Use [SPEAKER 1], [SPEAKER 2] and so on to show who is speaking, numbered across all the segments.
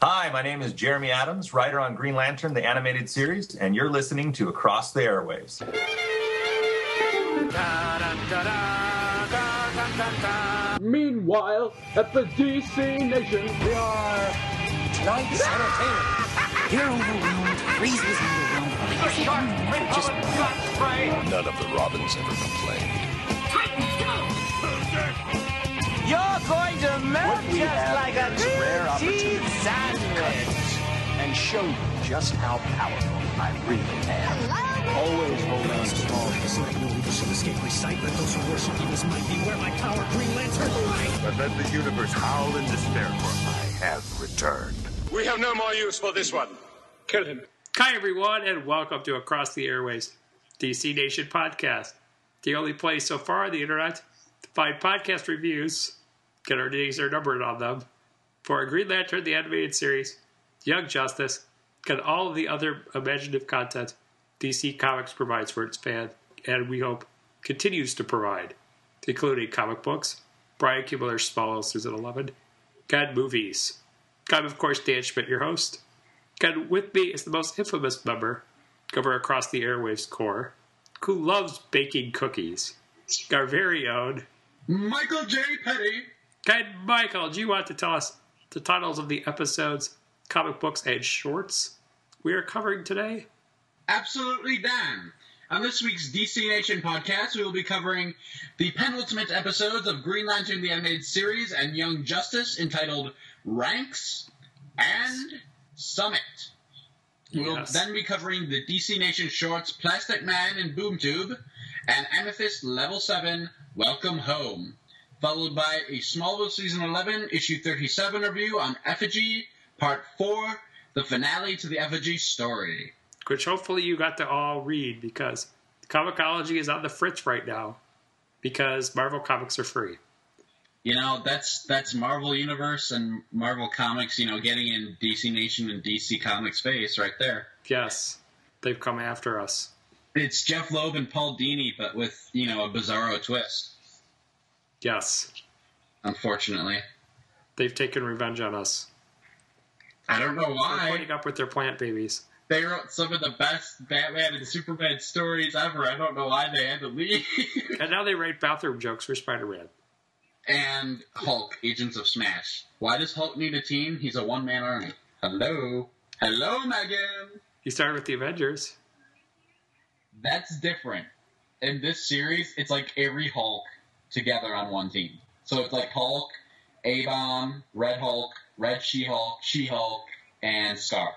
[SPEAKER 1] Hi, my name is Jeremy Adams, writer on Green Lantern, the animated series, and you're listening to Across the Airwaves.
[SPEAKER 2] Meanwhile, at the DC Nation,
[SPEAKER 3] We are tonight's entertainment.
[SPEAKER 4] You're overwhelmed. Reese was overwhelmed. But you're just
[SPEAKER 5] None of the Robins ever complained.
[SPEAKER 6] You're going to melt
[SPEAKER 3] What we have here is rare opportunity to cut this and show you just how powerful I really am. Always hold on to small
[SPEAKER 7] This night, no leader shall escape my sight. Let those who worship me, this might be where my power, Green Lantern, lies.
[SPEAKER 8] But let the universe howl in despair, for I have returned.
[SPEAKER 9] We have no more use for this one. Kill him.
[SPEAKER 10] Hi, everyone, and welcome to Across the Airways, DC Nation podcast, the only place so far on the internet to find podcast reviews, get our names are numbered on them, for Green Lantern, the animated series, Young Justice, and all of the other imaginative content DC Comics provides for its fan, and we hope continues to provide, including comic books, Brian Q. Miller's Small Season 11, and movies. I'm, of course, Dan Schmidt, your host. And with me is the most infamous member cover across the airwaves core who loves baking cookies. Our very own
[SPEAKER 2] Michael J. Petty,
[SPEAKER 10] Ken Michael. Do you want to tell us the titles of the episodes, comic books, and shorts we are covering today?
[SPEAKER 2] absolutely Dan. On this week's DC Nation podcast, we will be covering the penultimate episodes of Green Lantern the Animated Series and Young Justice entitled Ranks and Summit. We'll
[SPEAKER 10] Yes.
[SPEAKER 2] then be covering the DC Nation shorts Plastic Man and Boomtube and Amethyst Level 7 Welcome Home, followed by a Smallville Season 11 Issue 37 review on Effigy Part 4, the finale to the Effigy story.
[SPEAKER 10] which hopefully you got to all read because comicology is on the fritz right now because Marvel comics are free.
[SPEAKER 2] You know, that's that's Marvel Universe and Marvel Comics, you know, getting in DC Nation and DC Comics space right there.
[SPEAKER 10] Yes, they've come after us.
[SPEAKER 2] It's Jeff Loeb and Paul Dini, but with, you know, a bizarro twist,
[SPEAKER 10] Yes,
[SPEAKER 2] unfortunately.
[SPEAKER 10] they've taken revenge on us.
[SPEAKER 2] I don't know
[SPEAKER 10] They're
[SPEAKER 2] why.
[SPEAKER 10] putting up with their plant babies.
[SPEAKER 2] They wrote some of the best Batman and Superman stories ever. I don't know why they had to leave.
[SPEAKER 10] And now they write bathroom jokes for Spider Man.
[SPEAKER 2] and Hulk, Agents of Smash. Why does Hulk need a team? He's a one man army. Hello. Hello, Megan.
[SPEAKER 10] He started with the Avengers.
[SPEAKER 2] That's different. In this series, it's like every Hulk together on one team. So it's like Hulk, A Bomb, Red Hulk, Red She Hulk, She Hulk, and Scar.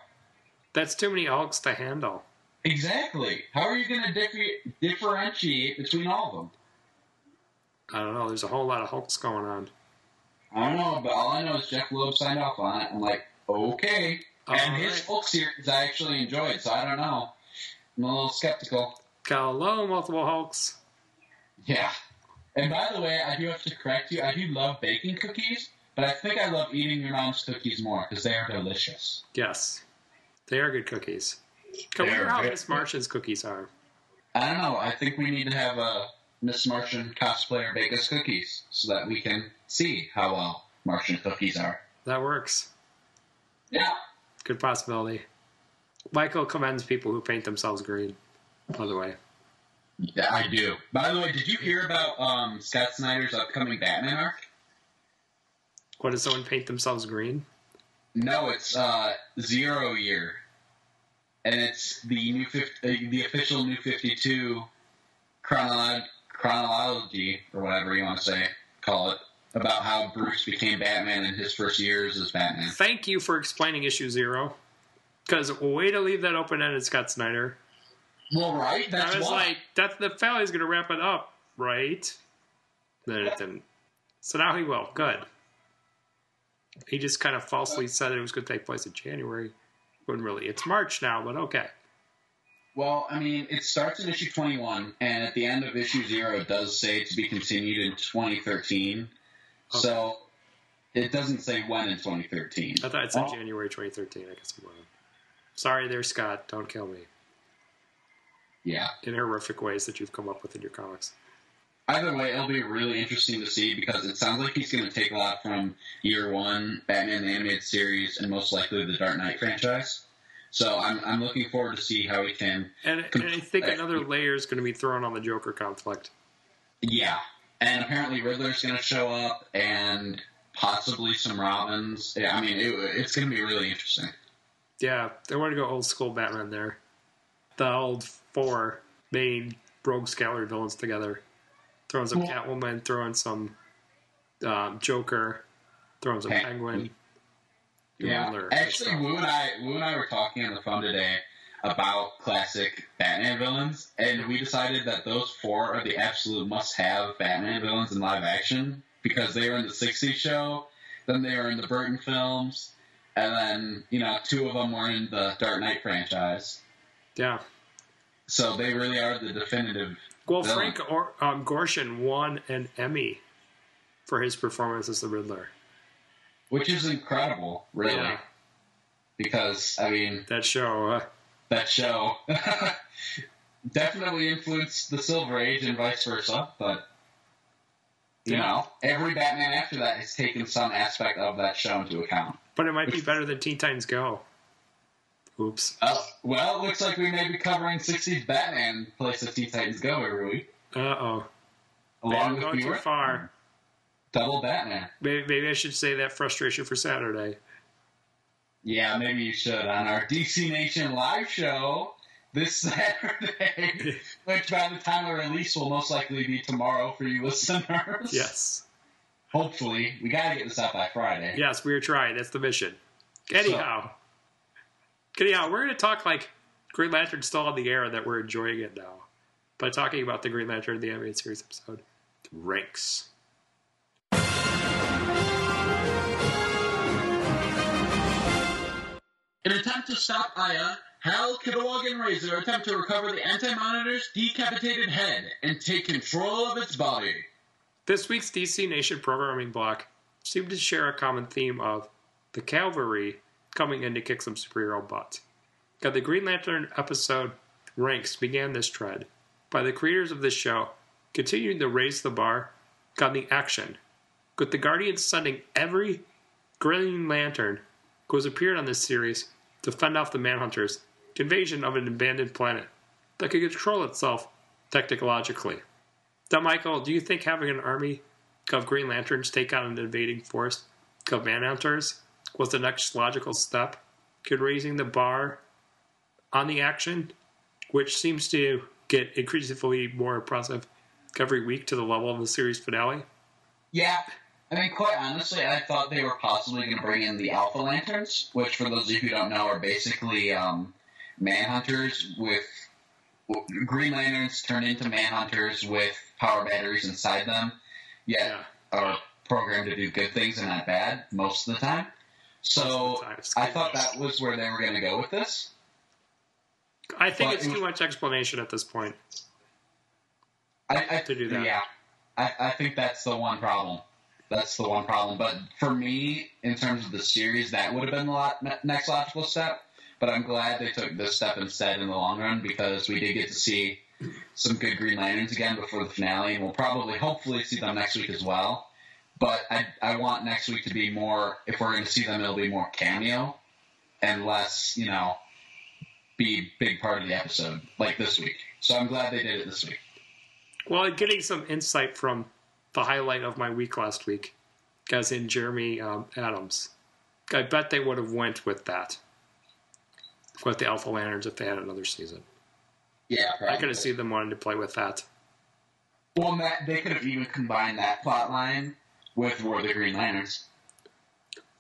[SPEAKER 10] That's too many Hulks to handle.
[SPEAKER 2] Exactly. How are you going to differ- differentiate between all of them?
[SPEAKER 10] I don't know. There's a whole lot of Hulks going on.
[SPEAKER 2] I don't know, but all I know is Jeff Loeb signed off on it. I'm like, okay. and
[SPEAKER 10] All
[SPEAKER 2] his
[SPEAKER 10] right.
[SPEAKER 2] Hulk series I actually enjoyed, so I don't know. I'm a little skeptical.
[SPEAKER 10] Hello, multiple Hulks.
[SPEAKER 2] Yeah. And by the way, I do have to correct you. I do love baking cookies, but I think I love eating your mom's cookies more because they are delicious.
[SPEAKER 10] Yes, they are good cookies. I
[SPEAKER 2] They
[SPEAKER 10] wonder
[SPEAKER 2] are
[SPEAKER 10] how
[SPEAKER 2] good.
[SPEAKER 10] Miss Martian's cookies are.
[SPEAKER 2] I don't know. I think we need to have a Miss Martian cosplayer bake us cookies so that we can see how well Martian cookies are.
[SPEAKER 10] That works.
[SPEAKER 2] Yeah.
[SPEAKER 10] Good possibility. Michael commends people who paint themselves green. By the way,
[SPEAKER 2] Yeah, I do. By the way, did you hear about um, Scott Snyder's upcoming Batman arc?
[SPEAKER 10] what does someone paint themselves green?
[SPEAKER 2] No, it's uh, Zero Year, and it's the new 50, uh, the official New Fifty Two chronolog- chronology or whatever you want to say call it about how Bruce became Batman in his first years as Batman.
[SPEAKER 10] Thank you for explaining issue zero. Because way to leave that open ended, Scott Snyder.
[SPEAKER 2] Well, right, that's
[SPEAKER 10] I was
[SPEAKER 2] why.
[SPEAKER 10] like, that the family's gonna wrap it up, right? Then it didn't. So now he will. Good. He just kind of falsely said it was gonna take place in January. When really it's March now, but okay.
[SPEAKER 2] well, I mean, it starts in issue twenty one, and at the end of issue zero, it does say to be continued in twenty thirteen. So it doesn't say when in twenty thirteen.
[SPEAKER 10] I thought it said January 2013. I guess I'm wrong. Sorry, there, Scott. Don't kill me
[SPEAKER 2] Yeah.
[SPEAKER 10] in horrific ways that you've come up with in your comics.
[SPEAKER 2] Either way, it'll be really interesting to see because it sounds like he's going to take a lot from year one, Batman the Animated Series, and most likely the Dark Knight franchise. So I'm, I'm looking forward to see how he can.
[SPEAKER 10] And, and I think another layer is going to be thrown on the Joker conflict.
[SPEAKER 2] Yeah, and apparently Riddler's going to show up, and possibly some Robins. Yeah, I mean, it, it's going to be really interesting.
[SPEAKER 10] Yeah, they want to go old school Batman there. The old four main rogues gallery villains together. Throwing some Catwoman, throwing some um, Joker, throwing some
[SPEAKER 2] Hey.
[SPEAKER 10] Penguin.
[SPEAKER 2] Yeah,
[SPEAKER 10] Riddler.
[SPEAKER 2] actually, Wu and I, Wu and I were talking on the phone today about classic Batman villains, and we decided that those four are the absolute must-have Batman villains in live action because they were in the '60s show, then they were in the Burton films, and then you know two of them were in the Dark Knight franchise.
[SPEAKER 10] Yeah.
[SPEAKER 2] So they really are the definitive.
[SPEAKER 10] Well,
[SPEAKER 2] villain.
[SPEAKER 10] Frank or, um, Gorshin won an Emmy for his performance as the Riddler.
[SPEAKER 2] which is incredible, really,
[SPEAKER 10] Yeah.
[SPEAKER 2] because I mean.
[SPEAKER 10] That show. Uh,
[SPEAKER 2] that show definitely influenced the Silver Age and vice versa, but you
[SPEAKER 10] Yeah.
[SPEAKER 2] know, every Batman after that has taken some aspect of that show into account.
[SPEAKER 10] but it might be better than Teen Titans Go. Oops.
[SPEAKER 2] Uh, well, it looks like we may be covering 60s Batman Place of Teen Titans Go every week,
[SPEAKER 10] Uh oh.
[SPEAKER 2] along
[SPEAKER 10] I'm
[SPEAKER 2] with
[SPEAKER 10] going too
[SPEAKER 2] Bjork,
[SPEAKER 10] far.
[SPEAKER 2] Double Batman.
[SPEAKER 10] Maybe, maybe I should say that frustration for Saturday.
[SPEAKER 2] Yeah, maybe you should on our DC Nation live show this Saturday, which by the time of release will most likely be tomorrow for you listeners.
[SPEAKER 10] Yes.
[SPEAKER 2] Hopefully, we gotta get this out by Friday.
[SPEAKER 10] Yes, we are trying. That's the mission. Anyhow, anyhow, we're going to talk like Green Lantern's still on the air and that we're enjoying it now by talking about the Green Lantern the animated series episode ranks.
[SPEAKER 2] In an attempt to stop Aya, Hal, Kilowog, and Razor attempt to recover the Anti-Monitor's decapitated head and take control of its body.
[SPEAKER 10] This week's DC Nation programming block seemed to share a common theme of the cavalry coming in to kick some superhero butt. Now, the Green Lantern episode Ranks began this trend by the creators of this show continuing to raise the bar on the action, with the Guardians sending every Green Lantern who has appeared on this series to fend off the Manhunters' invasion of an abandoned planet that could control itself technologically. Now, Michael, do you think having an army of Green Lanterns take on an invading force of Manhunters was the next logical step? Could raising the bar on the action, which seems to get increasingly more impressive every week to the level of the series finale?
[SPEAKER 2] Yeah. I mean, quite honestly, I thought they were possibly going to bring in the Alpha Lanterns, which, for those of you who don't know, are basically um, manhunters with w- Green Lanterns turned into manhunters with power batteries inside them. Yet are programmed to do good things and not bad most of the time. So
[SPEAKER 10] Most of the time, it's
[SPEAKER 2] I
[SPEAKER 10] good
[SPEAKER 2] thought
[SPEAKER 10] news.
[SPEAKER 2] that was where they were going to go with this.
[SPEAKER 10] I think
[SPEAKER 2] Well,
[SPEAKER 10] it's
[SPEAKER 2] it was-
[SPEAKER 10] too much explanation at this point.
[SPEAKER 2] I, I,
[SPEAKER 10] to do that.
[SPEAKER 2] Yeah, I, I think that's the one problem. That's the one problem. But for me, in terms of the series, that would have been the lot, next logical step. But I'm glad they took this step instead in the long run because we did get to see some good Green Lanterns again before the finale, and we'll probably, hopefully, see them next week as well. But I, I want next week to be more. If we're going to see them, it'll be more cameo and less, you know, be big part of the episode like this week. So I'm glad they did it this week.
[SPEAKER 10] Well, I'm getting some insight from the highlight of my week last week, as in Jeremy um, Adams. I bet they would have went with that, with the Alpha Lanterns if they had another season.
[SPEAKER 2] Yeah,
[SPEAKER 10] I
[SPEAKER 2] probably.
[SPEAKER 10] could have seen them wanting to play with that.
[SPEAKER 2] Well, that, they could have even combined that plot line with War of the Green Lanterns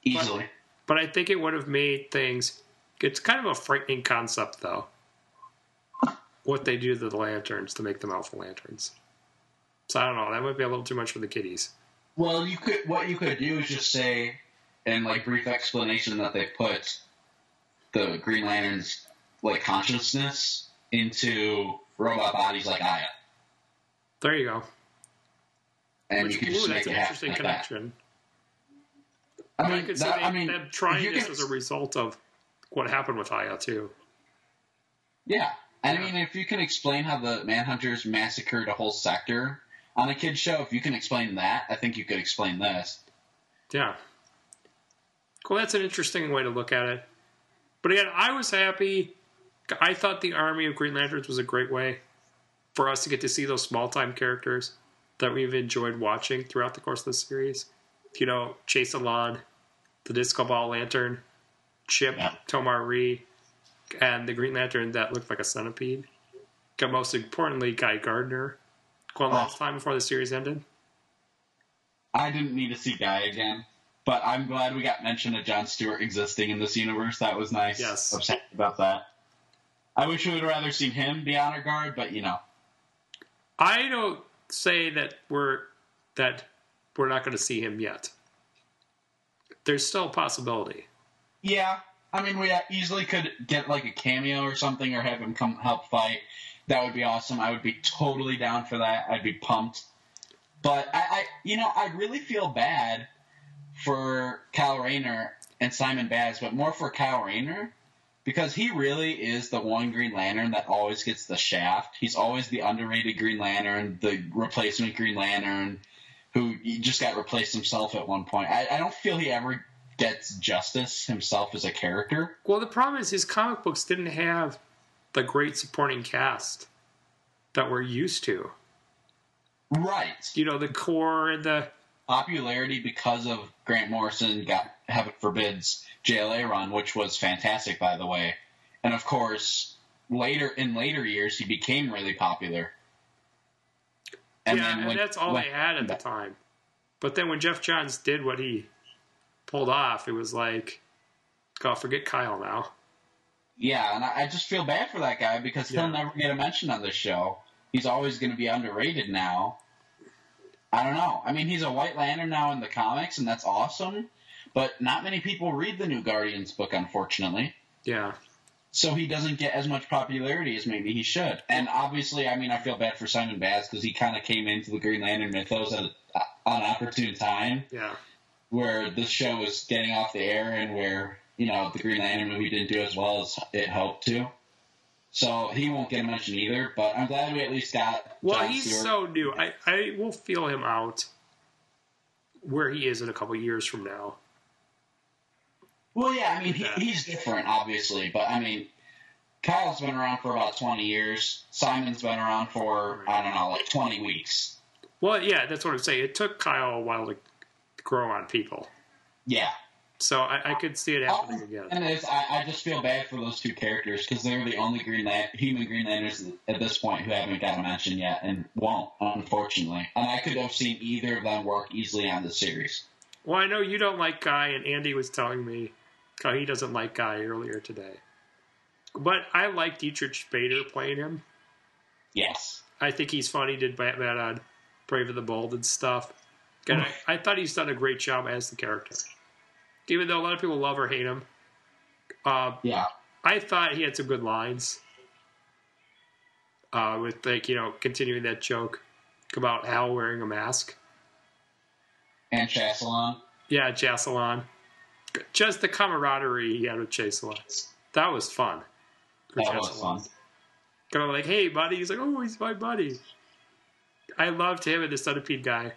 [SPEAKER 2] easily.
[SPEAKER 10] But I think it would have made things. It's kind of a frightening concept, though. What they do to the lanterns to make them Alpha Lanterns. So I don't know. That might be a little too much for the kiddies.
[SPEAKER 2] Well, you could. What you could do is just say, in like brief explanation, that they put the Green Lanterns like consciousness into robot bodies like Aya,
[SPEAKER 10] There you go.
[SPEAKER 2] and
[SPEAKER 10] Which,
[SPEAKER 2] you could just
[SPEAKER 10] ooh,
[SPEAKER 2] make
[SPEAKER 10] that's
[SPEAKER 2] it
[SPEAKER 10] an
[SPEAKER 2] happen
[SPEAKER 10] interesting
[SPEAKER 2] like that.
[SPEAKER 10] connection.
[SPEAKER 2] I
[SPEAKER 10] I
[SPEAKER 2] mean,
[SPEAKER 10] could see
[SPEAKER 2] that,
[SPEAKER 10] they,
[SPEAKER 2] I mean,
[SPEAKER 10] them trying
[SPEAKER 2] you
[SPEAKER 10] this
[SPEAKER 2] can-
[SPEAKER 10] as a result of what happened with Aya too.
[SPEAKER 2] Yeah. I mean, if you can explain how the Manhunters massacred a whole sector on a kid's show, if you can explain that, I think you could explain this.
[SPEAKER 10] Yeah. Well, that's an interesting way to look at it. But again, I was happy. I thought the Army of Green Lanterns was a great way for us to get to see those small time characters that we've enjoyed watching throughout the course of the series. You know, Chase Alon, the Disco Ball Lantern, Chip,
[SPEAKER 2] Yeah.
[SPEAKER 10] Tomar Ree, and the Green Lantern that looked like a centipede. But most importantly, Guy Gardner. One last time before the series ended.
[SPEAKER 2] I didn't need to see Guy again, but I'm glad we got mention of John Stewart existing in this universe. That was nice.
[SPEAKER 10] Yes.
[SPEAKER 2] Upset about that. I wish we would have rather seen him be honor guard, but you know,
[SPEAKER 10] I don't say that we're that we're not going to see him yet. There's still a possibility.
[SPEAKER 2] Yeah, I mean, we easily could get like a cameo or something, or have him come help fight. That would be awesome. I would be totally down for that. I'd be pumped. But I, I you know, I really feel bad for Kyle Rayner and Simon Baz, but more for Kyle Rayner because he really is the one Green Lantern that always gets the shaft. He's always the underrated Green Lantern, the replacement Green Lantern who just got replaced himself at one point. I, I don't feel he ever gets justice himself as a character.
[SPEAKER 10] Well, the problem is his comic books didn't have the great supporting cast that we're used to.
[SPEAKER 2] Right.
[SPEAKER 10] You know, the core and the
[SPEAKER 2] Popularity because of Grant Morrison got Heaven Forbids JLA run, which was fantastic by the way. And of course, later in later years he became really popular.
[SPEAKER 10] yeah,
[SPEAKER 2] then
[SPEAKER 10] and
[SPEAKER 2] when-
[SPEAKER 10] that's all
[SPEAKER 2] when-
[SPEAKER 10] they had at the time. But then when Jeff Johns did what he pulled off, it was like, God, forget Kyle now.
[SPEAKER 2] Yeah, and I, I just feel bad for that guy because
[SPEAKER 10] Yeah.
[SPEAKER 2] he'll never get a mention on this show. He's always going to be underrated now. I don't know. I mean, he's a White Lantern now in the comics, and that's awesome. But not many people read the new Guardians book, unfortunately.
[SPEAKER 10] Yeah,
[SPEAKER 2] So he doesn't get as much popularity as maybe he should. And obviously, I mean, I feel bad for Simon Baz because he kind of came into the Green Lantern mythos at, a, on an opportune time
[SPEAKER 10] yeah,
[SPEAKER 2] where this show was getting off the air and where you know the Green Lantern movie didn't do as well as it hoped to. So he won't get a mention either. But I'm glad we at least got.
[SPEAKER 10] Well,
[SPEAKER 2] John
[SPEAKER 10] he's
[SPEAKER 2] Stewart.
[SPEAKER 10] so new. I, I will feel him out where he is in a couple years from now.
[SPEAKER 2] Well, yeah, I mean he,
[SPEAKER 10] Yeah.
[SPEAKER 2] he's different, obviously, but I mean. Kyle's been around for about 20 years. Simon's been around for, I don't know, like 20 weeks.
[SPEAKER 10] Well, yeah, that's what I'm saying. It took Kyle a while to grow on people,
[SPEAKER 2] Yeah.
[SPEAKER 10] so I, I could see it happening again.
[SPEAKER 2] And it's, I, I just feel bad for those two characters because they're the only Green Lan- human Green Lanterns at this point who haven't gotten mentioned yet and won't, unfortunately. And I could have seen either of them work easily on the series.
[SPEAKER 10] Well, I know you don't like Guy, and Andy was telling me how he doesn't like Guy earlier today. But I like Dietrich Bader playing him.
[SPEAKER 2] Yes.
[SPEAKER 10] I think he's funny. Did Batman on Brave and the Bold and stuff. And I, I thought he's done a great job as the character, even though a lot of people love or hate him. Uh,
[SPEAKER 2] Yeah.
[SPEAKER 10] I thought he had some good lines. Uh, with like you know continuing that joke about Hal wearing a mask.
[SPEAKER 2] And Chassalon.
[SPEAKER 10] Yeah, Jasalon. Just the camaraderie he had with Jasalon. That was fun. For
[SPEAKER 2] That was
[SPEAKER 10] Jasalon.
[SPEAKER 2] fun.
[SPEAKER 10] Kind of like, hey, buddy. He's like, oh, he's my buddy. I loved him and the centipede guy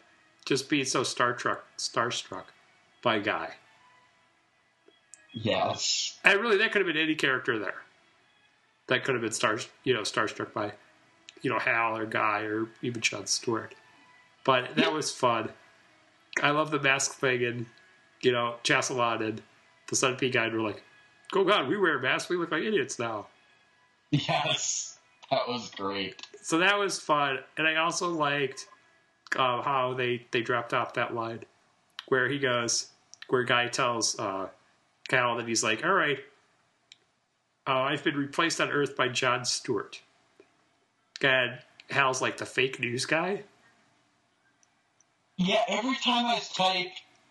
[SPEAKER 10] just being so star truck, starstruck by a guy.
[SPEAKER 2] Yes.
[SPEAKER 10] And really, that could have been any character there. That could have been star, you know, starstruck by, you know, Hal or Guy or even John Stewart. But that was fun. I love the mask thing, and you know, Chasselon and the Sunpea guy were like, "Oh God, we wear masks. We look like idiots now."
[SPEAKER 2] Yes. That was great.
[SPEAKER 10] So that was fun, and I also liked uh, how they they dropped off that line where he goes, where Guy tells uh, Cal that he's like, "All right, uh, I've been replaced on Earth by John Stewart," and Hal's like the fake news guy.
[SPEAKER 2] Yeah, every time I type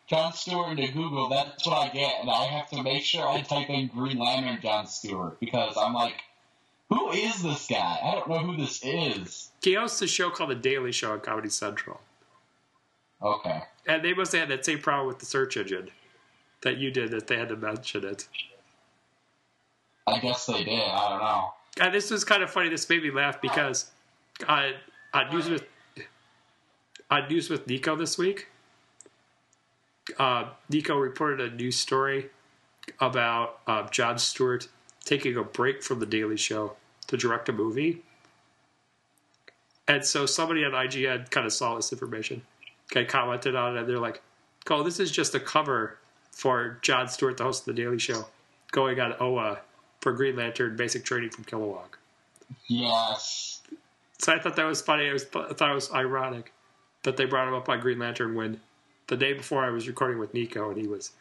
[SPEAKER 2] John Stewart into Google, that's what I get. And I have to make sure I type in Green Lantern John Stewart because I'm like, who is this guy? I don't know who this is.
[SPEAKER 10] He hosts a show called The Daily Show on Comedy Central,
[SPEAKER 2] Okay.
[SPEAKER 10] and they must have had that same problem with the search engine that you did that they had to mention it.
[SPEAKER 2] I guess they did. I don't know.
[SPEAKER 10] And this was kind of funny. This made me laugh because on, on News with on News with Nico this week, uh, Nico reported a news story about uh, John Stewart taking a break from The Daily Show to direct a movie. And so somebody on IGN kind of saw this information, kind of commented on it, and they're like, oh, this is just a cover for John Stewart, the host of The Daily Show, going on OA for Green Lantern Basic Training from Kilowog.
[SPEAKER 2] Yes.
[SPEAKER 10] So I thought that was funny. I, was, I thought it was ironic that they brought him up on Green Lantern when the day before I was recording with Nico and he was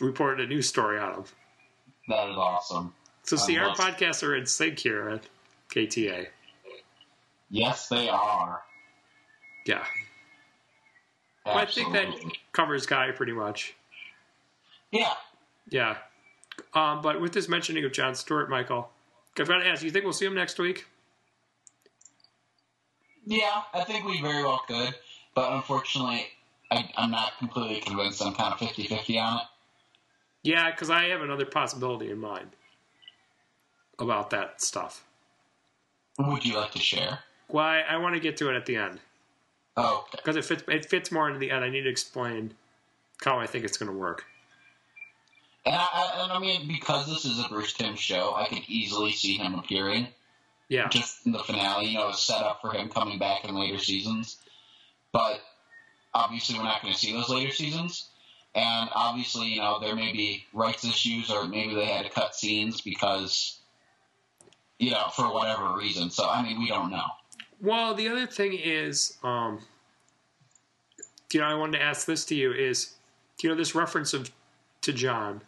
[SPEAKER 10] reported a news story on him.
[SPEAKER 2] That is awesome.
[SPEAKER 10] So see,
[SPEAKER 2] I
[SPEAKER 10] our
[SPEAKER 2] love-
[SPEAKER 10] podcasts are in sync here at KTA.
[SPEAKER 2] Yes, they are.
[SPEAKER 10] Yeah. Well, I think that covers Guy pretty much.
[SPEAKER 2] Yeah.
[SPEAKER 10] Yeah. Um, but with this mentioning of John Stewart, Michael, I've got to ask, you think we'll see him next week?
[SPEAKER 2] Yeah, I think we very well could, but unfortunately, I, I'm not completely convinced. I'm kind of 50 50 on it.
[SPEAKER 10] Yeah, because I have another possibility in mind about that stuff.
[SPEAKER 2] Would you like to share?
[SPEAKER 10] Why I want to get to it at the end
[SPEAKER 2] Oh, okay.
[SPEAKER 10] because it fits. It fits more into the end. I need to explain how I think it's going to work.
[SPEAKER 2] And I, I, and I mean, because this is a Bruce Tim show, I could easily see him appearing
[SPEAKER 10] Yeah,
[SPEAKER 2] just in the finale, you know, a setup for him coming back in later seasons. But obviously, we're not going to see those later seasons. And obviously, you know, there may be rights issues, or maybe they had to cut scenes because, you know, for whatever reason. So, I mean, we don't know.
[SPEAKER 10] Well, the other thing is, um, you know, I wanted to ask this to you is, you know, this reference of to John.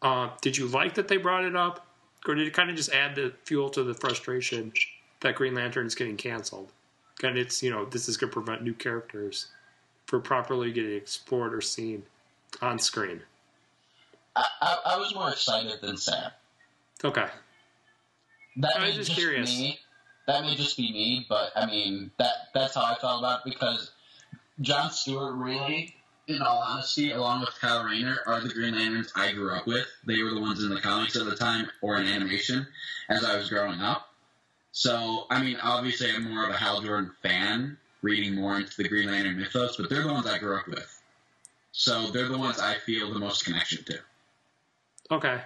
[SPEAKER 10] Uh, did you like that they brought it up, or did it kind of just add the fuel to the frustration that Green Lantern is getting canceled? And it's you know this is going to prevent new characters from properly getting explored or seen on screen.
[SPEAKER 2] I, I, I was more excited than sad.
[SPEAKER 10] Okay,
[SPEAKER 2] That
[SPEAKER 10] I
[SPEAKER 2] may
[SPEAKER 10] was just
[SPEAKER 2] just,
[SPEAKER 10] curious.
[SPEAKER 2] be me. That may just be me, but I mean that that's how I felt about it because John Stewart really, in all honesty, along with Kyle Rayner, are the Green Lanterns I grew up with. They were the ones in the comics at the time or in animation as I was growing up. So I mean, obviously, I'm more of a Hal Jordan fan, reading more into the Green Lantern mythos, but they're the ones I grew up with. So they're the ones I feel the most connection to.
[SPEAKER 10] okay,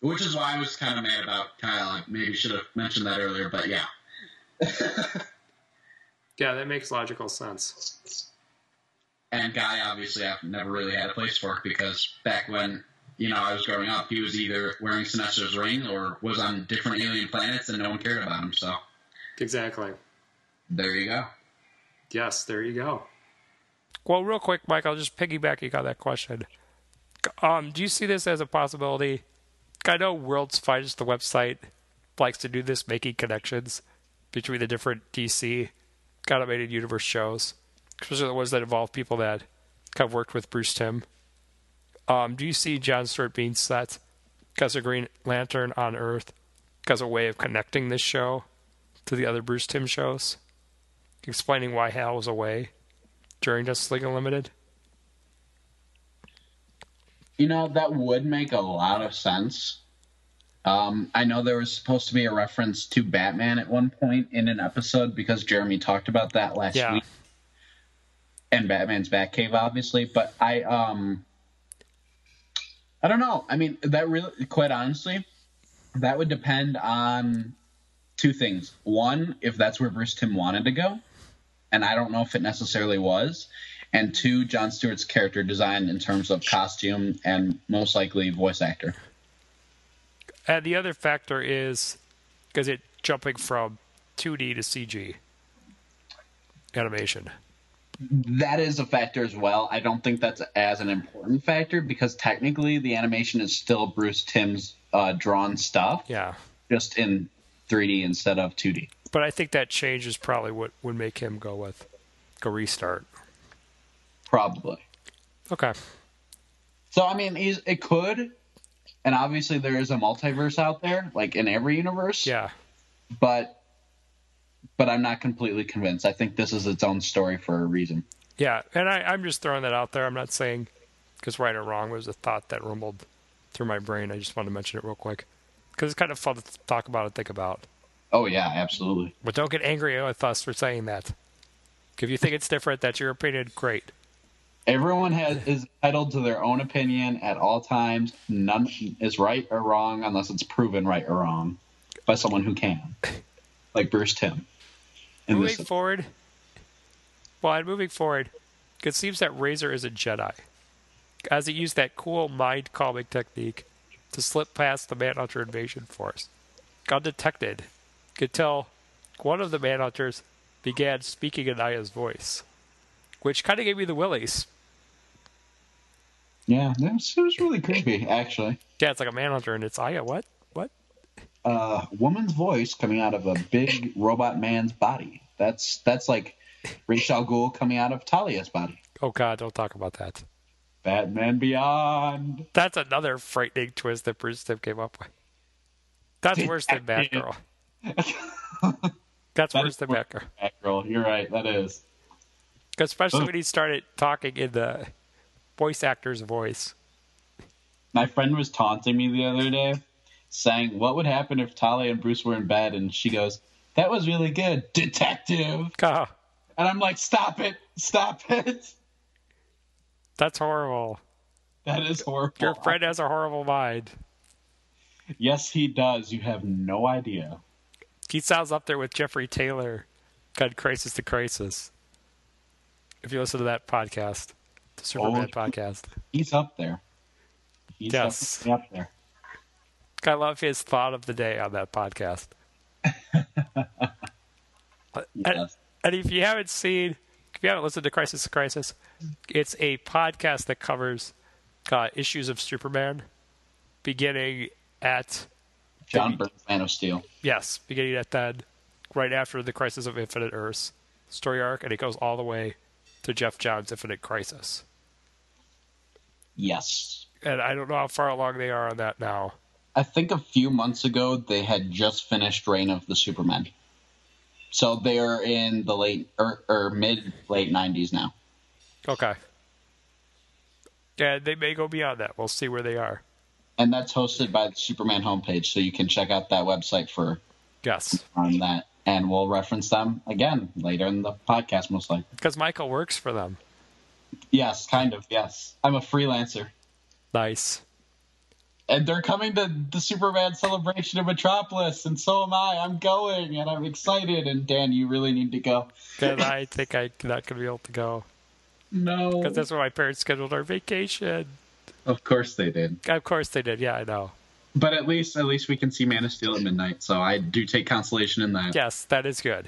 [SPEAKER 2] Which is why I was kind of mad about Kyle. I maybe should have mentioned that earlier, but yeah.
[SPEAKER 10] yeah, that makes logical sense.
[SPEAKER 2] And Guy, obviously, I've never really had a place for it because back when, you know, I was growing up, he was either wearing Sinestro's ring or was on different alien planets and no one cared about him. So
[SPEAKER 10] Exactly.
[SPEAKER 2] there you go.
[SPEAKER 10] Yes, there you go. Well, real quick, Mike, I'll just piggybacking on that question. Um, do you see this as a possibility? I know World's Finest, the website, likes to do this, making connections between the different DC animated universe shows, especially the ones that involve people that kind of worked with Bruce Tim. Um, do you see John Stewart being set as a Green Lantern on Earth as a way of connecting this show to the other Bruce Tim shows? explaining why Hal was away during Justice League Unlimited.
[SPEAKER 2] You know, that would make a lot of sense. Um, I know there was supposed to be a reference to Batman at one point in an episode because Jeremy talked about that last
[SPEAKER 10] Yeah.
[SPEAKER 2] week. And Batman's Batcave, obviously, but I um I don't know. I mean, that really quite honestly, that would depend on two things. One, if that's where Bruce Tim wanted to go, and I don't know if it necessarily was. And two, John Stewart's character design in terms of costume and most likely voice actor.
[SPEAKER 10] And Uh, the other factor is because it jumping from 2D to CG animation.
[SPEAKER 2] That is a factor as well. I don't think that's as an important factor because technically the animation is still Bruce Timm's uh, drawn stuff,
[SPEAKER 10] Yeah.
[SPEAKER 2] just in 3D instead of 2D.
[SPEAKER 10] But I think that change is probably what would make him go with a restart.
[SPEAKER 2] Probably.
[SPEAKER 10] Okay.
[SPEAKER 2] So I mean, he's, it could, and obviously there is a multiverse out there, like in every universe.
[SPEAKER 10] Yeah.
[SPEAKER 2] But, but I'm not completely convinced. I think this is its own story for a reason.
[SPEAKER 10] Yeah. And I, I'm just throwing that out there. I'm not saying because right or wrong was a thought that rumbled through my brain. I just wanted to mention it real quick because it's kind of fun to talk about and think about.
[SPEAKER 2] Oh yeah, absolutely.
[SPEAKER 10] But don't get angry at us for saying that. If you think it's different, that's your opinion. Great.
[SPEAKER 2] Everyone has is entitled to their own opinion at all times. None is right or wrong unless it's proven right or wrong by someone who can, like Bruce Tim. And
[SPEAKER 10] Moving forward. Well, and moving forward, it seems that Razor is a Jedi, as he used that cool mind calming technique to slip past the Manhunter invasion force. Undetected, could tell one of the Manhunters began speaking in Aya's voice, which kind of gave me the willies.
[SPEAKER 2] yeah, it was, it was really creepy actually.
[SPEAKER 10] Yeah, it's like a Manhunter, and it's Aya. What? What?
[SPEAKER 2] A woman's voice coming out of a big robot man's body. That's that's like Ra's al Ghul coming out of Talia's body.
[SPEAKER 10] Oh God, don't talk about that.
[SPEAKER 2] Batman Beyond.
[SPEAKER 10] That's another frightening twist that Bruce Tim came up with. That's worse than Batgirl. That's
[SPEAKER 2] That
[SPEAKER 10] worse
[SPEAKER 2] is
[SPEAKER 10] than
[SPEAKER 2] worse.
[SPEAKER 10] Batgirl.
[SPEAKER 2] Batgirl, you're right. That is.
[SPEAKER 10] Especially when he started talking in the voice actor's voice.
[SPEAKER 2] My friend was taunting me the other day, saying, "What would happen if Talia and Bruce were in bed?" And she goes, "That was really good, detective."
[SPEAKER 10] God,
[SPEAKER 2] And I'm like, "Stop it! Stop it!
[SPEAKER 10] that's horrible.
[SPEAKER 2] That is horrible."
[SPEAKER 10] Your friend has a horrible mind.
[SPEAKER 2] Yes, he does. You have no idea.
[SPEAKER 10] He sounds up there with Jeffrey Taylor, God, Crisis to Crisis. If you listen to that podcast, the Superman podcast.
[SPEAKER 2] He's up there. He's
[SPEAKER 10] Yes.
[SPEAKER 2] definitely up there.
[SPEAKER 10] I love his thought of the day on that podcast. and,
[SPEAKER 2] Yes.
[SPEAKER 10] and if you haven't seen, if you haven't listened to Crisis to Crisis, it's a podcast that covers uh, issues of Superman, beginning at
[SPEAKER 2] John Burns, Man of Steel.
[SPEAKER 10] yes, beginning at then, right after the Crisis of Infinite Earths story arc, and it goes all the way to Jeff Johns' Infinite Crisis.
[SPEAKER 2] Yes.
[SPEAKER 10] And I don't know how far along they are on that now.
[SPEAKER 2] I think a few months ago they had just finished Reign of the Superman. So they're in the late or, or mid late nineties now.
[SPEAKER 10] Okay. Yeah, they may go beyond that. We'll see where they are.
[SPEAKER 2] And that's hosted by the Superman homepage, so you can check out that website for
[SPEAKER 10] Yes,
[SPEAKER 2] on that. And we'll reference them again later in the podcast most likely.
[SPEAKER 10] because Michael works for them.
[SPEAKER 2] Yes, kind of, yes. I'm a freelancer.
[SPEAKER 10] Nice.
[SPEAKER 2] And they're coming to the Superman celebration of Metropolis, and so am I. I'm going and I'm excited and Dan, you really need to go.
[SPEAKER 10] Then I think I'm not going to be able to go
[SPEAKER 2] No.
[SPEAKER 10] because that's when my parents scheduled our vacation.
[SPEAKER 2] Of course they did.
[SPEAKER 10] Of course they did. Yeah, I know.
[SPEAKER 2] But at least, at least we can see Man of Steel at midnight. So I do take consolation in that.
[SPEAKER 10] Yes, that is good.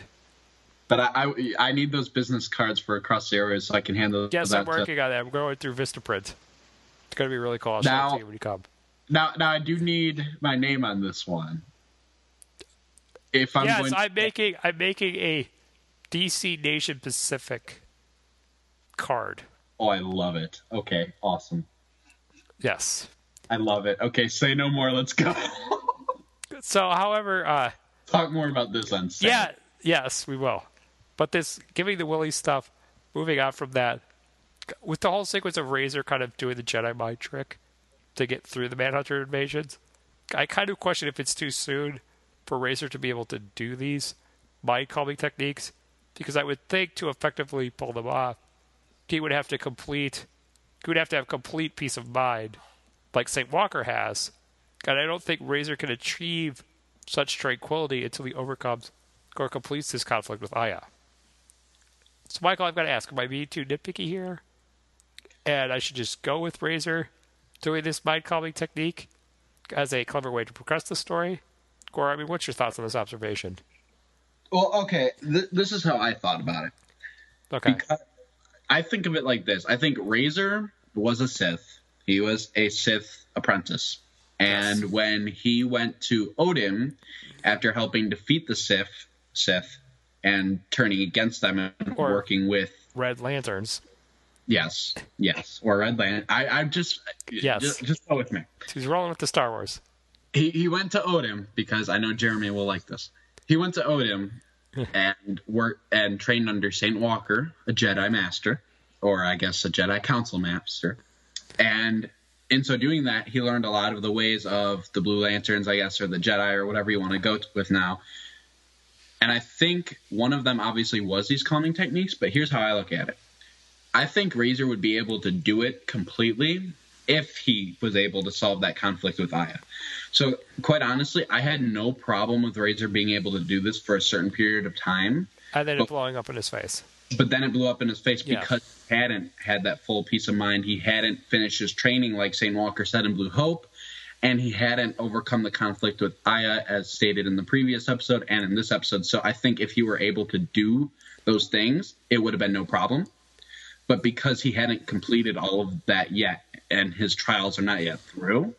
[SPEAKER 2] But I, I, I need those business cards for across the areas so I can handle.
[SPEAKER 10] Yes,
[SPEAKER 2] that
[SPEAKER 10] I'm working on that. I'm going through Vistaprint. It's going to be really cool. I'll
[SPEAKER 2] Now-
[SPEAKER 10] show it to you when you come.
[SPEAKER 2] To, now, now I do need my name on this one. If I'm
[SPEAKER 10] yes,
[SPEAKER 2] going,
[SPEAKER 10] I'm making I'm making a DC Nation Pacific card.
[SPEAKER 2] oh, I love it. Okay, awesome.
[SPEAKER 10] Yes.
[SPEAKER 2] I love it. Okay, say no more. Let's go.
[SPEAKER 10] So, however, uh,
[SPEAKER 2] Talk more about this on. Saturday.
[SPEAKER 10] Yeah, yes, we will. But this giving the Willy stuff, moving on from that, with the whole sequence of Razor kind of doing the Jedi mind trick to get through the Manhunter invasions, I kind of question if it's too soon for Razor to be able to do these mind calming techniques, because I would think to effectively pull them off, he would have to complete, he would have to have complete peace of mind, like Saint Walker has, and I don't think Razor can achieve such tranquility until he overcomes or completes his conflict with Aya. So, Michael, I've got to ask, am I being too nitpicky here? And I should just go with Razor doing this mind calming technique as a clever way to progress the story? Or, I mean, what's your thoughts on this observation?
[SPEAKER 2] Well, okay. Th- this is how I thought about it.
[SPEAKER 10] Okay.
[SPEAKER 2] I think of it like this. I think Razor was a Sith. He was a Sith apprentice. And when he went to Odin after helping defeat the Sith, Sith and turning against them and
[SPEAKER 10] Or-
[SPEAKER 2] working with
[SPEAKER 10] Red Lanterns.
[SPEAKER 2] yes, yes, or Red Land. I, I just
[SPEAKER 10] Yes.
[SPEAKER 2] just, just go with me.
[SPEAKER 10] He's rolling with the Star Wars.
[SPEAKER 2] He he went to Odin because I know Jeremy will like this. He went to Odin and worked and trained under Saint Walker, a Jedi master, or I guess a Jedi Council master. And in so doing that, he learned a lot of the ways of the Blue Lanterns, I guess, or the Jedi, or whatever you want to go t- with now. And I think one of them obviously was these calming techniques, but here's how I look at it. I think Razor would be able to do it completely if he was able to solve that conflict with Aya. So, quite honestly, I had no problem with Razor being able to do this for a certain period of time,
[SPEAKER 10] And then it blowing up in his face.
[SPEAKER 2] but then it blew up in his face
[SPEAKER 10] Yeah.
[SPEAKER 2] because he hadn't had that full peace of mind. He hadn't finished his training, like St. Walker said in Blue Hope, and he hadn't overcome the conflict with Aya, as stated in the previous episode and in this episode. So, I think if he were able to do those things, it would have been no problem. But because he hadn't completed all of that yet, and his trials are not yet through,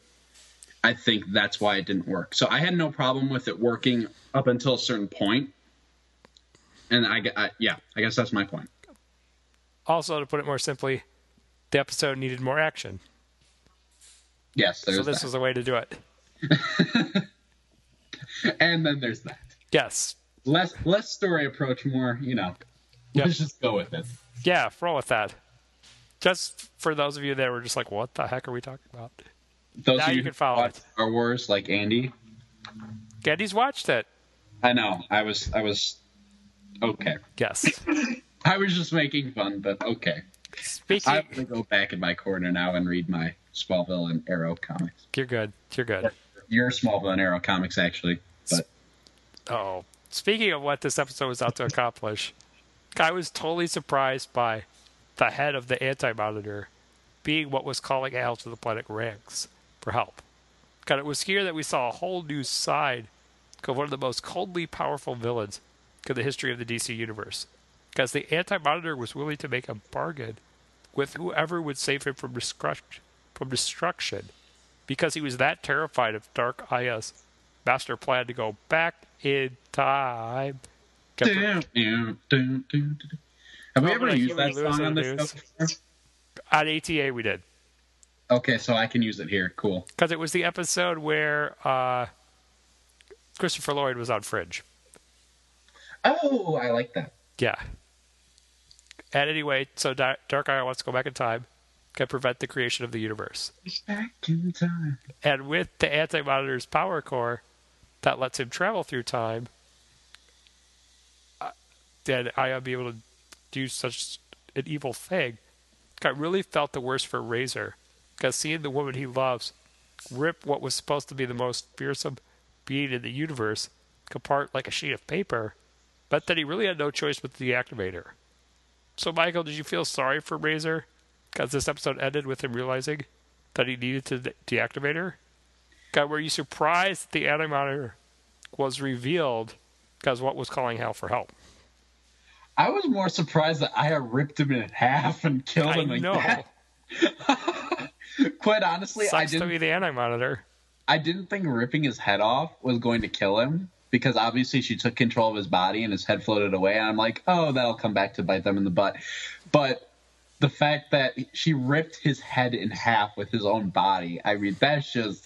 [SPEAKER 2] I think that's why it didn't work. So I had no problem with it working up until a certain point. And I, gu- I yeah, I guess that's my point.
[SPEAKER 10] Also, to put it more simply, the episode needed more action.
[SPEAKER 2] Yes, there's
[SPEAKER 10] so this
[SPEAKER 2] that.
[SPEAKER 10] was a way to do it.
[SPEAKER 2] and then there's that.
[SPEAKER 10] Yes.
[SPEAKER 2] Less less story approach, more you know.
[SPEAKER 10] Yep.
[SPEAKER 2] Let's just go with it.
[SPEAKER 10] Yeah, roll with that. Just for those of you that were just like, what the heck are we talking about?
[SPEAKER 2] Those
[SPEAKER 10] Now
[SPEAKER 2] of
[SPEAKER 10] you
[SPEAKER 2] you
[SPEAKER 10] can
[SPEAKER 2] who
[SPEAKER 10] follow
[SPEAKER 2] watch
[SPEAKER 10] it.
[SPEAKER 2] Star Wars, like Andy.
[SPEAKER 10] Geddy's watched it.
[SPEAKER 2] I know. I was. I was. Okay.
[SPEAKER 10] Yes.
[SPEAKER 2] I was just making fun, but okay.
[SPEAKER 10] Speaking.
[SPEAKER 2] I'm gonna go back in my corner now and read my Smallville and Arrow comics.
[SPEAKER 10] You're good. You're good.
[SPEAKER 2] Your Smallville and Arrow comics, actually. But
[SPEAKER 10] Oh, speaking of what this episode was out to accomplish, I was totally surprised by the head of the Anti Monitor being what was calling out to the planet Ranks for help. God, it was here that we saw a whole new side of one of the most coldly powerful villains in the history of the DC universe. Because the Anti Monitor was willing to make a bargain with whoever would save him from, destruct- from destruction because he was that terrified of Dark Aya's master plan to go back in time.
[SPEAKER 2] Dun, dun, dun, dun, dun. Have we
[SPEAKER 10] Oh,
[SPEAKER 2] ever
[SPEAKER 10] but I
[SPEAKER 2] used that
[SPEAKER 10] can't really
[SPEAKER 2] song on
[SPEAKER 10] lose
[SPEAKER 2] this
[SPEAKER 10] on
[SPEAKER 2] show? before?
[SPEAKER 10] On ATA, we did.
[SPEAKER 2] Okay, so I can use it here. Cool.
[SPEAKER 10] Because it was the episode where uh, Christopher Lloyd was on Fringe.
[SPEAKER 2] Oh, I like that.
[SPEAKER 10] Yeah. And anyway, so Di- Dark Eye wants to go back in time, can prevent the creation of the universe.
[SPEAKER 2] Back in time.
[SPEAKER 10] And with the Anti Monitor's power core that lets him travel through time, uh, then I'll be able to do such an evil thing. I really felt the worst for Razor because seeing the woman he loves rip what was supposed to be the most fearsome being in the universe apart like a sheet of paper, but that he really had no choice but to deactivate her. So, Michael, did you feel sorry for Razor? Because this episode ended with him realizing that he needed to de- deactivate her? God, were you surprised that the animator was revealed because what was calling Hal for help?
[SPEAKER 2] I was more surprised that Aya ripped him in half and killed
[SPEAKER 10] I
[SPEAKER 2] him like
[SPEAKER 10] know.
[SPEAKER 2] that. Quite honestly, I
[SPEAKER 10] Sucks to
[SPEAKER 2] didn't.
[SPEAKER 10] be the anti-monitor.
[SPEAKER 2] I didn't think ripping his head off was going to kill him because obviously she took control of his body and his head floated away. And I'm like, oh, that'll come back to bite them in the butt. But the fact that she ripped his head in half with his own body, I mean, that's just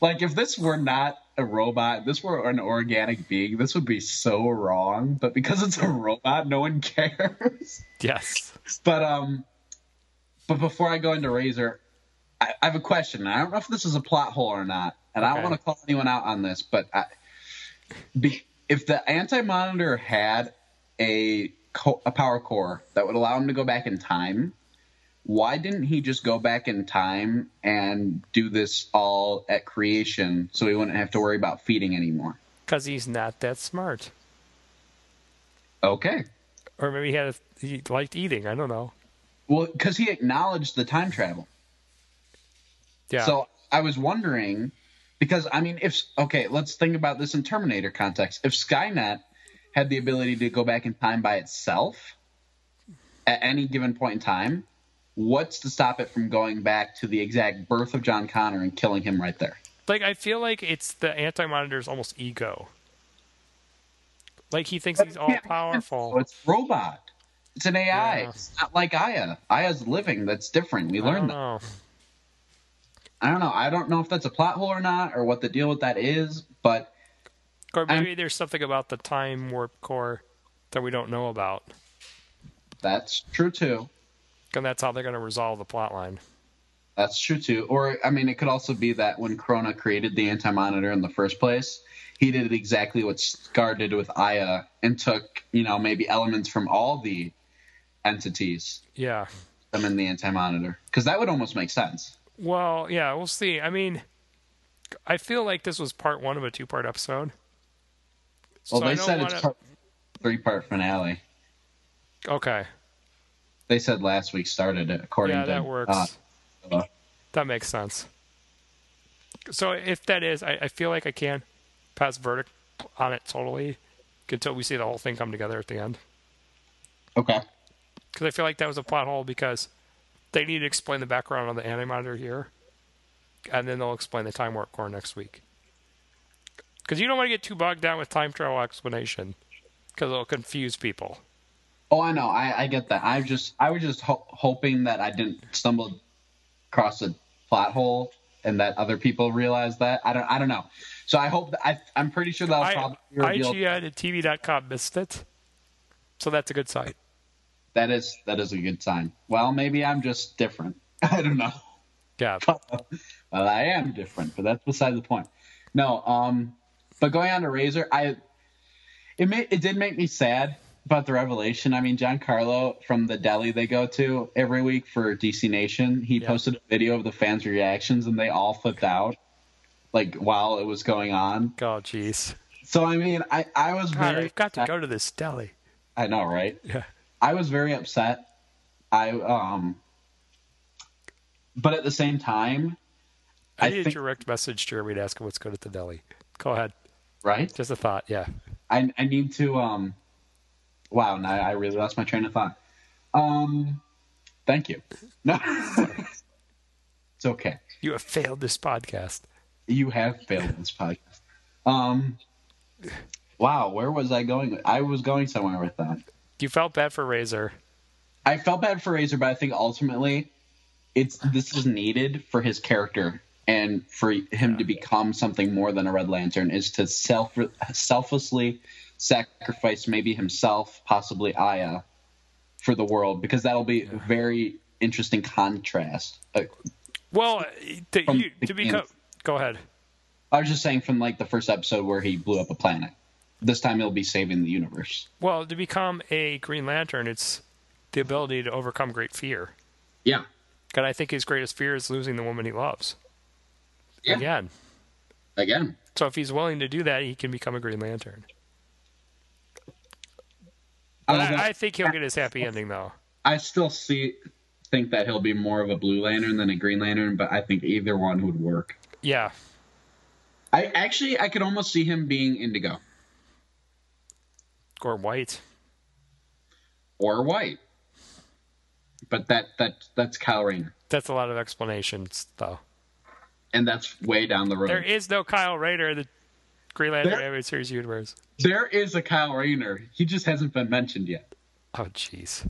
[SPEAKER 2] like if this were not a robot, if this were an organic being, this would be so wrong. But because it's a robot, no one cares.
[SPEAKER 10] Yes.
[SPEAKER 2] But um, but before I go into Razor, I, I have a question. I don't know if this is a plot hole or not, and I
[SPEAKER 10] Okay.
[SPEAKER 2] don't want to call anyone out on this, but I, be, if the Anti Monitor had a co- a power core that would allow him to go back in time, why didn't he just go back in time and do this all at creation, so he wouldn't have to worry about feeding anymore?
[SPEAKER 10] Because he's not that smart.
[SPEAKER 2] Okay.
[SPEAKER 10] Or maybe he, had a, he liked eating. I don't know.
[SPEAKER 2] Well, because he acknowledged the time travel.
[SPEAKER 10] Yeah.
[SPEAKER 2] So I was wondering because I mean, if okay, let's think about this in Terminator context. If Skynet had the ability to go back in time by itself at any given point in time, what's to stop it from going back to the exact birth of John Connor and killing him right there?
[SPEAKER 10] like, I feel like it's the anti-monitor's almost ego. Like, he thinks he's
[SPEAKER 2] So
[SPEAKER 10] all-powerful.
[SPEAKER 2] it's robot. It's an AI.
[SPEAKER 10] Yeah.
[SPEAKER 2] It's not like Aya. Aya's living. That's different. We
[SPEAKER 10] I don't
[SPEAKER 2] learned that.
[SPEAKER 10] know.
[SPEAKER 2] I don't know. I don't know if that's a plot hole or not, or what the deal with that is. But
[SPEAKER 10] Or maybe there's something about the time warp core that we don't know about.
[SPEAKER 2] that's true too.
[SPEAKER 10] And that's how they're going to resolve the plot line.
[SPEAKER 2] That's true too. Or I mean, it could also be that when Krona created the Anti Monitor in the first place, he did exactly what Scar did with Aya and took you know maybe elements from all the entities.
[SPEAKER 10] Yeah.
[SPEAKER 2] Them in the Anti Monitor because that would almost make sense.
[SPEAKER 10] Well, yeah, we'll see. I mean, I feel like this was part one of a two part episode.
[SPEAKER 2] Well,
[SPEAKER 10] So I
[SPEAKER 2] they
[SPEAKER 10] don't
[SPEAKER 2] said it's
[SPEAKER 10] wanna-
[SPEAKER 2] part, three part finale.
[SPEAKER 10] Okay.
[SPEAKER 2] They said last week started it according
[SPEAKER 10] Yeah,
[SPEAKER 2] to
[SPEAKER 10] that works.
[SPEAKER 2] uh, Noah.
[SPEAKER 10] That makes sense. So if that is, I, I feel like I can pass verdict on it totally until we see the whole thing come together at the end.
[SPEAKER 2] okay.
[SPEAKER 10] Because I feel like that was a plot hole because they need to explain the background on the animator here, and then they'll explain the time warp core next week. Because you don't want to get too bogged down with time travel explanation, because it'll confuse people.
[SPEAKER 2] Oh, I know. I, I get that. I just I was just ho- hoping that I didn't stumble across a plot hole and that other people realize that. I don't I don't know. So I hope that I I'm pretty sure that'll
[SPEAKER 10] I,
[SPEAKER 2] probably be revealed.
[SPEAKER 10] IGN and TV.com missed it, so that's a good sign.
[SPEAKER 2] That is that is a good sign. Well, maybe I'm just different. I don't know.
[SPEAKER 10] Yeah,
[SPEAKER 2] well, I am different, but that's beside the point. No, um, but going on to Razor, I it made it did make me sad about the revelation. I mean, John Carlo from the deli they go to every week for DC Nation, he posted a video of the fans' reactions, and they all flipped out like while it was going on.
[SPEAKER 10] God, oh, jeez.
[SPEAKER 2] So I mean, I I was
[SPEAKER 10] God,
[SPEAKER 2] very
[SPEAKER 10] I've got to go to this deli.
[SPEAKER 2] I know, right?
[SPEAKER 10] Yeah.
[SPEAKER 2] I was very upset. I um, but at the same time,
[SPEAKER 10] I,
[SPEAKER 2] I
[SPEAKER 10] need
[SPEAKER 2] think-
[SPEAKER 10] a direct message Jeremy to ask him what's good at the deli. Go ahead.
[SPEAKER 2] right?
[SPEAKER 10] Just a thought. Yeah.
[SPEAKER 2] I I need to um wow, now I really lost my train of thought. Um thank you. No It's okay.
[SPEAKER 10] You have failed this podcast.
[SPEAKER 2] You have failed this podcast. Um Wow, where was I going? with- I was going somewhere with that.
[SPEAKER 10] You felt bad for Razor.
[SPEAKER 2] I felt bad for Razor, but I think ultimately it's this is needed for his character and for him to become something more than a Red Lantern is to self selflessly sacrifice maybe himself, possibly Aya, for the world because that'll be very interesting contrast. Uh,
[SPEAKER 10] Well, to,
[SPEAKER 2] From
[SPEAKER 10] you,
[SPEAKER 2] the
[SPEAKER 10] to become. Go ahead.
[SPEAKER 2] I was just saying from like the first episode where he blew up a planet. This time he'll be saving the universe.
[SPEAKER 10] Well, to become a Green Lantern, it's the ability to overcome great fear.
[SPEAKER 2] Yeah.
[SPEAKER 10] And I think his greatest fear is losing the woman he loves.
[SPEAKER 2] Yeah.
[SPEAKER 10] Again.
[SPEAKER 2] Again.
[SPEAKER 10] So if he's willing to do that, he can become a Green Lantern. But
[SPEAKER 2] Although-
[SPEAKER 10] I, I think he'll get his happy ending, though.
[SPEAKER 2] I still see think that he'll be more of a Blue Lantern than a Green Lantern, but I think either one would work.
[SPEAKER 10] Yeah.
[SPEAKER 2] I actually I could almost see him being Indigo
[SPEAKER 10] Or White.
[SPEAKER 2] or White, but that that that's Kyle Rayner,
[SPEAKER 10] That's a lot of explanations, though.
[SPEAKER 2] and that's way down the road.
[SPEAKER 10] There is no Kyle Rayner in the Green Lantern
[SPEAKER 2] There-
[SPEAKER 10] animated series universe.
[SPEAKER 2] there is a Kyle Rayner. He just hasn't been mentioned yet.
[SPEAKER 10] Oh, jeez.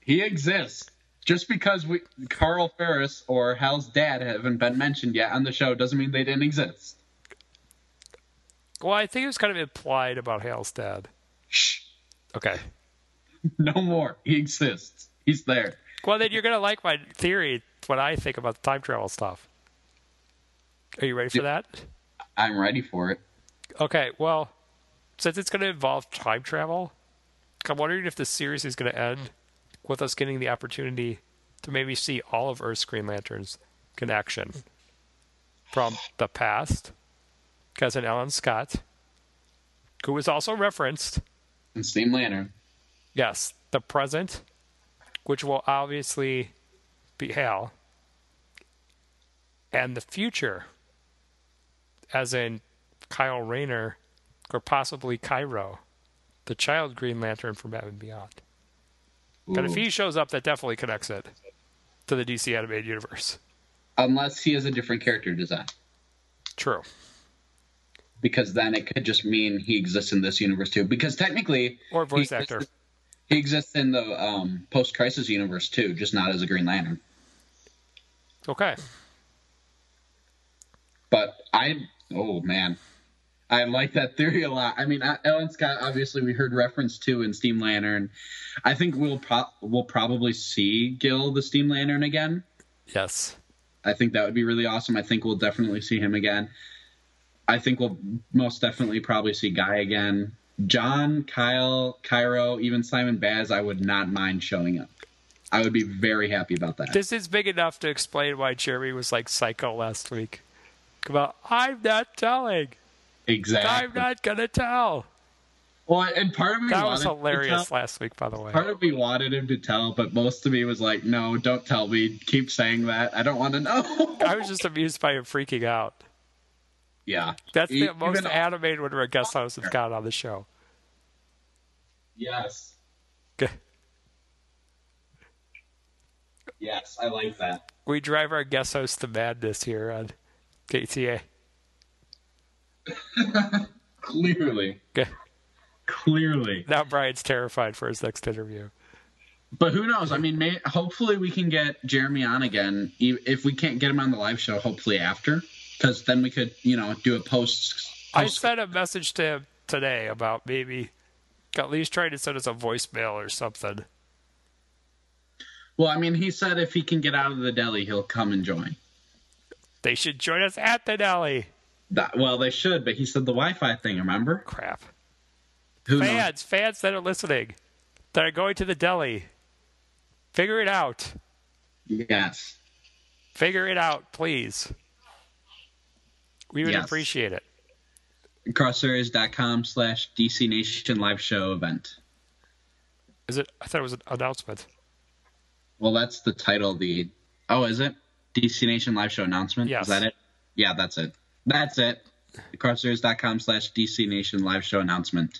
[SPEAKER 2] He exists. Just because we Carl Ferris or Hal's dad haven't been mentioned yet on the show doesn't mean they didn't exist.
[SPEAKER 10] Well, I think it was kind of implied about Hale's dad.
[SPEAKER 2] Shh,
[SPEAKER 10] Okay.
[SPEAKER 2] no more. He exists. He's there.
[SPEAKER 10] Well, then you're going to like my theory, what I think about the time travel stuff. Are you ready for that?
[SPEAKER 2] I'm ready for it.
[SPEAKER 10] Okay, well, since it's going to involve time travel, I'm wondering if the series is going to end with us getting the opportunity to maybe see all of Earth's Green Lanterns in action from the past. Cousin Ellen Scott, who was also referenced
[SPEAKER 2] And Steam Lantern.
[SPEAKER 10] Yes, the present, which will obviously be Hal, and the future, as in Kyle Rayner, or possibly Cairo, the child Green Lantern from Batman Beyond. But if
[SPEAKER 2] Ooh.
[SPEAKER 10] he shows up, that definitely connects it to the DC animated universe.
[SPEAKER 2] unless he has a different character design
[SPEAKER 10] True.
[SPEAKER 2] because then it could just mean he exists in this universe too because technically
[SPEAKER 10] Or voice
[SPEAKER 2] he
[SPEAKER 10] actor.
[SPEAKER 2] exists, he exists in the um, post-crisis universe too just not as a green lantern
[SPEAKER 10] Okay.
[SPEAKER 2] but i oh man i like that theory a lot i mean I- ellen scott obviously we heard reference to in steam lantern i think we'll pro- we'll probably see gil the steam lantern again
[SPEAKER 10] Yes.
[SPEAKER 2] I think that would be really awesome. I think we'll definitely see him again. I think we'll most definitely probably see Guy again. John, Kyle, Cairo, even Simon Baz, I would not mind showing up. I would be very happy about that.
[SPEAKER 10] This is big enough to explain why Jeremy was like psycho last week. Come on, I'm not telling.
[SPEAKER 2] Exactly.
[SPEAKER 10] I'm not gonna tell.
[SPEAKER 2] Well, and part of me
[SPEAKER 10] That
[SPEAKER 2] wanted
[SPEAKER 10] was
[SPEAKER 2] to
[SPEAKER 10] hilarious
[SPEAKER 2] tell,
[SPEAKER 10] last week, by the way.
[SPEAKER 2] part of me wanted him to tell, but most of me was like, "No, don't tell me. Keep saying that. I don't want to know."
[SPEAKER 10] I was just amused by him freaking out.
[SPEAKER 2] yeah,
[SPEAKER 10] That's
[SPEAKER 2] E-
[SPEAKER 10] the most
[SPEAKER 2] even-
[SPEAKER 10] animated Winter at Guest House has got on the show.
[SPEAKER 2] Yes,
[SPEAKER 10] Okay.
[SPEAKER 2] yes, I like that.
[SPEAKER 10] We drive our guest host to madness here on KTA.
[SPEAKER 2] Clearly,
[SPEAKER 10] Okay.
[SPEAKER 2] clearly.
[SPEAKER 10] Now Brian's terrified for his next interview.
[SPEAKER 2] But who knows? I mean, may, hopefully we can get Jeremy on again. E- If we can't get him on the live show, hopefully after, because then we could, you know, do a post.
[SPEAKER 10] I
[SPEAKER 2] post-
[SPEAKER 10] sent a message to him today about maybe at least trying to send us a voicemail or something.
[SPEAKER 2] well, I mean, he said if he can get out of the deli, he'll come and join.
[SPEAKER 10] They should join us at the deli.
[SPEAKER 2] That, well, they should, but he said the Wi-Fi thing. Remember?
[SPEAKER 10] Crap.
[SPEAKER 2] Who knows?
[SPEAKER 10] Fans, fans that are listening, that are going to the deli, figure it out.
[SPEAKER 2] Yes.
[SPEAKER 10] Figure it out, please. We would
[SPEAKER 2] Yes.
[SPEAKER 10] appreciate it.
[SPEAKER 2] Crossareas.com slash DC Nation live show event.
[SPEAKER 10] Is it? I thought it was an announcement.
[SPEAKER 2] Well, that's the title. of The oh, is it DC Nation live show announcement?
[SPEAKER 10] Yes.
[SPEAKER 2] Is that it? Yeah, that's it. That's it. Crossareas.com slash DC Nation live show announcement.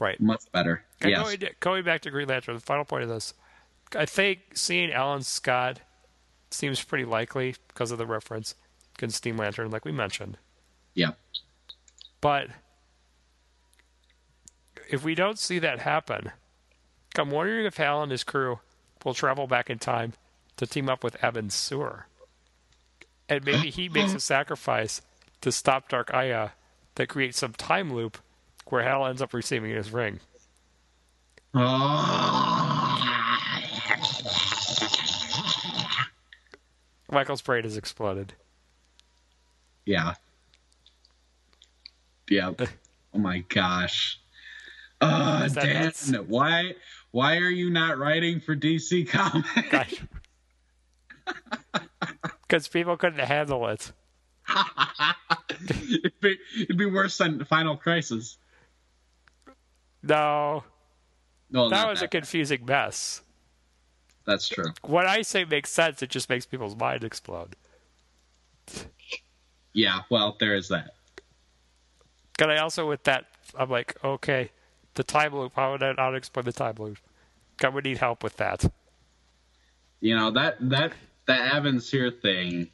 [SPEAKER 10] Right.
[SPEAKER 2] Much better.
[SPEAKER 10] And
[SPEAKER 2] Mm, yes.
[SPEAKER 10] going, going back to Green Lantern, the final point of this, I think seeing Alan Scott seems pretty likely because of the reference against Steam Lantern, like we mentioned.
[SPEAKER 2] Yeah.
[SPEAKER 10] But if we don't see that happen, I'm wondering if Hal and his crew will travel back in time to team up with Evan Sewer. And maybe he makes a sacrifice to stop Dark Aya that creates some time loop where Hal ends up receiving his ring. Michael's brain has exploded.
[SPEAKER 2] Yeah. Yeah. oh my gosh. Oh,
[SPEAKER 10] Is that
[SPEAKER 2] Dan,
[SPEAKER 10] nuts?
[SPEAKER 2] why why are you not writing for DC Comics?
[SPEAKER 10] Because people couldn't handle it.
[SPEAKER 2] it'd, be, it'd be worse than Final Crisis.
[SPEAKER 10] No,
[SPEAKER 2] No,
[SPEAKER 10] that
[SPEAKER 2] not
[SPEAKER 10] was a confusing mess.
[SPEAKER 2] That's true.
[SPEAKER 10] What I say makes sense, it just makes people's mind explode.
[SPEAKER 2] Yeah, well, there is that.
[SPEAKER 10] Can I also, with that, I'm like, okay, the time loop, how would I not explain the time loop? I would need help with that.
[SPEAKER 2] You know, that that that Evans here thing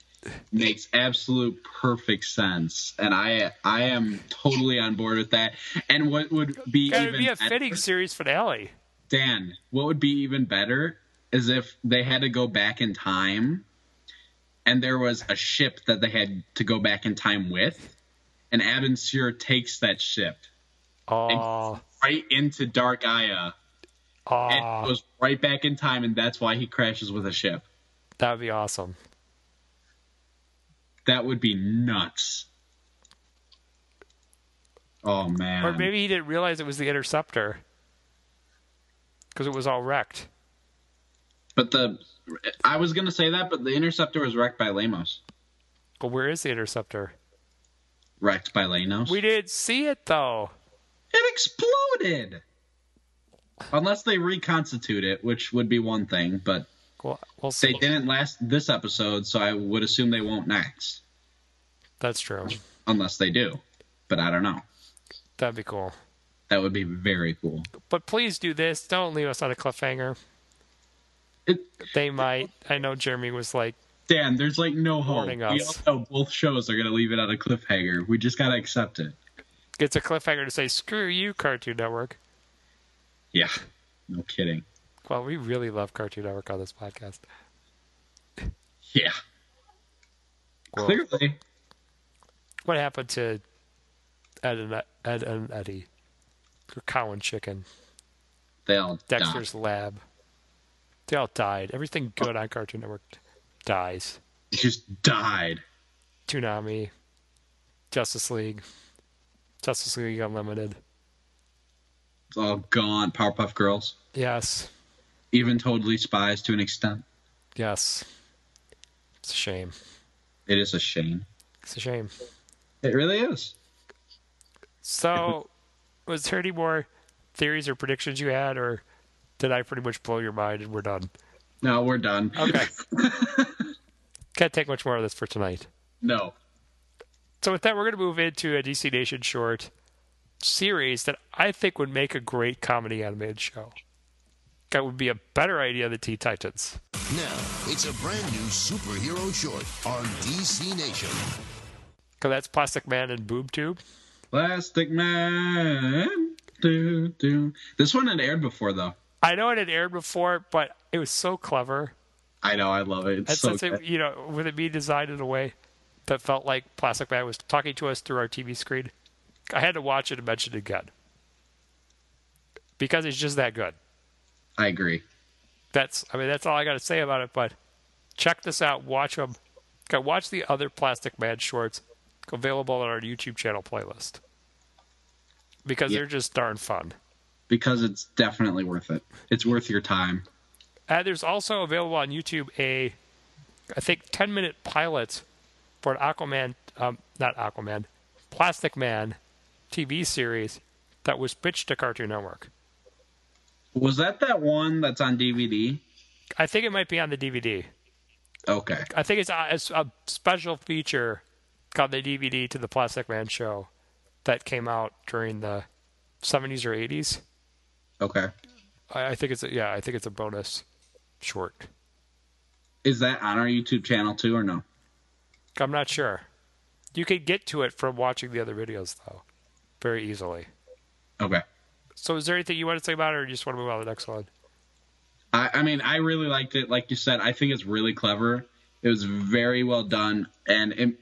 [SPEAKER 2] makes absolute perfect sense. And I I am totally on board with that. And what would be
[SPEAKER 10] It
[SPEAKER 2] even
[SPEAKER 10] would be a
[SPEAKER 2] better-
[SPEAKER 10] fitting series finale.
[SPEAKER 2] Dan, what would be even better is if they had to go back in time and there was a ship that they had to go back in time with, and Adam Sear takes that ship
[SPEAKER 10] Oh,
[SPEAKER 2] right into Dark Aya and
[SPEAKER 10] oh
[SPEAKER 2] goes right back in time, and that's why he crashes with a ship.
[SPEAKER 10] that would be awesome.
[SPEAKER 2] That would be nuts. Oh man.
[SPEAKER 10] Or maybe he didn't realize it was the interceptor because it was all wrecked.
[SPEAKER 2] But the I was gonna say that, but the interceptor was wrecked by Lamos.
[SPEAKER 10] But where is the interceptor?
[SPEAKER 2] Wrecked by Lamos.
[SPEAKER 10] We didn't see it though.
[SPEAKER 2] It exploded. Unless they reconstitute it, which would be one thing, but
[SPEAKER 10] Well, we'll see.
[SPEAKER 2] they didn't last this episode, so I would assume they won't next,
[SPEAKER 10] That's true.
[SPEAKER 2] unless they do. But I don't know.
[SPEAKER 10] That'd be cool.
[SPEAKER 2] That would be very cool.
[SPEAKER 10] But please do this. Don't leave us on a cliffhanger.
[SPEAKER 2] It,
[SPEAKER 10] They might. I know Jeremy was like,
[SPEAKER 2] Dan, there's like no hope.
[SPEAKER 10] Warning
[SPEAKER 2] We
[SPEAKER 10] us.
[SPEAKER 2] all know both shows are gonna leave it on a cliffhanger. We just gotta accept it.
[SPEAKER 10] it's a cliffhanger to say, screw you, Cartoon Network.
[SPEAKER 2] Yeah, no kidding.
[SPEAKER 10] Well, we really love Cartoon Network on this podcast.
[SPEAKER 2] Yeah, clearly.
[SPEAKER 10] What happened to Ed and, Ed and Eddie? Or Cow and Chicken?
[SPEAKER 2] They'll die.
[SPEAKER 10] Dexter's Lab. They all died. Everything good on Cartoon Network dies.
[SPEAKER 2] He just died.
[SPEAKER 10] Toonami, Justice League, Justice League Unlimited.
[SPEAKER 2] It's all gone. Powerpuff Girls.
[SPEAKER 10] Yes,
[SPEAKER 2] Even totally spies to an extent.
[SPEAKER 10] yes. It's a shame.
[SPEAKER 2] It is a shame.
[SPEAKER 10] It's a shame.
[SPEAKER 2] It really is.
[SPEAKER 10] So, was there any more theories or predictions you had, or did I pretty much blow your mind and we're done?
[SPEAKER 2] No, we're done.
[SPEAKER 10] Okay. Can't take much more of this for tonight.
[SPEAKER 2] no.
[SPEAKER 10] So with that, we're going to move into a DC Nation short series that I think would make a great comedy animated show. That would be a better idea than Teen Titans.
[SPEAKER 11] Now, it's a brand new superhero short on DC Nation.
[SPEAKER 10] Because that's Plastic Man and Boob Tube.
[SPEAKER 2] Plastic Man. Do, do. This one had aired before, though.
[SPEAKER 10] I know it had aired before, but it was so clever.
[SPEAKER 2] I know, I love it. It's
[SPEAKER 10] And
[SPEAKER 2] so
[SPEAKER 10] since it,
[SPEAKER 2] good.
[SPEAKER 10] you know, with it being designed in a way that felt like Plastic Man was talking to us through our TV screen, I had to watch it and mention it again. Because it's just that good.
[SPEAKER 2] I agree.
[SPEAKER 10] that's I mean that's all I got to say about it. But check this out. Watch them. Go watch the other Plastic Man shorts available on our YouTube channel playlist because
[SPEAKER 2] Yeah.
[SPEAKER 10] they're just darn fun.
[SPEAKER 2] Because it's definitely worth it. It's worth your time.
[SPEAKER 10] And Uh, there's also available on YouTube a I think 10 minute pilot for an Aquaman, um, not Aquaman, Plastic Man TV series that was pitched to Cartoon Network.
[SPEAKER 2] Was that that one that's on DVD?
[SPEAKER 10] I think it might be on the DVD.
[SPEAKER 2] Okay.
[SPEAKER 10] I think it's a, it's a special feature on the DVD to the Plastic Man show that came out during the 70s or 80s.
[SPEAKER 2] Okay.
[SPEAKER 10] I, I think it's a, yeah, I think it's a bonus short.
[SPEAKER 2] Is that on our YouTube channel too, or no?
[SPEAKER 10] I'm not sure. You could get to it from watching the other videos though, very easily.
[SPEAKER 2] Okay.
[SPEAKER 10] So, is there anything you want to say about it, or you just want to move on to the next one?
[SPEAKER 2] I, I mean, I really liked it. Like you said, I think it's really clever. It was very well done, and it,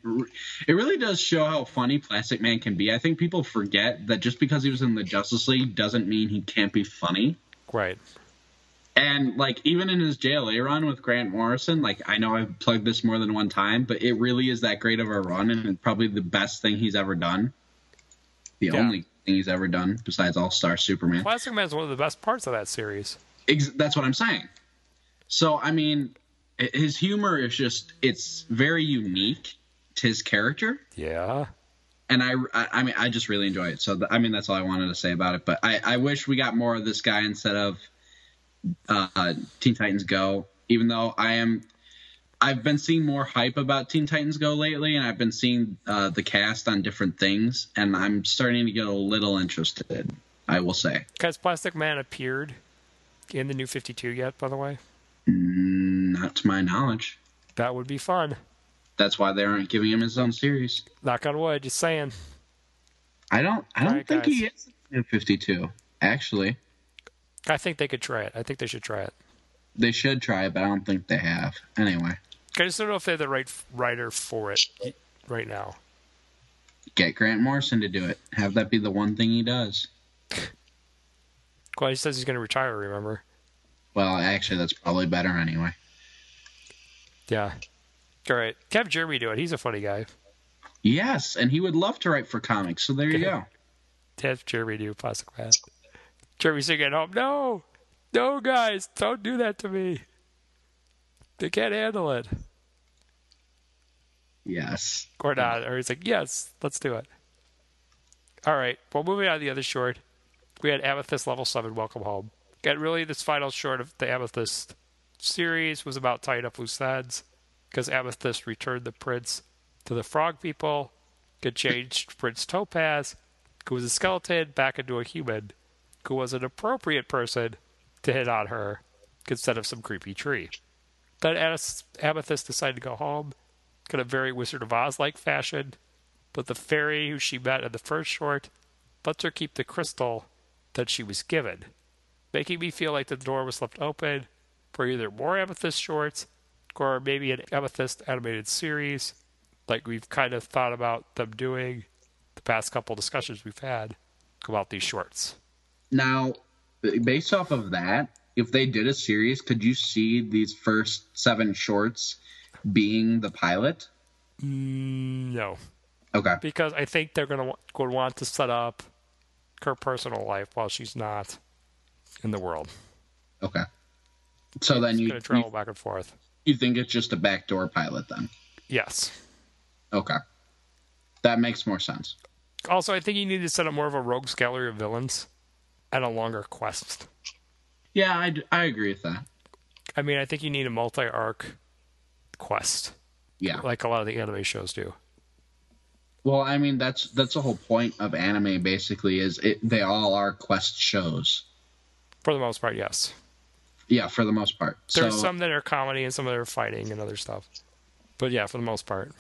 [SPEAKER 2] it really does show how funny Plastic Man can be. I think people forget that just because he was in the Justice League doesn't mean he can't be funny.
[SPEAKER 10] Right.
[SPEAKER 2] And like even in his JLA run with Grant Morrison, like I know I've plugged this more than one time, but it really is that great of a run, and it's probably the best thing he's ever done. The
[SPEAKER 10] Yeah.
[SPEAKER 2] only thing he's ever done besides All Star Superman.
[SPEAKER 10] Plastic Man is one of the best parts of that series.
[SPEAKER 2] Ex- that's what I'm saying. So I mean, i- his humor is just it's very unique to his character,
[SPEAKER 10] Yeah.
[SPEAKER 2] and I I, I mean I just really enjoy it. So th- I mean that's all I wanted to say about it. But I I wish we got more of this guy instead of uh, uh, Teen Titans Go. Even though I am. I've been seeing more hype about Teen Titans Go lately, and I've been seeing uh, the cast on different things, and I'm starting to get a little interested. I will say,
[SPEAKER 10] Has Plastic Man appeared in the New 52 yet? By the way,
[SPEAKER 2] not to my knowledge.
[SPEAKER 10] that would be fun.
[SPEAKER 2] That's why they aren't giving him his own series.
[SPEAKER 10] Knock on wood. Just saying.
[SPEAKER 2] I don't. I don't
[SPEAKER 10] Alright,
[SPEAKER 2] think
[SPEAKER 10] guys.
[SPEAKER 2] he is in fifty-two. Actually,
[SPEAKER 10] I think they could try it. I think they should try it.
[SPEAKER 2] they should try it, but I don't think they have. Anyway,
[SPEAKER 10] I just don't know if they're the right f- writer for it right now.
[SPEAKER 2] get Grant Morrison to do it. Have that be the one thing he does.
[SPEAKER 10] Well, he says he's going to retire. Remember?
[SPEAKER 2] Well, actually, that's probably better anyway.
[SPEAKER 10] Yeah. All right. Have Jeremy do it. He's a funny guy.
[SPEAKER 2] Yes, and he would love to write for comics. So there you go.
[SPEAKER 10] Have Jeremy do Plastic Man. Jeremy singing at home. No, no, guys, don't do that to me. They can't handle it.
[SPEAKER 2] Yes.
[SPEAKER 10] Or not. Or he's like, yes, let's do it. All right. Well, moving on to the other short, we had Amethyst Level 7 Welcome Home. And really, this final short of the Amethyst series was about tying up loose ends because Amethyst returned the prince to the frog people, could change Prince Topaz, who was a skeleton, back into a human, who was an appropriate person to hit on her instead of some creepy tree. Then Anis- Amethyst decided to go home, in a very Wizard of Oz like fashion, but the fairy who she met in the first short lets her keep the crystal that she was given, making me feel like the door was left open for either more Amethyst shorts or maybe an Amethyst animated series, like we've kind of thought about them doing the past couple discussions we've had about these shorts.
[SPEAKER 2] Now, b- based off of that, if they did a series, could you see these first seven shorts being the pilot?
[SPEAKER 10] No.
[SPEAKER 2] Okay.
[SPEAKER 10] Because I think they're going to want to set up her personal life while she's not in the world.
[SPEAKER 2] Okay. So then
[SPEAKER 10] She's
[SPEAKER 2] you,
[SPEAKER 10] going to travel
[SPEAKER 2] you
[SPEAKER 10] back and forth.
[SPEAKER 2] you think it's just a backdoor pilot then?
[SPEAKER 10] Yes.
[SPEAKER 2] Okay. That makes more sense.
[SPEAKER 10] Also, I think you need to set up more of a rogues gallery of villains and a longer quest.
[SPEAKER 2] Yeah, I, d- I agree with that.
[SPEAKER 10] I mean, I think you need a multi arc quest,
[SPEAKER 2] Yeah.
[SPEAKER 10] like a lot of the anime shows do.
[SPEAKER 2] Well, I mean that's that's the whole point of anime basically is it they all are quest shows.
[SPEAKER 10] For the most part, yes.
[SPEAKER 2] Yeah, for the most part.
[SPEAKER 10] There's
[SPEAKER 2] so
[SPEAKER 10] some that are comedy and some that are fighting and other stuff. But yeah, for the most part.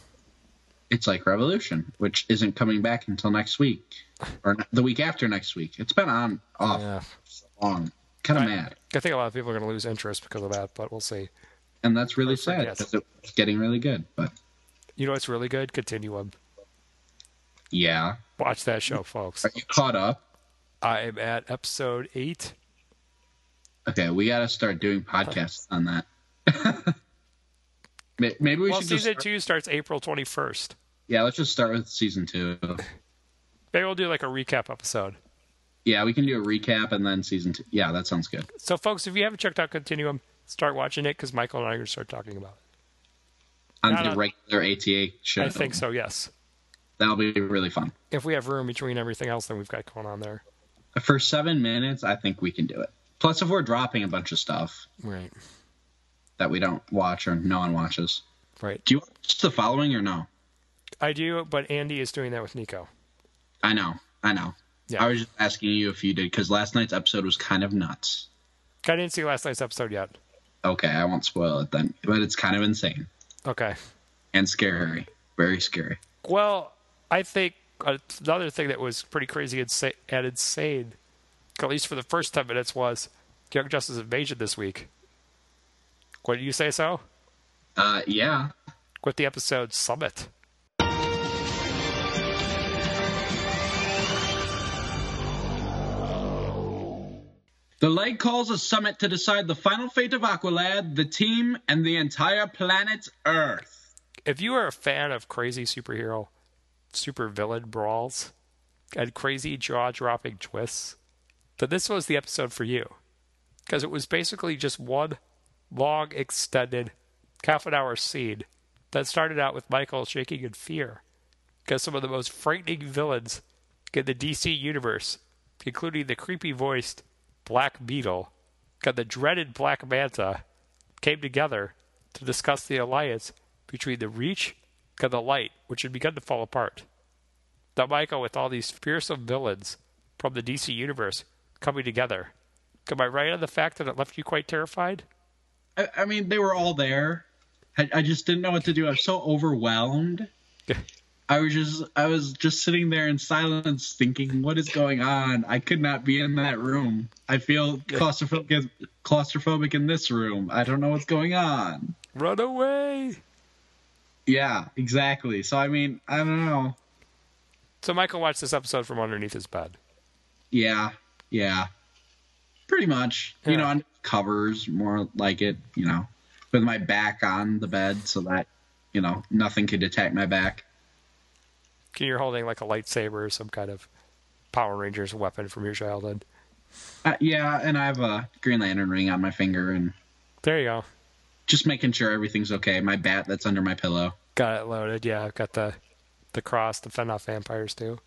[SPEAKER 2] it's like Revolution, which isn't coming back until next week or n- the week after next week. It's been on off
[SPEAKER 10] Yeah.
[SPEAKER 2] so long. Kind of
[SPEAKER 10] I-
[SPEAKER 2] mad.
[SPEAKER 10] I think a lot of people are going to lose interest because of that, but we'll see.
[SPEAKER 2] And that's really sad
[SPEAKER 10] yes.
[SPEAKER 2] 'cause it's getting really good, but
[SPEAKER 10] You know what's really good? Continuum.
[SPEAKER 2] yeah.
[SPEAKER 10] Watch that show, folks.
[SPEAKER 2] Are you caught up?
[SPEAKER 10] I'm at episode eight.
[SPEAKER 2] Okay, we got to start doing podcasts on that. May- Maybe we
[SPEAKER 10] well,
[SPEAKER 2] should just
[SPEAKER 10] season
[SPEAKER 2] start-
[SPEAKER 10] two starts April 21st.
[SPEAKER 2] yeah, let's just start with season two.
[SPEAKER 10] Maybe we'll do like a recap episode.
[SPEAKER 2] Yeah, we can do a recap and then season two. Yeah, that sounds good.
[SPEAKER 10] So, folks, if you haven't checked out Continuum, start watching it because Michael and I are going to start talking about it.
[SPEAKER 2] On
[SPEAKER 10] Not
[SPEAKER 2] the
[SPEAKER 10] on-
[SPEAKER 2] regular ATA show,
[SPEAKER 10] I think so, yes.
[SPEAKER 2] that'll be really fun.
[SPEAKER 10] If we have room between everything else that we've got going on there.
[SPEAKER 2] For seven minutes, I think we can do it. Plus, if we're dropping a bunch of stuff
[SPEAKER 10] Right.
[SPEAKER 2] that we don't watch or no one watches,
[SPEAKER 10] Right.
[SPEAKER 2] do you watch the following or no?
[SPEAKER 10] I do, but Andy is doing that with Nico.
[SPEAKER 2] I know, I know.
[SPEAKER 10] Yeah.
[SPEAKER 2] I was just asking you if you did because last night's episode was kind of nuts.
[SPEAKER 10] I didn't see last night's episode yet.
[SPEAKER 2] Okay, I won't spoil it then, but it's kind of insane.
[SPEAKER 10] Okay.
[SPEAKER 2] and scary, very scary.
[SPEAKER 10] Well, I think uh, another thing that was pretty crazy and, sa- and insane, at least for the first 10 minutes, was Young Justice Invasion this week. What did you say so?
[SPEAKER 2] Uh, yeah,
[SPEAKER 10] With the episode Summit.
[SPEAKER 2] the light calls a summit to decide the final fate of Aqualad, the team, and the entire planet Earth.
[SPEAKER 10] If you are a fan of crazy superhero, supervillain brawls, and crazy jaw dropping twists, then this was the episode for you. Because it was basically just one long, extended, half an hour scene that started out with Michael shaking in fear. Because some of the most frightening villains in the DC universe, including the creepy voiced Black Beetle and the dreaded Black Manta, came together to discuss the alliance between the Reach and the Light, which had begun to fall apart. Now, Michael, with all these fearsome villains from the DC universe coming together, am I right on the fact that it left you quite terrified?
[SPEAKER 2] I, I mean, they were all there. I, I just didn't know what to do. I was so overwhelmed. I was just, I was just sitting there in silence, thinking, "What is going on? I could not be in that room. I feel claustrophobic, claustrophobic in this room. I don't know what's going on."
[SPEAKER 10] Run away!
[SPEAKER 2] Yeah, exactly. So I mean, I don't know.
[SPEAKER 10] So Michael watched this episode from underneath his bed.
[SPEAKER 2] Yeah, yeah, pretty much.
[SPEAKER 10] Yeah.
[SPEAKER 2] You know, on covers more like it. You know, with my back on the bed so that you know nothing could attack my back.
[SPEAKER 10] You're holding like a lightsaber or some kind of Power Rangers weapon from your childhood.
[SPEAKER 2] Uh, yeah, and I have a Green Lantern ring on my finger, and
[SPEAKER 10] There you go.
[SPEAKER 2] just making sure everything's okay. My bat that's under my pillow.
[SPEAKER 10] Got it loaded. Yeah, I've got the the cross to fend off vampires too.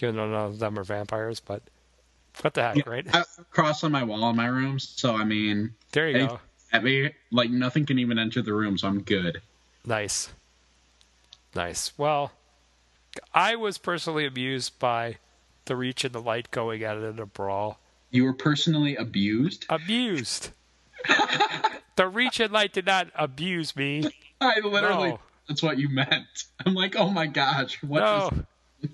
[SPEAKER 10] Even though none of them are vampires, but what the heck, right?
[SPEAKER 2] I have a cross on my wall in my room, so I mean,
[SPEAKER 10] There you
[SPEAKER 2] hey,
[SPEAKER 10] go.
[SPEAKER 2] at me, like nothing can even enter the room, so I'm good.
[SPEAKER 10] Nice. Nice. Well, I was personally amused by the reach and the light going at it in a brawl.
[SPEAKER 2] You were personally abused.
[SPEAKER 10] Amused. the reach and light did not abuse me.
[SPEAKER 2] I literally
[SPEAKER 10] No.
[SPEAKER 2] that's what you meant. I'm like, oh my gosh, what
[SPEAKER 10] no.
[SPEAKER 2] is-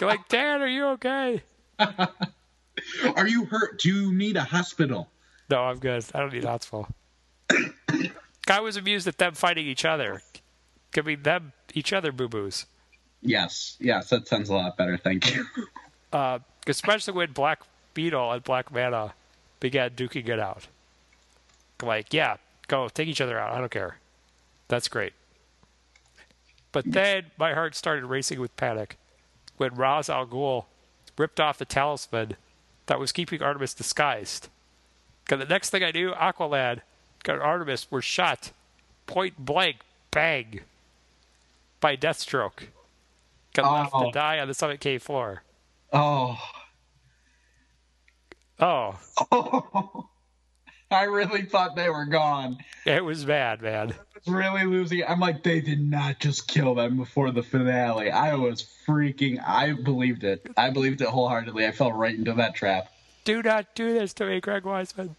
[SPEAKER 10] You're like, Dad, are you okay?
[SPEAKER 2] are you hurt? Do you need a hospital?
[SPEAKER 10] No, I'm good. I don't need hospital. I was amused at them fighting each other. Could be them each other boo boos.
[SPEAKER 2] Yes, yes, that sounds a lot better. Thank you.
[SPEAKER 10] Uh, especially when Black Beetle and Black Mana began duking it out. I'm like, yeah, go take each other out. I don't care. That's great. But then my heart started racing with panic when Raz Al Ghul ripped off the talisman that was keeping Artemis disguised. Because the next thing I knew, Aqualad and Artemis were shot point blank, bang, by Deathstroke. Got oh. left to die on the Summit Cave floor.
[SPEAKER 2] Oh.
[SPEAKER 10] Oh.
[SPEAKER 2] Oh. I really thought they were gone.
[SPEAKER 10] It was bad, man.
[SPEAKER 2] I was really losing. I'm like, they did not just kill them before the finale. I was freaking. I believed it. I believed it wholeheartedly. I fell right into that trap.
[SPEAKER 10] Do not do this to me, Greg Weisman.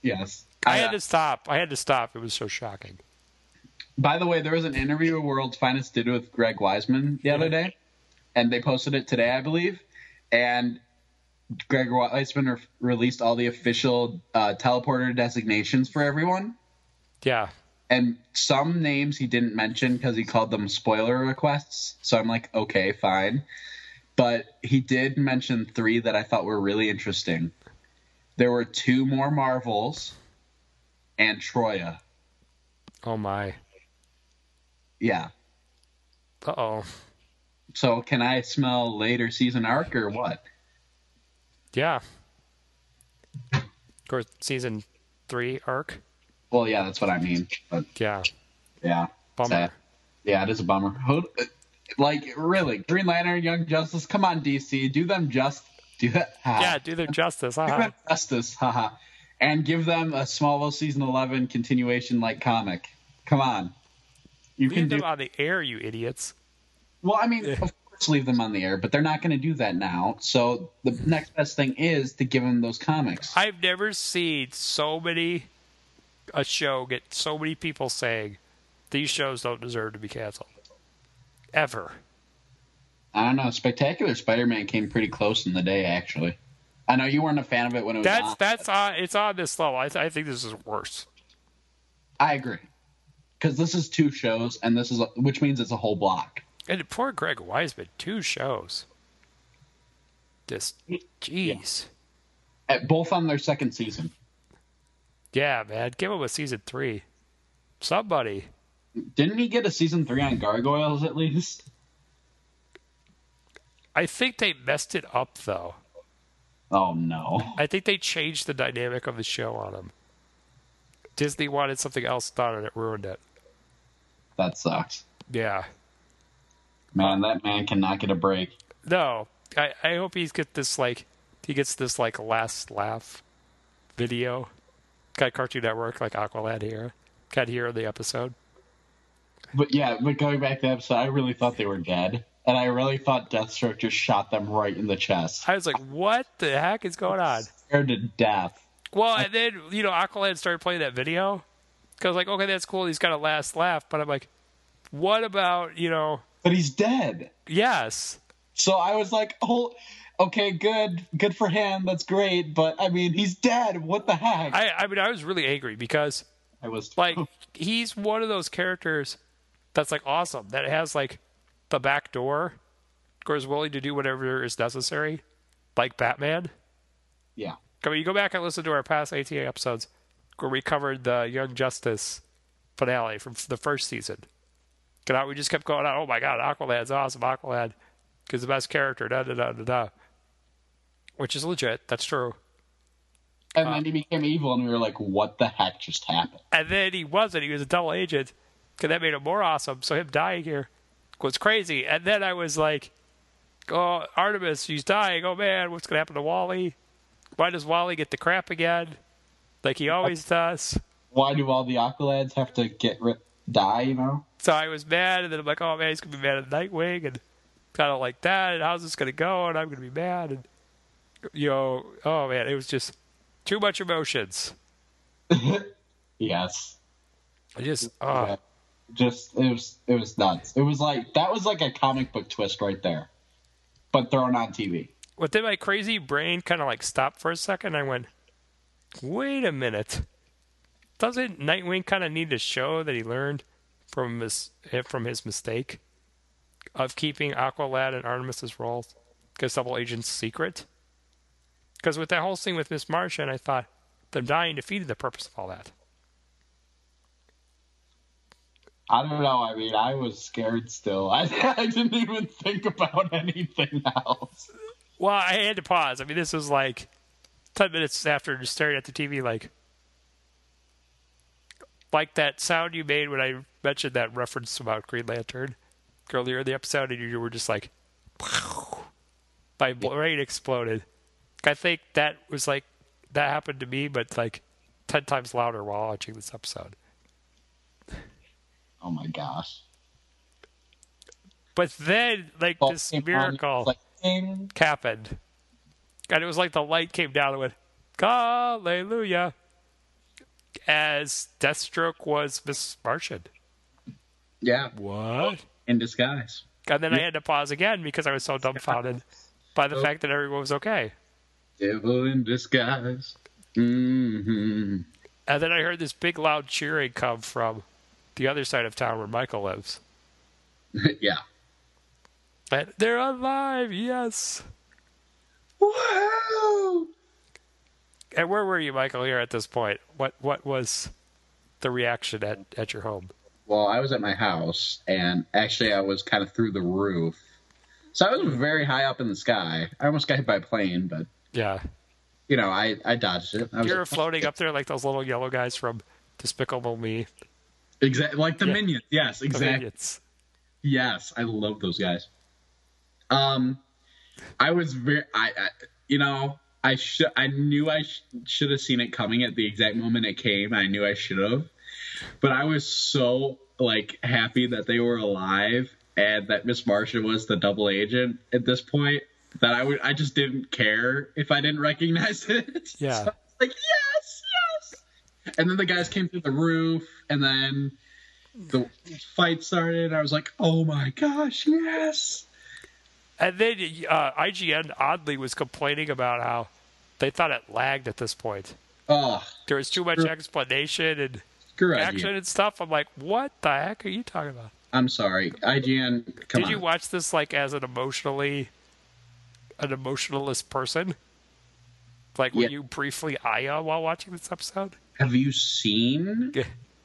[SPEAKER 2] Yes.
[SPEAKER 10] I, I had uh, to stop. I had to stop. It was so shocking.
[SPEAKER 2] By the way, there was an interview World's Finest did with Greg Weisman the yeah. other day, and they posted it today, I believe. And Greg Weisman re- released all the official uh, teleporter designations for everyone.
[SPEAKER 10] Yeah.
[SPEAKER 2] And some names he didn't mention because he called them spoiler requests. So I'm like, okay, fine. But he did mention three that I thought were really interesting. There were two more Marvels and Troya.
[SPEAKER 10] Oh, my.
[SPEAKER 2] Yeah.
[SPEAKER 10] Uh oh.
[SPEAKER 2] So can I smell later season arc or what?
[SPEAKER 10] Yeah. Of course, season three arc.
[SPEAKER 2] Well, yeah, that's what I mean. But
[SPEAKER 10] yeah,
[SPEAKER 2] yeah,
[SPEAKER 10] bummer. Sad.
[SPEAKER 2] Yeah, it is a bummer. Like, really, Green Lantern, Young Justice, come on, DC, do them just do that.
[SPEAKER 10] Yeah, do them justice. Uh-huh.
[SPEAKER 2] do them justice, haha, and give them a Smallville season eleven continuation like comic. Come on,
[SPEAKER 10] you leave can them do... on the air, you idiots.
[SPEAKER 2] Well, I mean. leave them on the air, but they're not going to do that now. So the next best thing is to give them those comics.
[SPEAKER 10] I've never seen so many a show get so many people saying these shows don't deserve to be canceled ever.
[SPEAKER 2] I don't know. Spectacular Spider-Man came pretty close in the day, actually. I know you weren't a fan of it when it was.
[SPEAKER 10] That's
[SPEAKER 2] on,
[SPEAKER 10] that's on, it's on this level. I, th- I think this is worse.
[SPEAKER 2] I agree because this is two shows, and this is which means it's a whole block.
[SPEAKER 10] And poor Greg Weisman, two shows. Just, jeez.
[SPEAKER 2] Yeah. Both on their second season.
[SPEAKER 10] Yeah, man. Give him a season three. Somebody.
[SPEAKER 2] Didn't he get a season three on Gargoyles at least?
[SPEAKER 10] I think they messed it up, though.
[SPEAKER 2] Oh, no.
[SPEAKER 10] I think they changed the dynamic of the show on him. Disney wanted something else done, and it ruined it.
[SPEAKER 2] That sucks.
[SPEAKER 10] Yeah.
[SPEAKER 2] Man, that man cannot get a break.
[SPEAKER 10] No, I, I hope he's get this like he gets this like last laugh video. Got Cartoon Network like Aqualad here. Got here in the episode.
[SPEAKER 2] But yeah, but going back to the episode, I really thought they were dead, and I really thought Deathstroke just shot them right in the chest.
[SPEAKER 10] I was like, "What the heck is going on?"
[SPEAKER 2] Scared to death.
[SPEAKER 10] Well, and then you know Aqualad started playing that video. Cause like, okay, that's cool. He's got a last laugh, but I'm like, what about you know?
[SPEAKER 2] but he's dead.
[SPEAKER 10] Yes.
[SPEAKER 2] So I was like, oh, okay, good, good for him. That's great. But I mean, he's dead. What the heck?
[SPEAKER 10] I, I mean, I was really angry because
[SPEAKER 2] I was
[SPEAKER 10] like, he's one of those characters that's like awesome that has like the back door, or is willing to do whatever is necessary, like Batman.
[SPEAKER 2] Yeah.
[SPEAKER 10] I mean, you go back and listen to our past ATA episodes where we covered the Young Justice finale from the first season. And I, we just kept going on, oh my God, Aqualad's awesome. Aqualad is the best character, da da da da da. Which is legit. That's true.
[SPEAKER 2] And um,
[SPEAKER 10] uh,
[SPEAKER 2] then he became evil, and we were like, what the heck just happened?
[SPEAKER 10] And then he wasn't. He was a double agent, because that made him more awesome. So him dying here was crazy. And then I was like, oh, Artemis, she's dying. Oh man, what's going to happen to Wally? Why does Wally get the crap again? Like he always does.
[SPEAKER 2] Why do all the Aqualads have to get rid? die, you know?
[SPEAKER 10] So I was mad, and then I'm like, oh man, he's gonna be mad at Nightwing, and kind of like that, and how's this gonna go? And I'm gonna be mad, and you know, oh man, it was just too much emotions.
[SPEAKER 2] yes,
[SPEAKER 10] I just, uh,
[SPEAKER 2] just it was it was nuts. It was like that was like a comic book twist right there, but thrown on TV.
[SPEAKER 10] But then my crazy brain kind of like stopped for a second. I went, wait a minute doesn't Nightwing kind of need to show that he learned from his from his mistake of keeping Aqualad and Artemis's roles because double agent's secret? Because with that whole scene with Miss Martian, I thought them dying defeated the purpose of all that.
[SPEAKER 2] I don't know. I mean, I was scared still. I, I didn't even think about anything else.
[SPEAKER 10] Well, I had to pause. I mean, this was like 10 minutes after just staring at the TV, like, like that sound you made when I mentioned that reference about Green Lantern earlier in the episode, and you were just like, my brain exploded. I think that was like, that happened to me, but like 10 times louder while watching this episode.
[SPEAKER 2] Oh my gosh.
[SPEAKER 10] But then, like, well, this miracle like, ding. happened. And it was like the light came down and went, Hallelujah. As Deathstroke was Miss Martian.
[SPEAKER 2] Yeah.
[SPEAKER 10] What?
[SPEAKER 2] In disguise.
[SPEAKER 10] And then yeah. I had to pause again because I was so dumbfounded by the oh. fact that everyone was okay.
[SPEAKER 2] Devil in disguise. Mm-hmm.
[SPEAKER 10] And then I heard this big loud cheering come from the other side of town where Michael lives.
[SPEAKER 2] yeah.
[SPEAKER 10] And they're alive, yes.
[SPEAKER 2] Wow.
[SPEAKER 10] And where were you, Michael, here at this point? What what was the reaction at, at your home?
[SPEAKER 2] Well, I was at my house and actually I was kind of through the roof. So I was very high up in the sky. I almost got hit by a plane, but
[SPEAKER 10] Yeah.
[SPEAKER 2] You know, I, I dodged it. I
[SPEAKER 10] you were like, floating up there like those little yellow guys from Despicable Me.
[SPEAKER 2] Exactly, like the yeah. minions. Yes, exactly. Minions. Yes, I love those guys. Um, I was very, I, I you know, I should, I knew I sh- should have seen it coming at the exact moment it came. I knew I should have, but I was so like happy that they were alive and that Miss Martian was the double agent at this point that I would, I just didn't care if I didn't recognize it.
[SPEAKER 10] Yeah.
[SPEAKER 2] So like yes, and then the guys came through the roof, and then the fight started. I was like, "Oh my gosh, yes!"
[SPEAKER 10] And then uh, IGN oddly was complaining about how they thought it lagged at this point.
[SPEAKER 2] Oh,
[SPEAKER 10] there was too much screw, explanation and action idea. and stuff. I'm like, "What the heck are you talking about?"
[SPEAKER 2] I'm sorry, IGN. Come
[SPEAKER 10] Did
[SPEAKER 2] on.
[SPEAKER 10] you watch this like as an emotionally an emotionalist person? Like, were yeah. you briefly Aya while watching this episode?
[SPEAKER 2] have you seen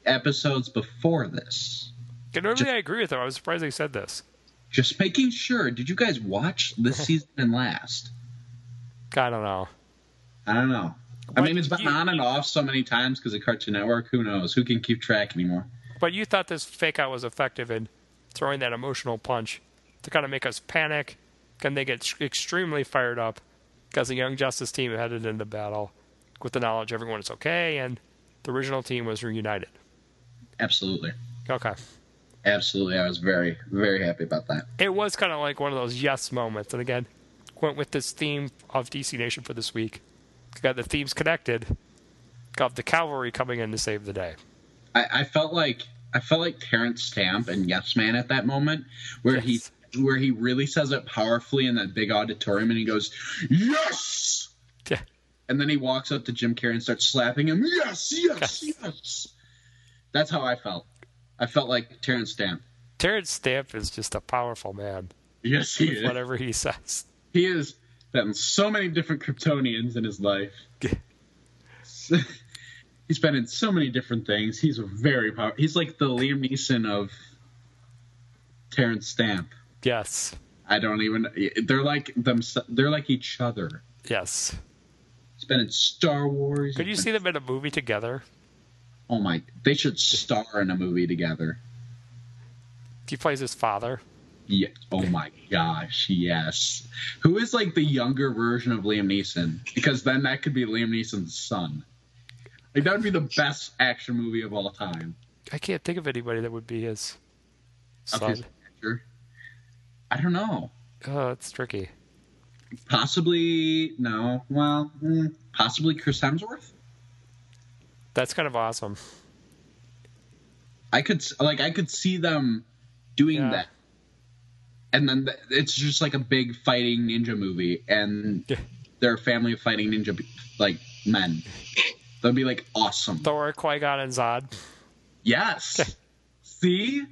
[SPEAKER 2] episodes before this?
[SPEAKER 10] And normally just, I agree with them. I was surprised they said this.
[SPEAKER 2] Just making sure. Did you guys watch this season and last?
[SPEAKER 10] I don't know.
[SPEAKER 2] I don't know. But I mean, it's been you, on and off so many times because of Cartoon Network. Who knows? Who can keep track anymore?
[SPEAKER 10] But you thought this fake out was effective in throwing that emotional punch to kind of make us panic. Can they get extremely fired up because the Young Justice team headed into battle? with the knowledge everyone is okay and the original team was reunited.
[SPEAKER 2] Absolutely.
[SPEAKER 10] Okay.
[SPEAKER 2] Absolutely. I was very, very happy about that.
[SPEAKER 10] It was kind of like one of those yes moments. And again, went with this theme of DC Nation for this week. Got the themes connected of the cavalry coming in to save the day.
[SPEAKER 2] I, I felt like I felt like Terrence Stamp and Yes Man at that moment where yes. he where he really says it powerfully in that big auditorium and he goes, Yes!
[SPEAKER 10] Yeah
[SPEAKER 2] and then he walks up to Jim Carrey and starts slapping him. Yes, yes, yes, yes. That's how I felt. I felt like Terrence Stamp.
[SPEAKER 10] Terrence Stamp is just a powerful man.
[SPEAKER 2] Yes, he is.
[SPEAKER 10] Whatever he says,
[SPEAKER 2] he is. That so many different Kryptonians in his life. he's been in so many different things. He's a very powerful. He's like the Liam Neeson of Terrence Stamp.
[SPEAKER 10] Yes.
[SPEAKER 2] I don't even. They're like them. They're like each other.
[SPEAKER 10] Yes.
[SPEAKER 2] He's been in Star Wars.
[SPEAKER 10] Could you see them in a movie together?
[SPEAKER 2] Oh my! They should star in a movie together.
[SPEAKER 10] He plays his father.
[SPEAKER 2] Yeah. Oh my gosh! Yes. Who is like the younger version of Liam Neeson? Because then that could be Liam Neeson's son. Like that would be the best action movie of all time.
[SPEAKER 10] I can't think of anybody that would be his son. His
[SPEAKER 2] I don't know.
[SPEAKER 10] Oh, it's tricky
[SPEAKER 2] possibly no well hmm, possibly chris hemsworth
[SPEAKER 10] that's kind of awesome
[SPEAKER 2] i could like i could see them doing yeah. that and then th- it's just like a big fighting ninja movie and yeah. they're a family of fighting ninja like men that'd be like awesome
[SPEAKER 10] thor qui-gon and zod
[SPEAKER 2] yes see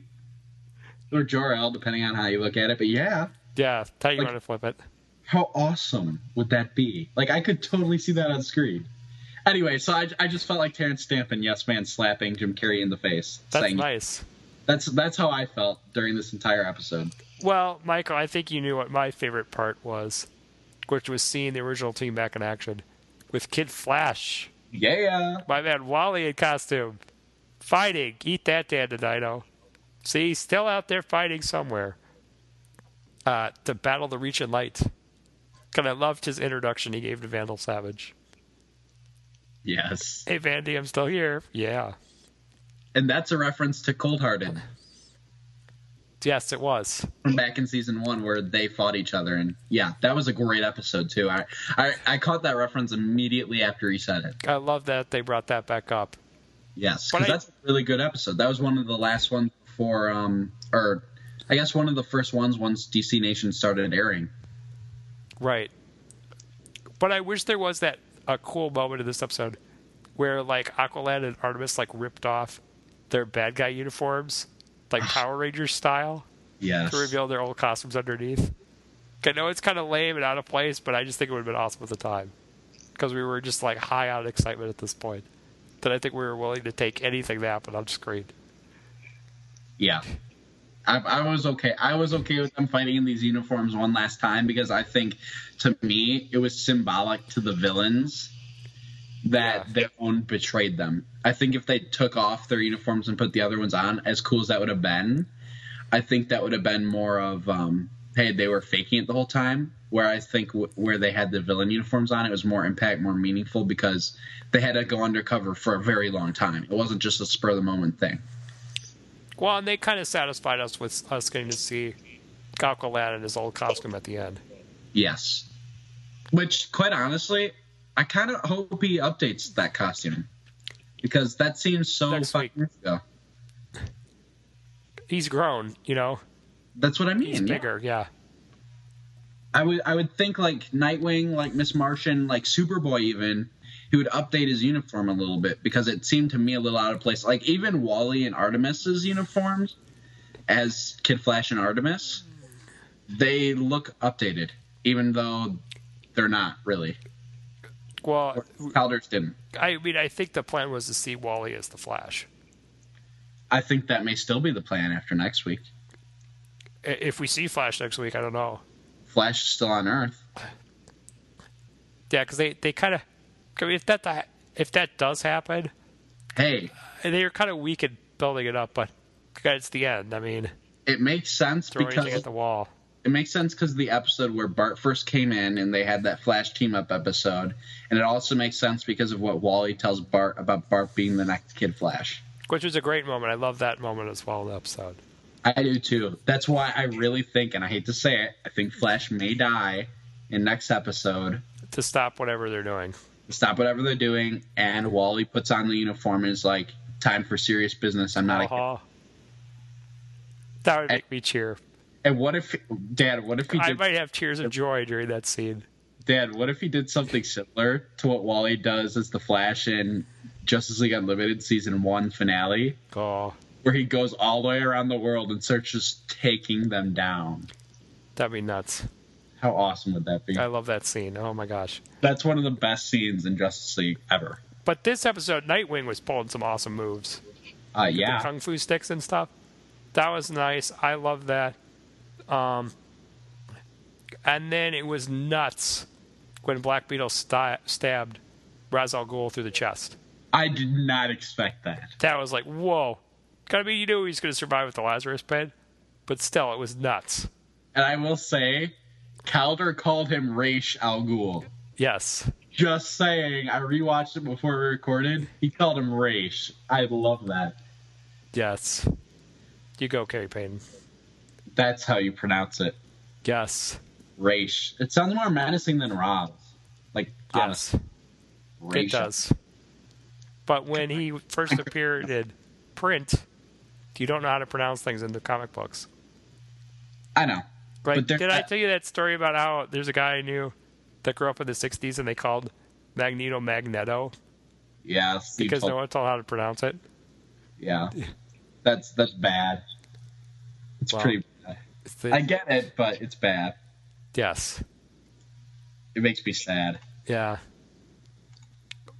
[SPEAKER 2] or jor-el depending on how you look at it but yeah
[SPEAKER 10] yeah how you like, want to flip it
[SPEAKER 2] how awesome would that be? Like, I could totally see that on screen. Anyway, so I, I just felt like Terrence Stamp and Yes Man slapping Jim Carrey in the face.
[SPEAKER 10] That's saying, nice.
[SPEAKER 2] That's that's how I felt during this entire episode.
[SPEAKER 10] Well, Michael, I think you knew what my favorite part was, which was seeing the original team back in action with Kid Flash.
[SPEAKER 2] Yeah.
[SPEAKER 10] My man Wally in costume. Fighting. Eat that, Dan the Dino. See, he's still out there fighting somewhere uh, to battle the Reach and Light. Because I loved his introduction he gave to Vandal Savage.
[SPEAKER 2] Yes.
[SPEAKER 10] Hey, Vandy, I'm still here. Yeah.
[SPEAKER 2] And that's a reference to Cold Hearted.
[SPEAKER 10] Yes, it was.
[SPEAKER 2] From back in season one where they fought each other and yeah, that was a great episode too. I I, I caught that reference immediately after he said it.
[SPEAKER 10] I love that they brought that back up.
[SPEAKER 2] Yes, because that's a really good episode. That was one of the last ones before um or I guess one of the first ones once DC Nation started airing.
[SPEAKER 10] Right. But I wish there was that a cool moment in this episode where like Aqualad and Artemis like ripped off their bad guy uniforms, like Power Rangers style.
[SPEAKER 2] Yes.
[SPEAKER 10] To reveal their old costumes underneath. I know it's kind of lame and out of place, but I just think it would have been awesome at the time because we were just like high on excitement at this point. That I think we were willing to take anything that happened on screen.
[SPEAKER 2] Yeah. I, I, was okay. I was okay with them fighting in these uniforms one last time because I think, to me, it was symbolic to the villains that yeah. their own betrayed them. I think if they took off their uniforms and put the other ones on, as cool as that would have been, I think that would have been more of, um, hey, they were faking it the whole time. Where I think w- where they had the villain uniforms on, it was more impact, more meaningful because they had to go undercover for a very long time. It wasn't just a spur of the moment thing.
[SPEAKER 10] Well, and they kind of satisfied us with us getting to see Galkalan in his old costume at the end.
[SPEAKER 2] Yes. Which, quite honestly, I kind of hope he updates that costume because that seems so
[SPEAKER 10] Next
[SPEAKER 2] fucking years ago.
[SPEAKER 10] He's grown, you know.
[SPEAKER 2] That's what I mean.
[SPEAKER 10] He's bigger, yeah. yeah.
[SPEAKER 2] I would, I would think like Nightwing, like Miss Martian, like Superboy, even he would update his uniform a little bit because it seemed to me a little out of place. Like even Wally and Artemis's uniforms, as Kid Flash and Artemis, they look updated, even though they're not really.
[SPEAKER 10] Well,
[SPEAKER 2] Calder's didn't.
[SPEAKER 10] I mean, I think the plan was to see Wally as the Flash.
[SPEAKER 2] I think that may still be the plan after next week.
[SPEAKER 10] If we see Flash next week, I don't know.
[SPEAKER 2] Flash is still on Earth.
[SPEAKER 10] Yeah, because they, they kind of I mean, if that if that does happen,
[SPEAKER 2] hey,
[SPEAKER 10] they're kind of weak at building it up, but it's the end. I mean,
[SPEAKER 2] it makes sense because
[SPEAKER 10] at the wall.
[SPEAKER 2] It makes sense because the episode where Bart first came in and they had that Flash team up episode, and it also makes sense because of what Wally tells Bart about Bart being the next Kid Flash,
[SPEAKER 10] which was a great moment. I love that moment as well in the episode.
[SPEAKER 2] I do too. That's why I really think, and I hate to say it, I think Flash may die in next episode
[SPEAKER 10] to stop whatever they're doing
[SPEAKER 2] stop whatever they're doing, and Wally puts on the uniform and is like, "Time for serious business." I'm not.
[SPEAKER 10] Uh-huh. That would make and, me cheer.
[SPEAKER 2] And what if, Dad? What if he?
[SPEAKER 10] I
[SPEAKER 2] did,
[SPEAKER 10] might have tears of joy during that scene.
[SPEAKER 2] Dad, what if he did something similar to what Wally does as the Flash in Justice League Unlimited season one finale?
[SPEAKER 10] Oh.
[SPEAKER 2] Where he goes all the way around the world and starts just taking them down.
[SPEAKER 10] That'd be nuts.
[SPEAKER 2] How awesome would that be?
[SPEAKER 10] I love that scene. Oh my gosh.
[SPEAKER 2] That's one of the best scenes in Justice League ever.
[SPEAKER 10] But this episode, Nightwing was pulling some awesome moves.
[SPEAKER 2] Uh, yeah.
[SPEAKER 10] The kung fu sticks and stuff. That was nice. I love that. Um, and then it was nuts when Black Beetle st- stabbed Ra's al Ghul through the chest.
[SPEAKER 2] I did not expect that.
[SPEAKER 10] That was like, whoa. I mean, you knew he was going to survive with the Lazarus pit, but still, it was nuts.
[SPEAKER 2] And I will say, Calder called him Raish Al Ghul.
[SPEAKER 10] Yes.
[SPEAKER 2] Just saying, I rewatched it before we recorded. He called him Raish. I love that.
[SPEAKER 10] Yes. You go, Kerry Payton.
[SPEAKER 2] That's how you pronounce it.
[SPEAKER 10] Yes.
[SPEAKER 2] Raish. It sounds more menacing than Rob. Like,
[SPEAKER 10] yes. Raish. It does. But when he first appeared in print, you don't know how to pronounce things in the comic books.
[SPEAKER 2] I know.
[SPEAKER 10] Like, did I tell you that story about how there's a guy I knew that grew up in the '60s and they called Magneto Magneto?
[SPEAKER 2] Yeah,
[SPEAKER 10] because told, no one told how to pronounce it.
[SPEAKER 2] Yeah, that's that's bad. It's well, pretty. Bad. It's the, I get it, but it's bad.
[SPEAKER 10] Yes,
[SPEAKER 2] it makes me sad.
[SPEAKER 10] Yeah.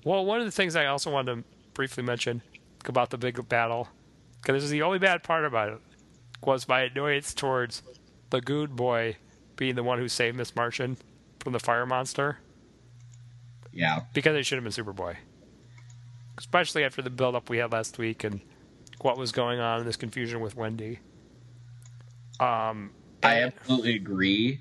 [SPEAKER 10] Well, one of the things I also wanted to briefly mention about the big battle Because this is the only bad part about it was my annoyance towards the good boy being the one who saved Miss Martian from the fire monster.
[SPEAKER 2] Yeah.
[SPEAKER 10] Because it should have been Superboy. Especially after the build up we had last week and what was going on and this confusion with Wendy. Um,
[SPEAKER 2] I absolutely agree.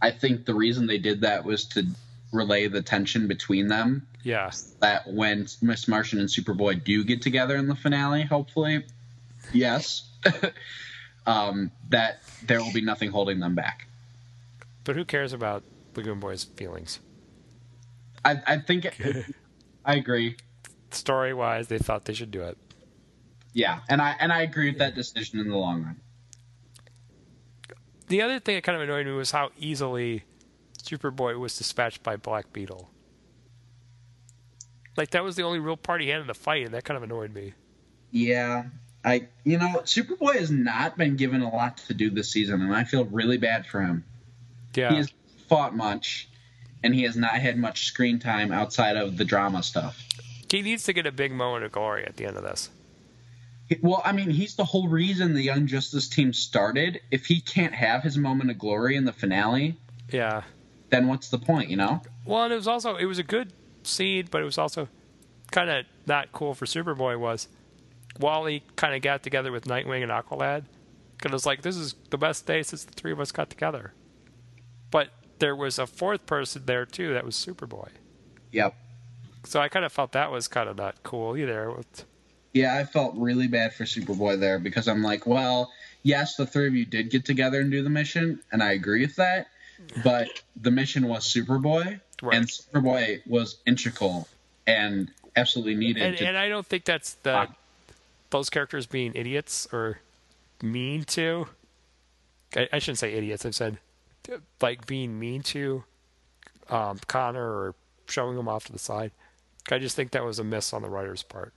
[SPEAKER 2] I think the reason they did that was to relay the tension between them.
[SPEAKER 10] Yeah.
[SPEAKER 2] That when Miss Martian and Superboy do get together in the finale, hopefully, yes, um, that there will be nothing holding them back.
[SPEAKER 10] But who cares about Lagoon Boy's feelings?
[SPEAKER 2] I, I think I agree.
[SPEAKER 10] Story wise, they thought they should do it.
[SPEAKER 2] Yeah, and I and I agree with that decision in the long run.
[SPEAKER 10] The other thing that kind of annoyed me was how easily Superboy was dispatched by Black Beetle. Like that was the only real part he had in the fight, and that kind of annoyed me.
[SPEAKER 2] Yeah, I you know Superboy has not been given a lot to do this season, and I feel really bad for him.
[SPEAKER 10] Yeah,
[SPEAKER 2] he has fought much, and he has not had much screen time outside of the drama stuff.
[SPEAKER 10] He needs to get a big moment of glory at the end of this.
[SPEAKER 2] Well, I mean, he's the whole reason the Young Justice team started. If he can't have his moment of glory in the finale,
[SPEAKER 10] yeah,
[SPEAKER 2] then what's the point, you know?
[SPEAKER 10] Well, and it was also it was a good seed, but it was also kind of not cool for Superboy was Wally kind of got together with Nightwing and Aqualad because it was like this is the best day since the three of us got together. But there was a fourth person there too that was Superboy.
[SPEAKER 2] Yep.
[SPEAKER 10] So I kind of felt that was kind of not cool either.
[SPEAKER 2] Yeah, I felt really bad for Superboy there because I'm like, well, yes, the three of you did get together and do the mission, and I agree with that but the mission was Superboy, right. and Superboy was integral and absolutely needed.
[SPEAKER 10] And, and I don't think that's the uh, those characters being idiots or mean to. I, I shouldn't say idiots. I've said like being mean to um, Connor or showing him off to the side. I just think that was a miss on the writer's part.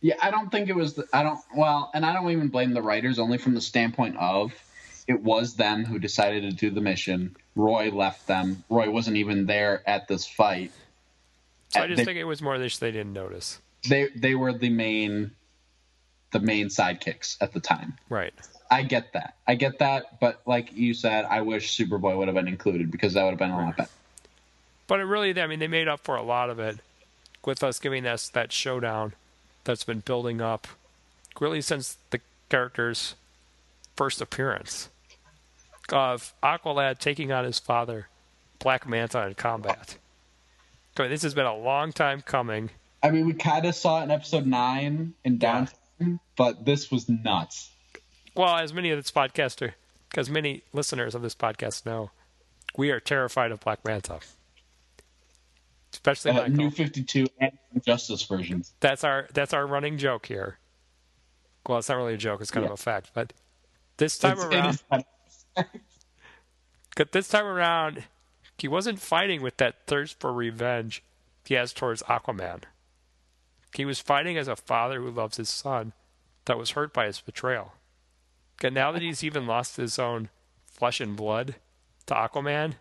[SPEAKER 2] Yeah, I don't think it was. The, I don't. Well, and I don't even blame the writers, only from the standpoint of it was them who decided to do the mission. Roy left them. Roy wasn't even there at this fight.
[SPEAKER 10] So I just Uh, they, think it was more that they didn't notice.
[SPEAKER 2] They they were the main the main sidekicks at the time.
[SPEAKER 10] Right.
[SPEAKER 2] I get that. I get that, but like you said, I wish Superboy would have been included because that would have been a lot better.
[SPEAKER 10] But it really I mean they made up for a lot of it with us giving us that showdown that's been building up really since the characters first appearance of Aqualad taking on his father, Black Manta, in combat. I mean, this has been a long time coming.
[SPEAKER 2] I mean, we kind of saw it in episode nine in Downtown, yeah. but this was nuts.
[SPEAKER 10] Well, as many of this podcaster, because many listeners of this podcast know, we are terrified of Black Manta, especially
[SPEAKER 2] uh, Michael. New Fifty Two and Justice versions.
[SPEAKER 10] That's our that's our running joke here. Well, it's not really a joke; it's kind yeah. of a fact. But this time it's, around. It But this time around, he wasn't fighting with that thirst for revenge he has towards Aquaman. He was fighting as a father who loves his son that was hurt by his betrayal. And now that he's even lost his own flesh and blood to Aquaman,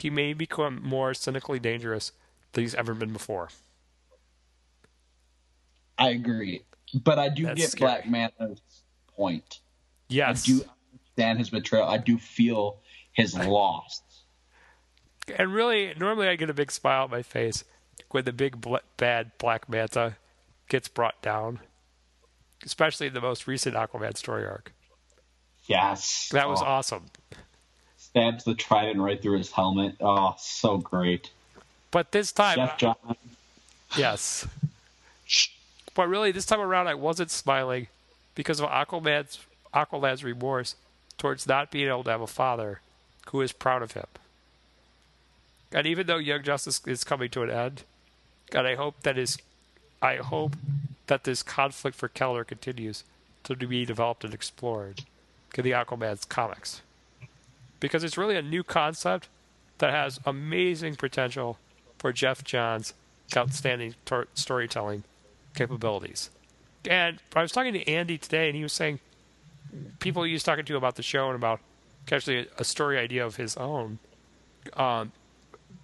[SPEAKER 10] he may become more cynically dangerous than he's ever been before.
[SPEAKER 2] I agree. But I do That's get scary. Black Manta's point.
[SPEAKER 10] Yes.
[SPEAKER 2] I do understand his betrayal. I do feel his loss.
[SPEAKER 10] And really, normally I get a big smile on my face when the big bl- bad Black Manta gets brought down, especially in the most recent Aquaman story arc.
[SPEAKER 2] Yes.
[SPEAKER 10] That was oh. awesome.
[SPEAKER 2] Stabs the trident right through his helmet. Oh, so great.
[SPEAKER 10] But this time. Jeff John. I, yes. but really, this time around, I wasn't smiling because of Aquaman's Aqualad's remorse towards not being able to have a father who is proud of him. And even though Young Justice is coming to an end, and I hope that is, I hope that this conflict for Keller continues to be developed and explored in the Aquaman's comics, because it's really a new concept that has amazing potential for Jeff Johns' outstanding tor- storytelling capabilities. And I was talking to Andy today, and he was saying people he was talking to about the show and about actually a story idea of his own. Um,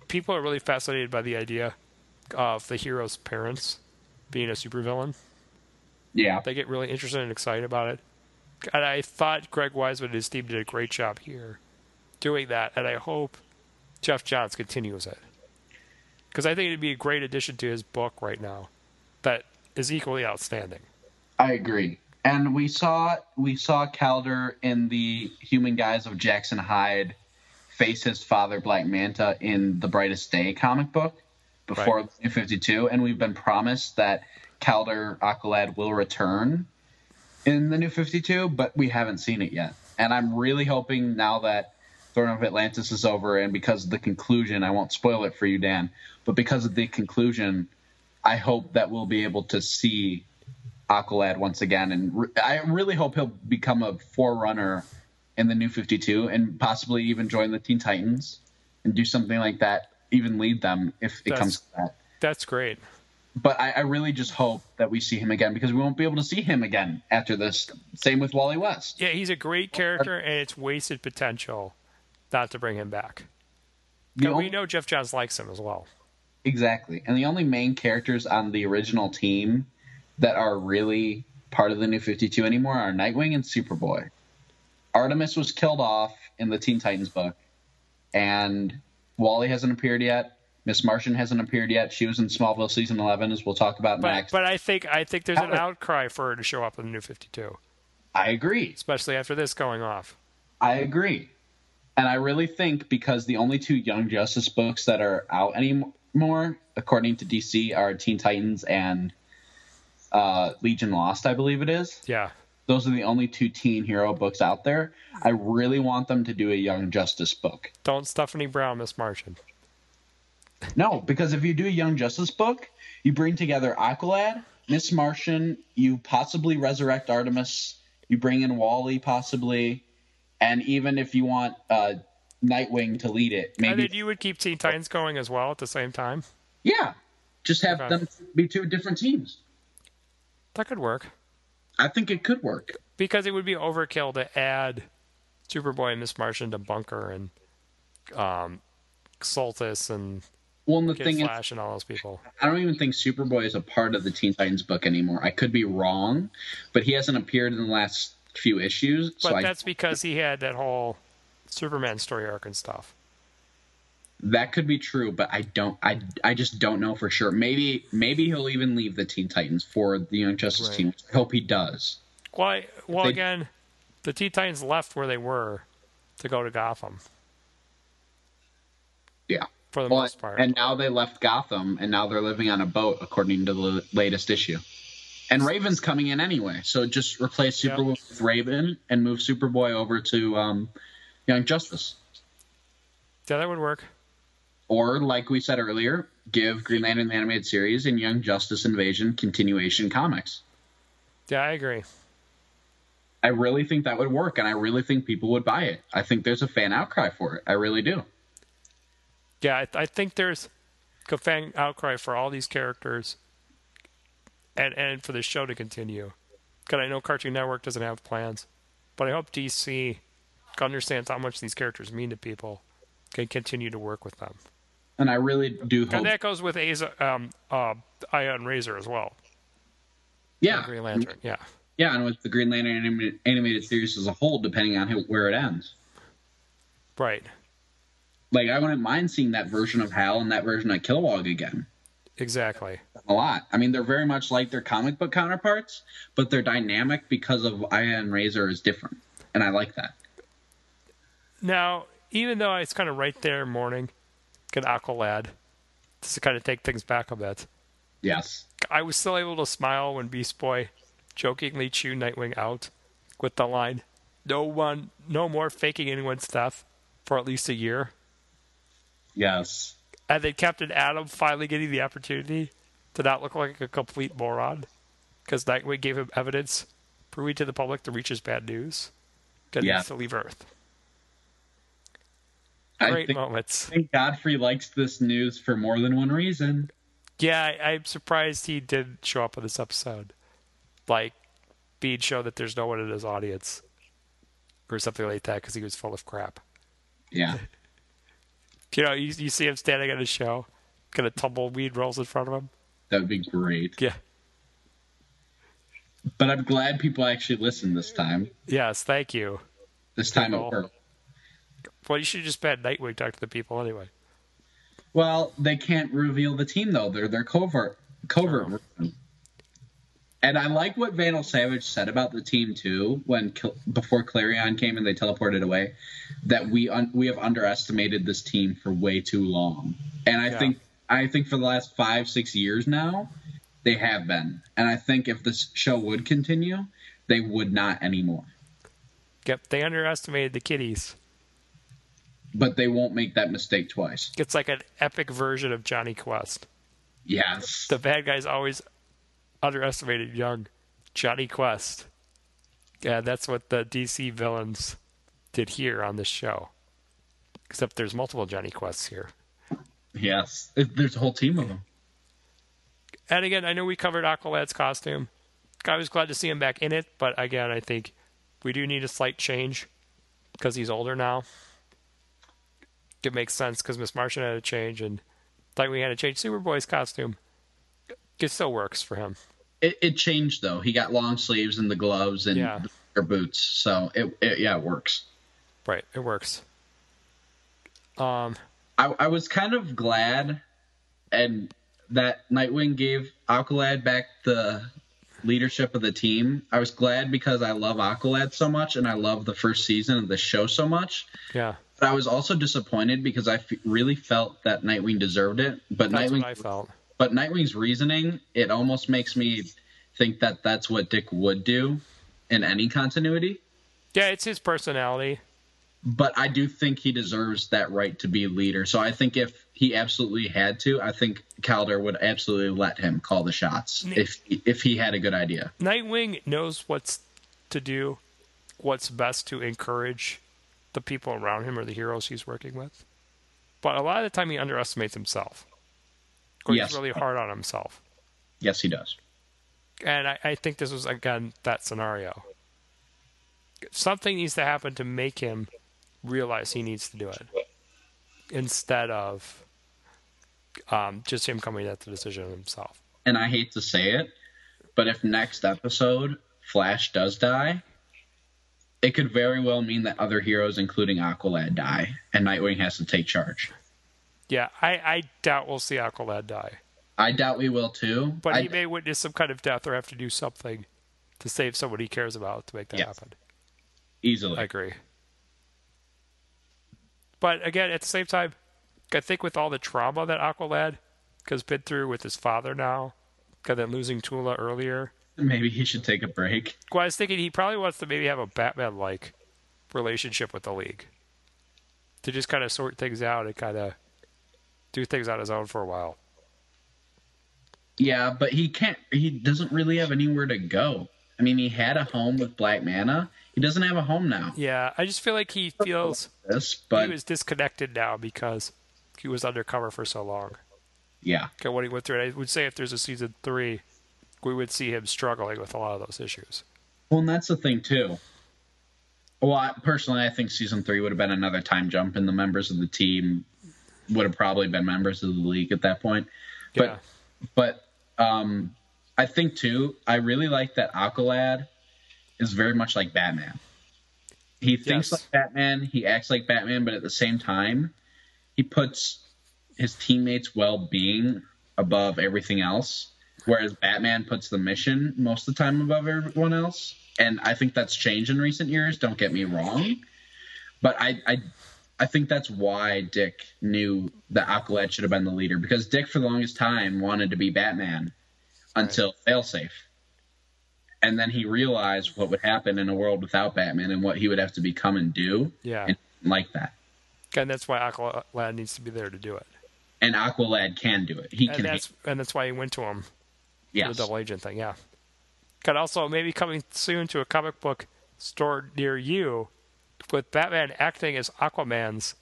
[SPEAKER 10] people are really fascinated by the idea of the hero's parents being a supervillain.
[SPEAKER 2] Yeah.
[SPEAKER 10] They get really interested and excited about it. And I thought Greg Wiseman and his team did a great job here doing that. And I hope Jeff Johns continues it. Because I think it'd be a great addition to his book right now that is equally outstanding.
[SPEAKER 2] I agree. And we saw we saw Calder in the Human Guise of Jackson Hyde face his father Black Manta in the Brightest Day comic book before right. New 52 and we've been promised that Calder Aqualad will return in the New 52 but we haven't seen it yet. And I'm really hoping now that Throne of Atlantis is over and because of the conclusion, I won't spoil it for you Dan, but because of the conclusion, I hope that we'll be able to see Aqualad once again. And re- I really hope he'll become a forerunner in the new 52 and possibly even join the Teen Titans and do something like that, even lead them if it
[SPEAKER 10] That's-
[SPEAKER 2] comes to that.
[SPEAKER 10] That's great.
[SPEAKER 2] But I, I really just hope that we see him again because we won't be able to see him again after this. Same with Wally West.
[SPEAKER 10] Yeah, he's a great character, and it's wasted potential not to bring him back.
[SPEAKER 2] The
[SPEAKER 10] And
[SPEAKER 2] only-
[SPEAKER 10] we know Jeff Johns likes him as well.
[SPEAKER 2] Exactly. And the only main characters on the original team that are really part of the new 52 anymore are Nightwing and Superboy. Artemis was killed off in the Teen Titans book, and Wally hasn't appeared yet. Miss Martian hasn't appeared yet. She was in Smallville season 11, as we'll talk about
[SPEAKER 10] But,
[SPEAKER 2] next.
[SPEAKER 10] but I think I think there's an
[SPEAKER 2] Howard.
[SPEAKER 10] outcry for her to show up in the new 52,
[SPEAKER 2] I agree.
[SPEAKER 10] especially after this going off.
[SPEAKER 2] I agree. And I really think because the only two Young Justice books that are out anymore, according to DC, are Teen Titans and uh, Legion Lost, I believe it is.
[SPEAKER 10] Yeah,
[SPEAKER 2] Those are the only two teen hero books out there. I really want them to do a Young Justice book.
[SPEAKER 10] don't Stephanie Brown, Miss Martian.
[SPEAKER 2] No, because if you do a Young Justice book, you bring together Aqualad, Miss Martian, you possibly resurrect Artemis, you bring in Wally possibly, and even if you want uh, Nightwing to lead it,
[SPEAKER 10] And
[SPEAKER 2] maybe
[SPEAKER 10] then you would keep Teen Titans going as well at the same time.
[SPEAKER 2] yeah, just have
[SPEAKER 10] Okay.
[SPEAKER 2] them be two different teams.
[SPEAKER 10] That could work
[SPEAKER 2] I think it could work.
[SPEAKER 10] because it would be overkill to add Superboy and Miss Martian to Bunker and um, Soltis and
[SPEAKER 2] Well, and the
[SPEAKER 10] Kid
[SPEAKER 2] thing is,
[SPEAKER 10] Flash and all those people.
[SPEAKER 2] I don't even think Superboy is a part of the Teen Titans book anymore. I could be wrong, but he hasn't appeared in the last few issues.
[SPEAKER 10] But
[SPEAKER 2] so I,
[SPEAKER 10] that's because he had that whole Superman story arc and stuff.
[SPEAKER 2] that could be true, but I don't. I I just don't know for sure. Maybe maybe he'll even leave the Teen Titans for the Young Justice
[SPEAKER 10] Right.
[SPEAKER 2] team. which I hope he does.
[SPEAKER 10] Well, I- well,
[SPEAKER 2] They-
[SPEAKER 10] again, the Teen Titans left where they were to go to Gotham
[SPEAKER 2] Yeah.
[SPEAKER 10] for the
[SPEAKER 2] Well,
[SPEAKER 10] most part.
[SPEAKER 2] And now they left Gotham, and now they're living on a boat, according to the latest issue. And Raven's coming in anyway, so just replace
[SPEAKER 10] Yep.
[SPEAKER 2] Superboy with Raven and move Superboy over to um, Young Justice.
[SPEAKER 10] yeah, that would work.
[SPEAKER 2] Or, like we said earlier, give Green Lantern the animated series and Young Justice Invasion continuation comics.
[SPEAKER 10] Yeah, I agree.
[SPEAKER 2] I really think that would work, and I really think people would buy it. I think there's a fan outcry for it. I really do.
[SPEAKER 10] Yeah, I, I think there's a fan outcry for all these characters, and and for the show to continue. Because I know Cartoon Network doesn't have plans, but I hope DC understands how much these characters mean to people, can continue to work with them.
[SPEAKER 2] And I really do hope.
[SPEAKER 10] And that goes with Aza, um, uh, Ion Razor as well.
[SPEAKER 2] yeah.
[SPEAKER 10] Green Lantern. Yeah.
[SPEAKER 2] Yeah, and with the Green Lantern anim- animated series as a whole, depending on who, where it ends.
[SPEAKER 10] Right.
[SPEAKER 2] Like, I wouldn't mind seeing that version of Hal and that version of Kilowog again.
[SPEAKER 10] Exactly.
[SPEAKER 2] A lot. I mean, they're very much like their comic book counterparts, but their dynamic because of Aya and Razor is different. And I like that.
[SPEAKER 10] Now, even though it's kind of right there morning, good Aqualad, just to kind of take things back a bit,
[SPEAKER 2] Yes.
[SPEAKER 10] I was still able to smile when Beast Boy jokingly chewed Nightwing out with the line, "No one, no more faking anyone's death for at least a year."
[SPEAKER 2] Yes.
[SPEAKER 10] And then Captain Adam finally getting the opportunity to not look like a complete moron because Nightwing gave him evidence proving to the public the Reach is bad news. Good
[SPEAKER 2] Yeah.
[SPEAKER 10] needs to leave Earth.
[SPEAKER 2] I
[SPEAKER 10] Great
[SPEAKER 2] think,
[SPEAKER 10] moments.
[SPEAKER 2] I think Godfrey likes this news for more than one reason.
[SPEAKER 10] Yeah, I, I'm surprised he did show up in this episode. Like, being shown that there's no one in his audience or something like that because he was full of crap.
[SPEAKER 2] Yeah.
[SPEAKER 10] You know, you, you see him standing at a show, kind of tumbleweed rolls in front of him.
[SPEAKER 2] That would be great.
[SPEAKER 10] Yeah.
[SPEAKER 2] But I'm glad people actually listened this time.
[SPEAKER 10] Yes, thank you.
[SPEAKER 2] This time people. it worked.
[SPEAKER 10] Well, you should just spend Nightwing talk to the people anyway.
[SPEAKER 2] Well, they can't reveal the team though. They're they're covert covert. Oh. And I like what Vandal Savage said about the team too. When before Clarion came and they teleported away, that we un- we have underestimated this team for way too long. And I yeah. think I think for the last five six years now, they have been. And I think if this show would continue, they would not anymore.
[SPEAKER 10] Yep, they underestimated the kiddies.
[SPEAKER 2] But they won't make that mistake twice.
[SPEAKER 10] It's like an epic version of Johnny Quest.
[SPEAKER 2] Yes.
[SPEAKER 10] The bad guys always underestimated young Johnny Quest. Yeah, that's what the DC villains did here on this show. Except there's multiple Johnny Quests here.
[SPEAKER 2] Yes, there's a whole team of them.
[SPEAKER 10] And again, I know we covered Aqualad's costume. I was glad to see him back in it, but again, I think we do need a slight change because he's older now. It makes sense because Miss Martian had a change, and like we had to change Superboy's costume. It still works for him.
[SPEAKER 2] It, it changed though. He got long sleeves and the gloves and yeah. their boots, so it, it yeah it works.
[SPEAKER 10] Right, it works. Um,
[SPEAKER 2] I I was kind of glad, and that Nightwing gave Aqualad back the leadership of the team. I was glad because I love Aqualad so much and I love the first season of the show so much.
[SPEAKER 10] Yeah.
[SPEAKER 2] But I was also disappointed because I f- really felt that Nightwing deserved it, but
[SPEAKER 10] that's
[SPEAKER 2] Nightwing
[SPEAKER 10] I felt.
[SPEAKER 2] But Nightwing's reasoning, it almost makes me think that that's what Dick would do in any continuity.
[SPEAKER 10] Yeah, it's his personality.
[SPEAKER 2] But I do think he deserves that right to be leader. So I think if he absolutely had to. I think Calder would absolutely let him call the shots if if he had a good idea.
[SPEAKER 10] Nightwing knows what's to do, what's best to encourage the people around him or the heroes he's working with. But a lot of the time he underestimates himself. Or yes. he's really hard on himself.
[SPEAKER 2] Yes, he does.
[SPEAKER 10] And I, I think this was again that scenario. Something needs to happen to make him realize he needs to do it. Instead of um, just him coming at the decision himself.
[SPEAKER 2] And I hate to say it, but if next episode Flash does die, it could very well mean that other heroes, including Aqualad, die, and Nightwing has to take charge.
[SPEAKER 10] Yeah, I, I doubt we'll see Aqualad die.
[SPEAKER 2] I doubt we will too.
[SPEAKER 10] But
[SPEAKER 2] I,
[SPEAKER 10] he may witness some kind of death or have to do something to save someone he cares about to make that yes. happen.
[SPEAKER 2] Easily.
[SPEAKER 10] I agree. But again, at the same time, I think with all the trauma that Aqualad has been through with his father now, and then losing Tula earlier.
[SPEAKER 2] Maybe he should take a break.
[SPEAKER 10] Well, I was thinking he probably wants to maybe have a Batman like relationship with the League to just kind of sort things out and kind of do things on his own for a while.
[SPEAKER 2] Yeah, but he can't, he doesn't really have anywhere to go. I mean, he had a home with Black Mana. He doesn't have a home now.
[SPEAKER 10] Yeah, I just feel like he feels
[SPEAKER 2] this, but
[SPEAKER 10] he was disconnected now because he was undercover for so long.
[SPEAKER 2] Yeah.
[SPEAKER 10] Okay, what he went through. And I would say if there's a season three, we would see him struggling with a lot of those issues.
[SPEAKER 2] Well, and that's the thing too. Well, I, personally, I think season three would have been another time jump, and the members of the team would have probably been members of the league at that point. But, yeah. but um, I think too, I really like that Aqualad is very much like Batman. He thinks yes. like Batman, he acts like Batman, but at the same time, he puts his teammates' well-being above everything else, whereas Batman puts the mission most of the time above everyone else. And I think that's changed in recent years. Don't get me wrong, but I I, I think that's why Dick knew that Aqualad should have been the leader because Dick, for the longest time, wanted to be Batman until right. failsafe. And then he realized what would happen in a world without Batman and what he would have to become and do.
[SPEAKER 10] Yeah.
[SPEAKER 2] And like that.
[SPEAKER 10] And that's why Aqualad needs to be there to do it.
[SPEAKER 2] And Aqualad can do it. He
[SPEAKER 10] and
[SPEAKER 2] can.
[SPEAKER 10] That's, and that's why he went to him.
[SPEAKER 2] Yeah.
[SPEAKER 10] The double agent thing, yeah. And also, maybe coming soon to a comic book store near you with Batman acting as Aquaman's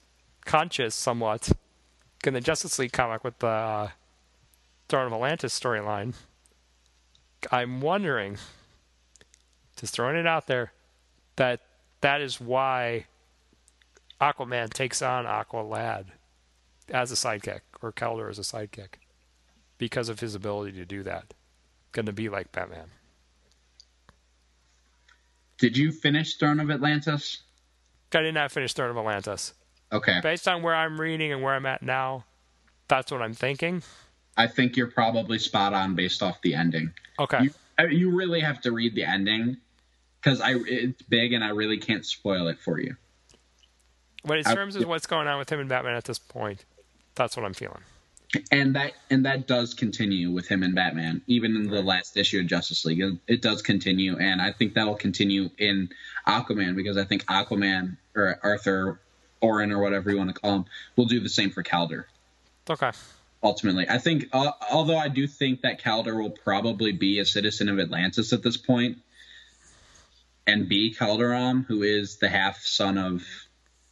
[SPEAKER 10] conscious somewhat in the Justice League comic with the uh, Throne of Atlantis storyline. I'm wondering, just throwing it out there, that that is why Aquaman takes on Aqualad as a sidekick, or Calder as a sidekick, because of his ability to do that. Going to be like Batman.
[SPEAKER 2] Did you finish Throne of Atlantis?
[SPEAKER 10] I did not finish Throne of Atlantis.
[SPEAKER 2] Okay.
[SPEAKER 10] Based on where I'm reading and where I'm at now, that's what I'm thinking.
[SPEAKER 2] I think you're probably spot on based off the ending.
[SPEAKER 10] Okay.
[SPEAKER 2] You, I mean, you really have to read the ending because I it's big and I really can't spoil it for you.
[SPEAKER 10] But in terms I, of what's going on with him and Batman at this point, that's what I'm feeling.
[SPEAKER 2] And that and that does continue with him and Batman, even in the last issue of Justice League. It, it does continue, and I think that'll continue in Aquaman because I think Aquaman or Arthur Orin or whatever you want to call him will do the same for Calder.
[SPEAKER 10] Okay.
[SPEAKER 2] Ultimately, I think, uh, although I do think that Calder will probably be a citizen of Atlantis at this point, and be Calderon, who is the half son of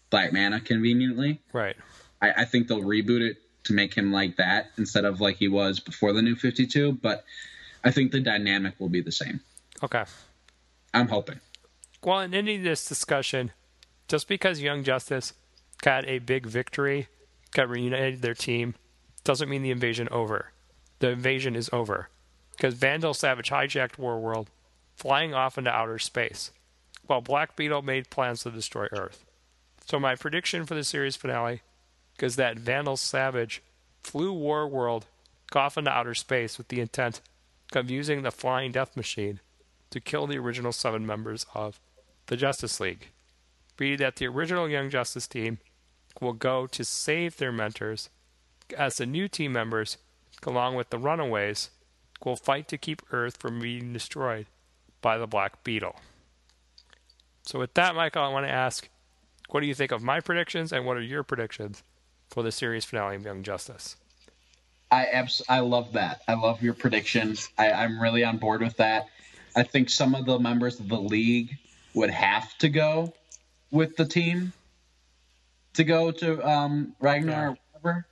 [SPEAKER 2] Black Mana, conveniently.
[SPEAKER 10] Right.
[SPEAKER 2] I, I think they'll reboot it to make him like that instead of like he was before the new 52 but i think the dynamic will be the same
[SPEAKER 10] okay
[SPEAKER 2] i'm hoping
[SPEAKER 10] well in any of this discussion just because young justice got a big victory got reunited their team doesn't mean the invasion over the invasion is over because vandal savage hijacked warworld flying off into outer space while black beetle made plans to destroy earth so my prediction for the series finale because that Vandal Savage flew Warworld off into outer space with the intent of using the Flying Death Machine to kill the original seven members of the Justice League. Be that the original Young Justice team will go to save their mentors, as the new team members, along with the Runaways, will fight to keep Earth from being destroyed by the Black Beetle. So, with that, Michael, I want to ask what do you think of my predictions and what are your predictions? for the series finale of Young Justice.
[SPEAKER 2] I abs- I love that. I love your predictions. I, I'm really on board with that. I think some of the members of the league would have to go with the team to go to um, Ragnar yeah. or whatever,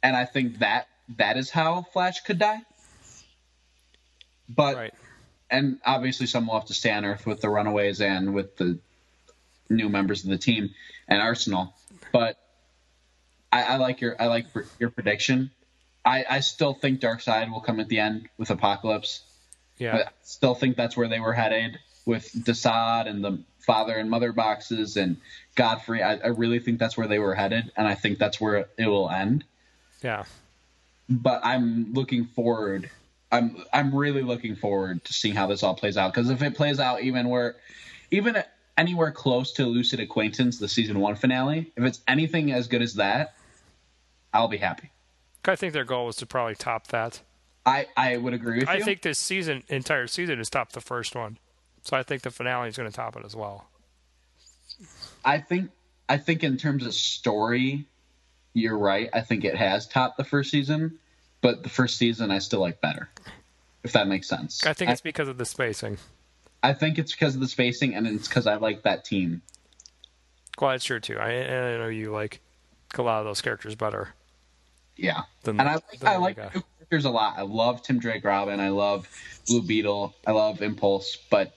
[SPEAKER 2] and I think that that is how Flash could die. But right. and obviously, some will have to stay on Earth with the Runaways and with the new members of the team and Arsenal. But I, I, like your I like your prediction. I, I still think Dark Side will come at the end with Apocalypse.
[SPEAKER 10] Yeah. I
[SPEAKER 2] still think that's where they were headed with Desaad and the father and mother boxes and Godfrey. I, I really think that's where they were headed, and I think that's where it will end.
[SPEAKER 10] Yeah.
[SPEAKER 2] But I'm looking forward. I'm I'm really looking forward to seeing how this all plays out because if it plays out even where, even anywhere close to Lucid Acquaintance, the season one finale, if it's anything as good as that, I'll be happy.
[SPEAKER 10] I think their goal was to probably top that.
[SPEAKER 2] I, I would agree with
[SPEAKER 10] I
[SPEAKER 2] you.
[SPEAKER 10] think this season, entire season, has topped the first one, so I think the finale is going to top it as well.
[SPEAKER 2] I think I think in terms of story, you're right. I think it has topped the first season, but the first season I still like better, if that makes sense.
[SPEAKER 10] I think it's I, because of the spacing.
[SPEAKER 2] I think it's because of the spacing, and it's because I like that team.
[SPEAKER 10] Well, that's true too. I, I know you like a lot of those characters better.
[SPEAKER 2] Yeah, than, and I like I like guy. characters a lot. I love Tim Drake Robin. I love Blue Beetle. I love Impulse. But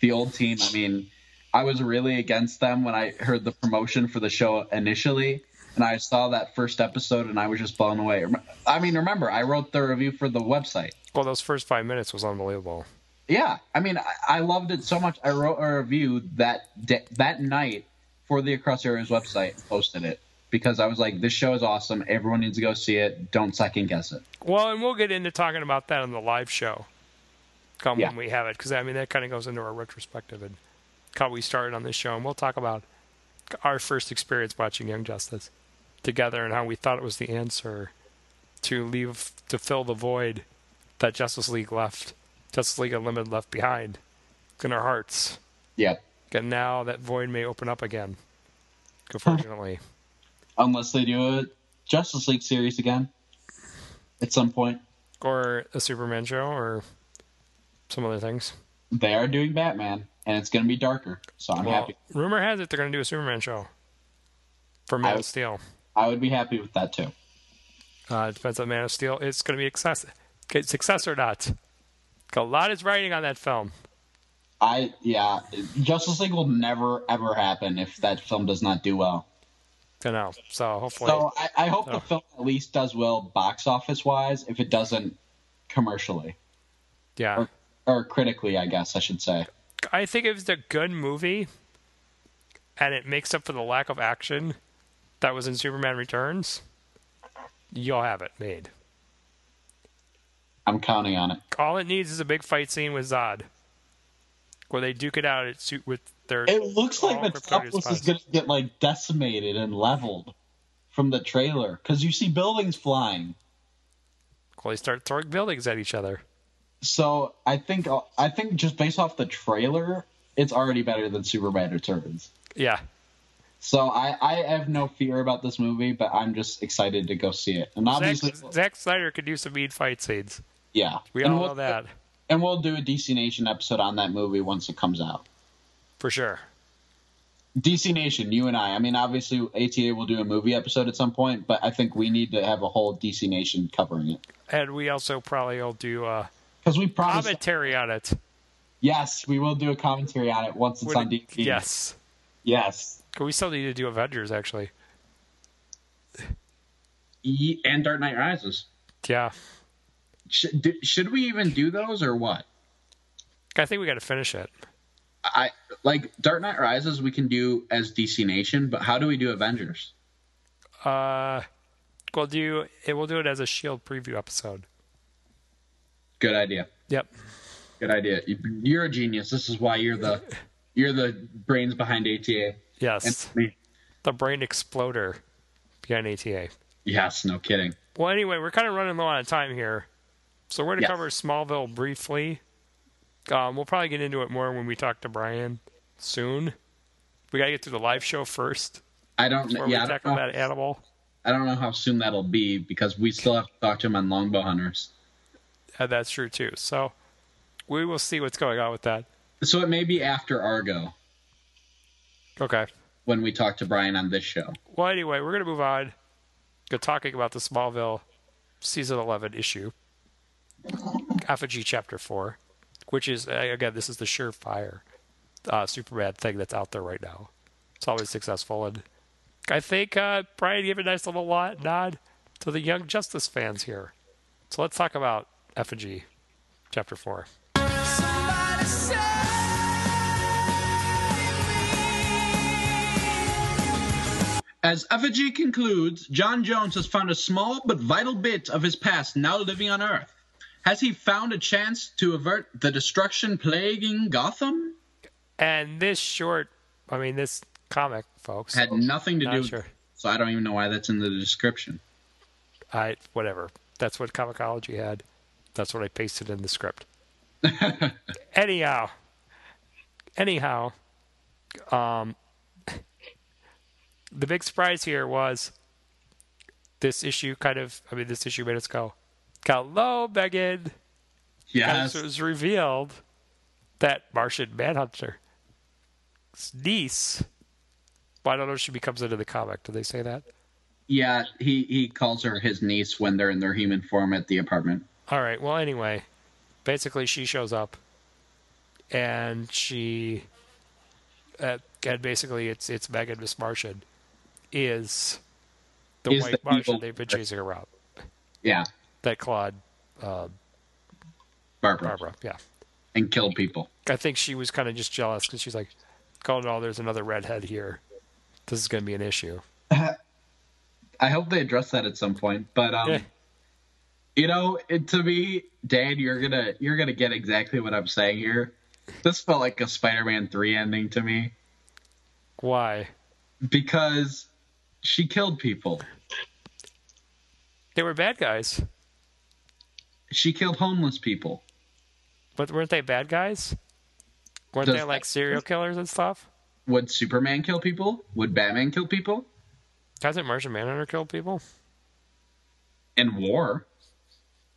[SPEAKER 2] the old team, I mean, I was really against them when I heard the promotion for the show initially, and I saw that first episode, and I was just blown away. I mean, remember, I wrote the review for the website.
[SPEAKER 10] Well, those first five minutes was unbelievable.
[SPEAKER 2] Yeah, I mean, I, I loved it so much. I wrote a review that de- that night for the Across Areas website, and posted it because I was like, this show is awesome. Everyone needs to go see it. Don't second guess it.
[SPEAKER 10] Well, and we'll get into talking about that on the live show come yeah. when we have it because I mean that kind of goes into our retrospective and how we started on this show, and we'll talk about our first experience watching Young Justice together and how we thought it was the answer to leave to fill the void that Justice League left. Justice League Unlimited left behind in our hearts.
[SPEAKER 2] Yeah.
[SPEAKER 10] And now that void may open up again, unfortunately.
[SPEAKER 2] Unless they do a Justice League series again at some point.
[SPEAKER 10] Or a Superman show or some other things.
[SPEAKER 2] They are doing Batman, and it's going to be darker, so I'm well, happy.
[SPEAKER 10] Rumor has it they're going to do a Superman show for
[SPEAKER 2] Oh.
[SPEAKER 10] Man would, of Steel.
[SPEAKER 2] I would be happy with that too.
[SPEAKER 10] Uh, it depends on Man of Steel. It's going to be access, success or not. A lot is writing on that film.
[SPEAKER 2] I yeah, Justice League will never ever happen if that film does not do well.
[SPEAKER 10] I know. So hopefully,
[SPEAKER 2] so I, I hope so. the film at least does well box office wise. If it doesn't, commercially,
[SPEAKER 10] yeah,
[SPEAKER 2] uh, or, or critically, I guess I should say.
[SPEAKER 10] like I think it was a good movie, and it makes up for the lack of action that was in Superman Returns. You'll have it made.
[SPEAKER 2] I'm counting on it.
[SPEAKER 10] All it needs is a big fight scene with Zod, where they duke it out at suit with their.
[SPEAKER 2] It looks like Metropolis is going to get like decimated and leveled from the trailer because you see buildings flying.
[SPEAKER 10] Well, they start throwing buildings at each other.
[SPEAKER 2] So I think uh, I think just based off the trailer, it's already better than Superman Returns.
[SPEAKER 10] Yeah.
[SPEAKER 2] So I, I have no fear about this movie, but I'm just excited to go see it. And obviously,
[SPEAKER 10] Zack, Zack Snyder could do some mean fight scenes.
[SPEAKER 2] Yeah,
[SPEAKER 10] we all we'll, know that.
[SPEAKER 2] And we'll do a DC Nation episode on that movie once it comes out.
[SPEAKER 10] For sure.
[SPEAKER 2] DC Nation, you and I. I mean, obviously, ATA will do a movie episode at some point, but I think we need to have a whole DC Nation covering it.
[SPEAKER 10] And we also probably will do a
[SPEAKER 2] because we promised
[SPEAKER 10] commentary on it.
[SPEAKER 2] Yes, we will do a commentary on it once it's Would on DC.
[SPEAKER 10] Yes.
[SPEAKER 2] Yes.
[SPEAKER 10] We still need to do Avengers, actually.
[SPEAKER 2] E- and Dark Knight Rises.
[SPEAKER 10] Yeah.
[SPEAKER 2] Sh- do, should we even do those or what?
[SPEAKER 10] I think we got to finish it.
[SPEAKER 2] I like Dark Knight Rises. We can do as DC Nation, but how do we do Avengers?
[SPEAKER 10] Uh, we'll do it. We'll do it as a Shield E preview episode.
[SPEAKER 2] Good idea.
[SPEAKER 10] Yep.
[SPEAKER 2] Good idea. You're a genius. This is why you're the you're the brains behind ATA.
[SPEAKER 10] Yes. The brain exploder behind ATA.
[SPEAKER 2] Yes, no kidding.
[SPEAKER 10] Well, anyway, we're kind of running low on time here. So we're going to yes. cover Smallville briefly. Um, we'll probably get into it more when we talk to Brian soon. We got to get through the live show first.
[SPEAKER 2] I don't know. Yeah,
[SPEAKER 10] we tackle
[SPEAKER 2] know.
[SPEAKER 10] that animal.
[SPEAKER 2] I don't know how soon that'll be because we still have to talk to him on Longbow Hunters.
[SPEAKER 10] And Uh, that's true, too. So we will see what's going on with that.
[SPEAKER 2] So it may be after Argo.
[SPEAKER 10] Okay.
[SPEAKER 2] When we talk to Brian on this show.
[SPEAKER 10] Well, anyway, we're going to move on to talking about the Smallville season 11 issue, Apogee Chapter 4, which is, again, this is the surefire uh, Superman thing that's out there right now. It's always successful. And I think uh, Brian gave a nice little lot, nod to the Young Justice fans here. So let's talk about Effigy Chapter 4.
[SPEAKER 2] As Effigy concludes, John Jones has found a small but vital bit of his past now living on Earth. Has he found a chance to avert the destruction plaguing Gotham?
[SPEAKER 10] And this short, I mean, this comic, folks,
[SPEAKER 2] had nothing to do sure. with. So I don't even know why that's in the description.
[SPEAKER 10] I whatever. That's what Comicology had. That's what I pasted in the script. anyhow, anyhow, um, the big surprise here was this issue kind of I mean this issue made us go, Hello, Megan.
[SPEAKER 2] Yes.
[SPEAKER 10] As it was revealed that Martian Manhunter's niece well, I don't know if she becomes into the comic. Do they say that?
[SPEAKER 2] Yeah, he, he calls her his niece when they're in their human form at the apartment.
[SPEAKER 10] Alright, well anyway. Basically she shows up and she uh, and basically it's it's Megan Miss Martian is the is white the Martian they've been chasing around.
[SPEAKER 2] Yeah.
[SPEAKER 10] That Claude uh,
[SPEAKER 2] Barbara.
[SPEAKER 10] Barbara, yeah.
[SPEAKER 2] And killed people.
[SPEAKER 10] I think she was kind of just jealous because she's like, oh no, there's another redhead here. This is going to be an issue.
[SPEAKER 2] I hope they address that at some point. But, um,
[SPEAKER 10] Eh,
[SPEAKER 2] yeah. you know, it, to me, Dan, you're going to you're gonna get exactly what I'm saying here. This felt like a Spider Man 3 ending to me.
[SPEAKER 10] Why?
[SPEAKER 2] Because she killed people.
[SPEAKER 10] They were bad guys.
[SPEAKER 2] She killed homeless people.
[SPEAKER 10] But weren't they bad guys? Weren't Does they like serial killers and stuff?
[SPEAKER 2] Would Superman kill people? Would Batman kill people?
[SPEAKER 10] Hasn't Martian Manhunter killed people?
[SPEAKER 2] In war.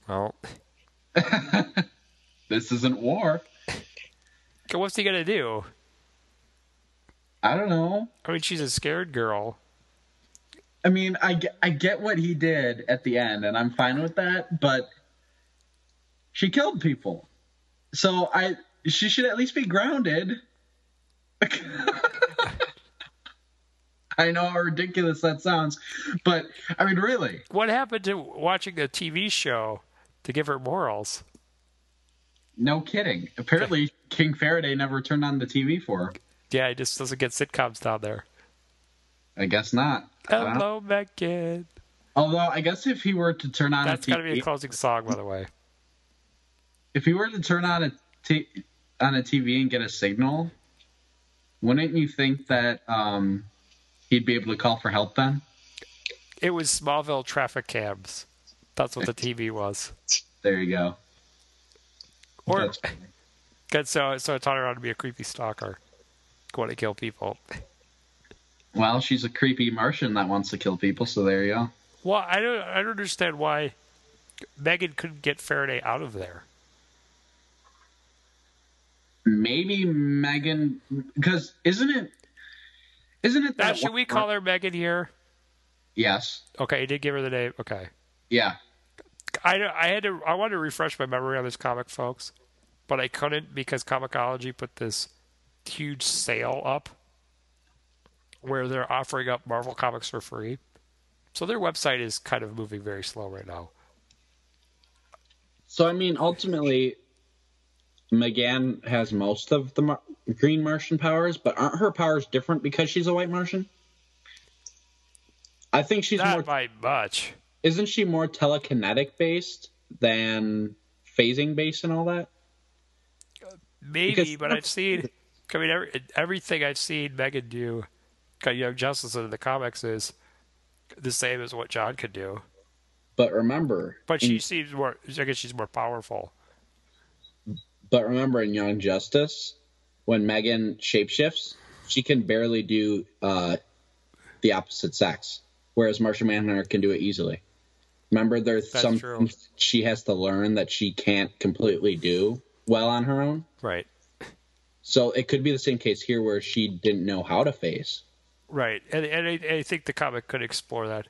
[SPEAKER 10] Well.
[SPEAKER 2] this isn't war.
[SPEAKER 10] What's he gonna do?
[SPEAKER 2] I don't know.
[SPEAKER 10] I mean, she's a scared girl.
[SPEAKER 2] I mean, I get, I get what he did at the end, and I'm fine with that. But she killed people, so I she should at least be grounded. I know how ridiculous that sounds, but I mean, really.
[SPEAKER 10] What happened to watching a TV show to give her morals?
[SPEAKER 2] No kidding. Apparently, King Faraday never turned on the TV for him.
[SPEAKER 10] Yeah, he just doesn't get sitcoms down there.
[SPEAKER 2] I guess not.
[SPEAKER 10] Hello, Megan.
[SPEAKER 2] Although, I guess if he were to turn on
[SPEAKER 10] That's
[SPEAKER 2] a TV,
[SPEAKER 10] got to be a closing song, by the way.
[SPEAKER 2] if he were to turn on a t- on a TV and get a signal, wouldn't you think that um, he'd be able to call for help then?
[SPEAKER 10] It was Smallville traffic cams. That's what the TV was.
[SPEAKER 2] There you go.
[SPEAKER 10] Or
[SPEAKER 2] That's-
[SPEAKER 10] good. So so it taught her how to be a creepy stalker, going to kill people.
[SPEAKER 2] well, she's a creepy Martian that wants to kill people. So there you go.
[SPEAKER 10] Well, I don't I don't understand why Megan couldn't get Faraday out of there.
[SPEAKER 2] Maybe Megan, because isn't it? Isn't it
[SPEAKER 10] Now,
[SPEAKER 2] that?
[SPEAKER 10] should we call her Megan here?
[SPEAKER 2] Yes.
[SPEAKER 10] Okay, you did give her the name. Okay.
[SPEAKER 2] Yeah.
[SPEAKER 10] I, I had to I wanted to refresh my memory on this comic, folks, but I couldn't because Comicology put this huge sale up where they're offering up Marvel comics for free. So their website is kind of moving very slow right now.
[SPEAKER 2] So I mean, ultimately, Megan has most of the Mar- Green Martian powers, but aren't her powers different because she's a White Martian? I think she's more.
[SPEAKER 10] Not by much.
[SPEAKER 2] Isn't she more telekinetic based than phasing based and all that?
[SPEAKER 10] Maybe,
[SPEAKER 2] Because-
[SPEAKER 10] but I've seen. I mean, every, everything I've seen Megan do, 'cause Young Justice in the comics is the same as what John could do.
[SPEAKER 2] But remember,
[SPEAKER 10] But
[SPEAKER 2] in-
[SPEAKER 10] she seems more. I guess she's more powerful.
[SPEAKER 2] but remember in Young Justice, when Megan shapeshifts, she can barely do uh, the opposite sex, whereas Martian Manhunter can do it easily. Remember, there's
[SPEAKER 10] That's
[SPEAKER 2] some
[SPEAKER 10] true.
[SPEAKER 2] things she has to learn that she can't completely do well on her own.
[SPEAKER 10] Right.
[SPEAKER 2] So it could be the same case here, where she didn't know how to face.
[SPEAKER 10] Right, and and I, I think the comic could explore that.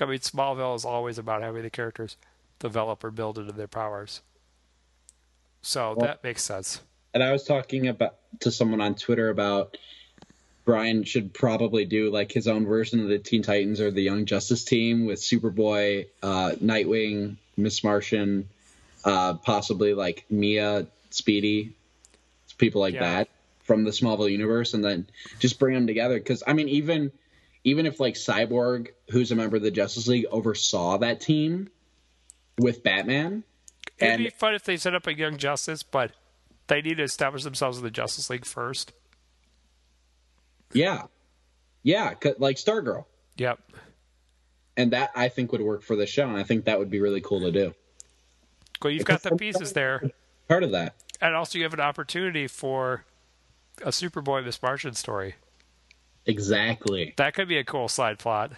[SPEAKER 10] I mean, Smallville is always about having the characters develop or build into their powers, so that makes sense.
[SPEAKER 2] and I was talking about to someone on Twitter about Brian should probably do like his own version of the Teen Titans or the Young Justice team with Superboy, uh, Nightwing, Miss Martian, uh, possibly like Mia, Speedy, people like
[SPEAKER 10] Yeah.
[SPEAKER 2] that from the Smallville universe, and then just bring them together. Because I mean, even even if like Cyborg, who's a member of the Justice League, oversaw that team with Batman,
[SPEAKER 10] It'd
[SPEAKER 2] and
[SPEAKER 10] be fun if they set up a Young Justice, but they need to establish themselves in the Justice League first.
[SPEAKER 2] yeah, yeah, 'cause- like Stargirl.
[SPEAKER 10] Yep.
[SPEAKER 2] and that I think would work for the show, and I think that would be really cool to do.
[SPEAKER 10] Well, you've got the pieces there,
[SPEAKER 2] Part of that,
[SPEAKER 10] and also you have an opportunity for a Superboy Miss Martian story.
[SPEAKER 2] exactly.
[SPEAKER 10] That could be a cool side plot.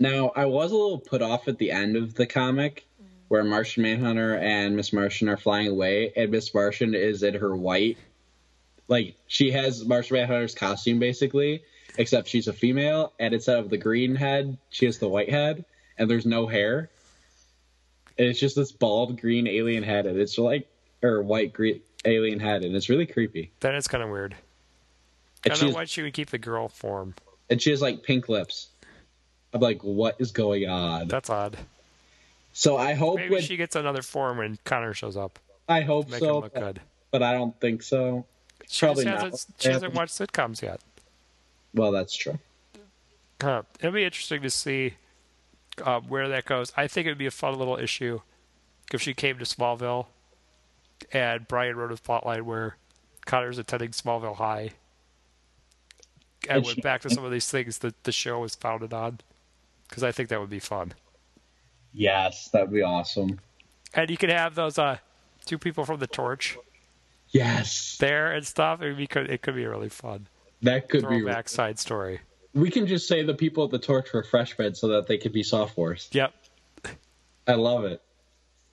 [SPEAKER 2] Now, I was a little put off at the end of the comic where Martian Manhunter and Miss Martian are flying away, and Miss Martian is in her white, like she has Martian Manhunter's costume basically, except she's a female, and instead of the green head, she has the white head, and there's no hair. And it's just this bald green alien head, and it's like, or white green alien head, and it's really creepy.
[SPEAKER 10] That is kind of weird. I
[SPEAKER 2] And
[SPEAKER 10] don't know
[SPEAKER 2] she's-
[SPEAKER 10] why she would keep the girl form.
[SPEAKER 2] and she has like pink lips. I'm like, what is going on?
[SPEAKER 10] That's odd.
[SPEAKER 2] So I hope
[SPEAKER 10] Maybe
[SPEAKER 2] when,
[SPEAKER 10] she gets another form when Connor shows up.
[SPEAKER 2] I hope
[SPEAKER 10] Make
[SPEAKER 2] so,
[SPEAKER 10] him look good.
[SPEAKER 2] but I don't think so.
[SPEAKER 10] She
[SPEAKER 2] Probably
[SPEAKER 10] just
[SPEAKER 2] not.
[SPEAKER 10] hasn't, she hasn't watched sitcoms yet.
[SPEAKER 2] Well, that's true.
[SPEAKER 10] Huh. It'll be interesting to see um, where that goes. I think it would be a fun little issue if she came to Smallville and Brian wrote a plotline where Connor's attending Smallville High and
[SPEAKER 2] And
[SPEAKER 10] went
[SPEAKER 2] she-
[SPEAKER 10] back to some of these things that the show was founded on. Because I think that would be fun.
[SPEAKER 2] Yes, that would be awesome.
[SPEAKER 10] And you could have those uh, two people from The Torch
[SPEAKER 2] Yes,
[SPEAKER 10] there and stuff. It, would be, could- it could be really fun.
[SPEAKER 2] that could be.
[SPEAKER 10] Throwback side story.
[SPEAKER 2] We can just say the people at the torch were freshmen so that they could be sophomores.
[SPEAKER 10] Yep.
[SPEAKER 2] I love it.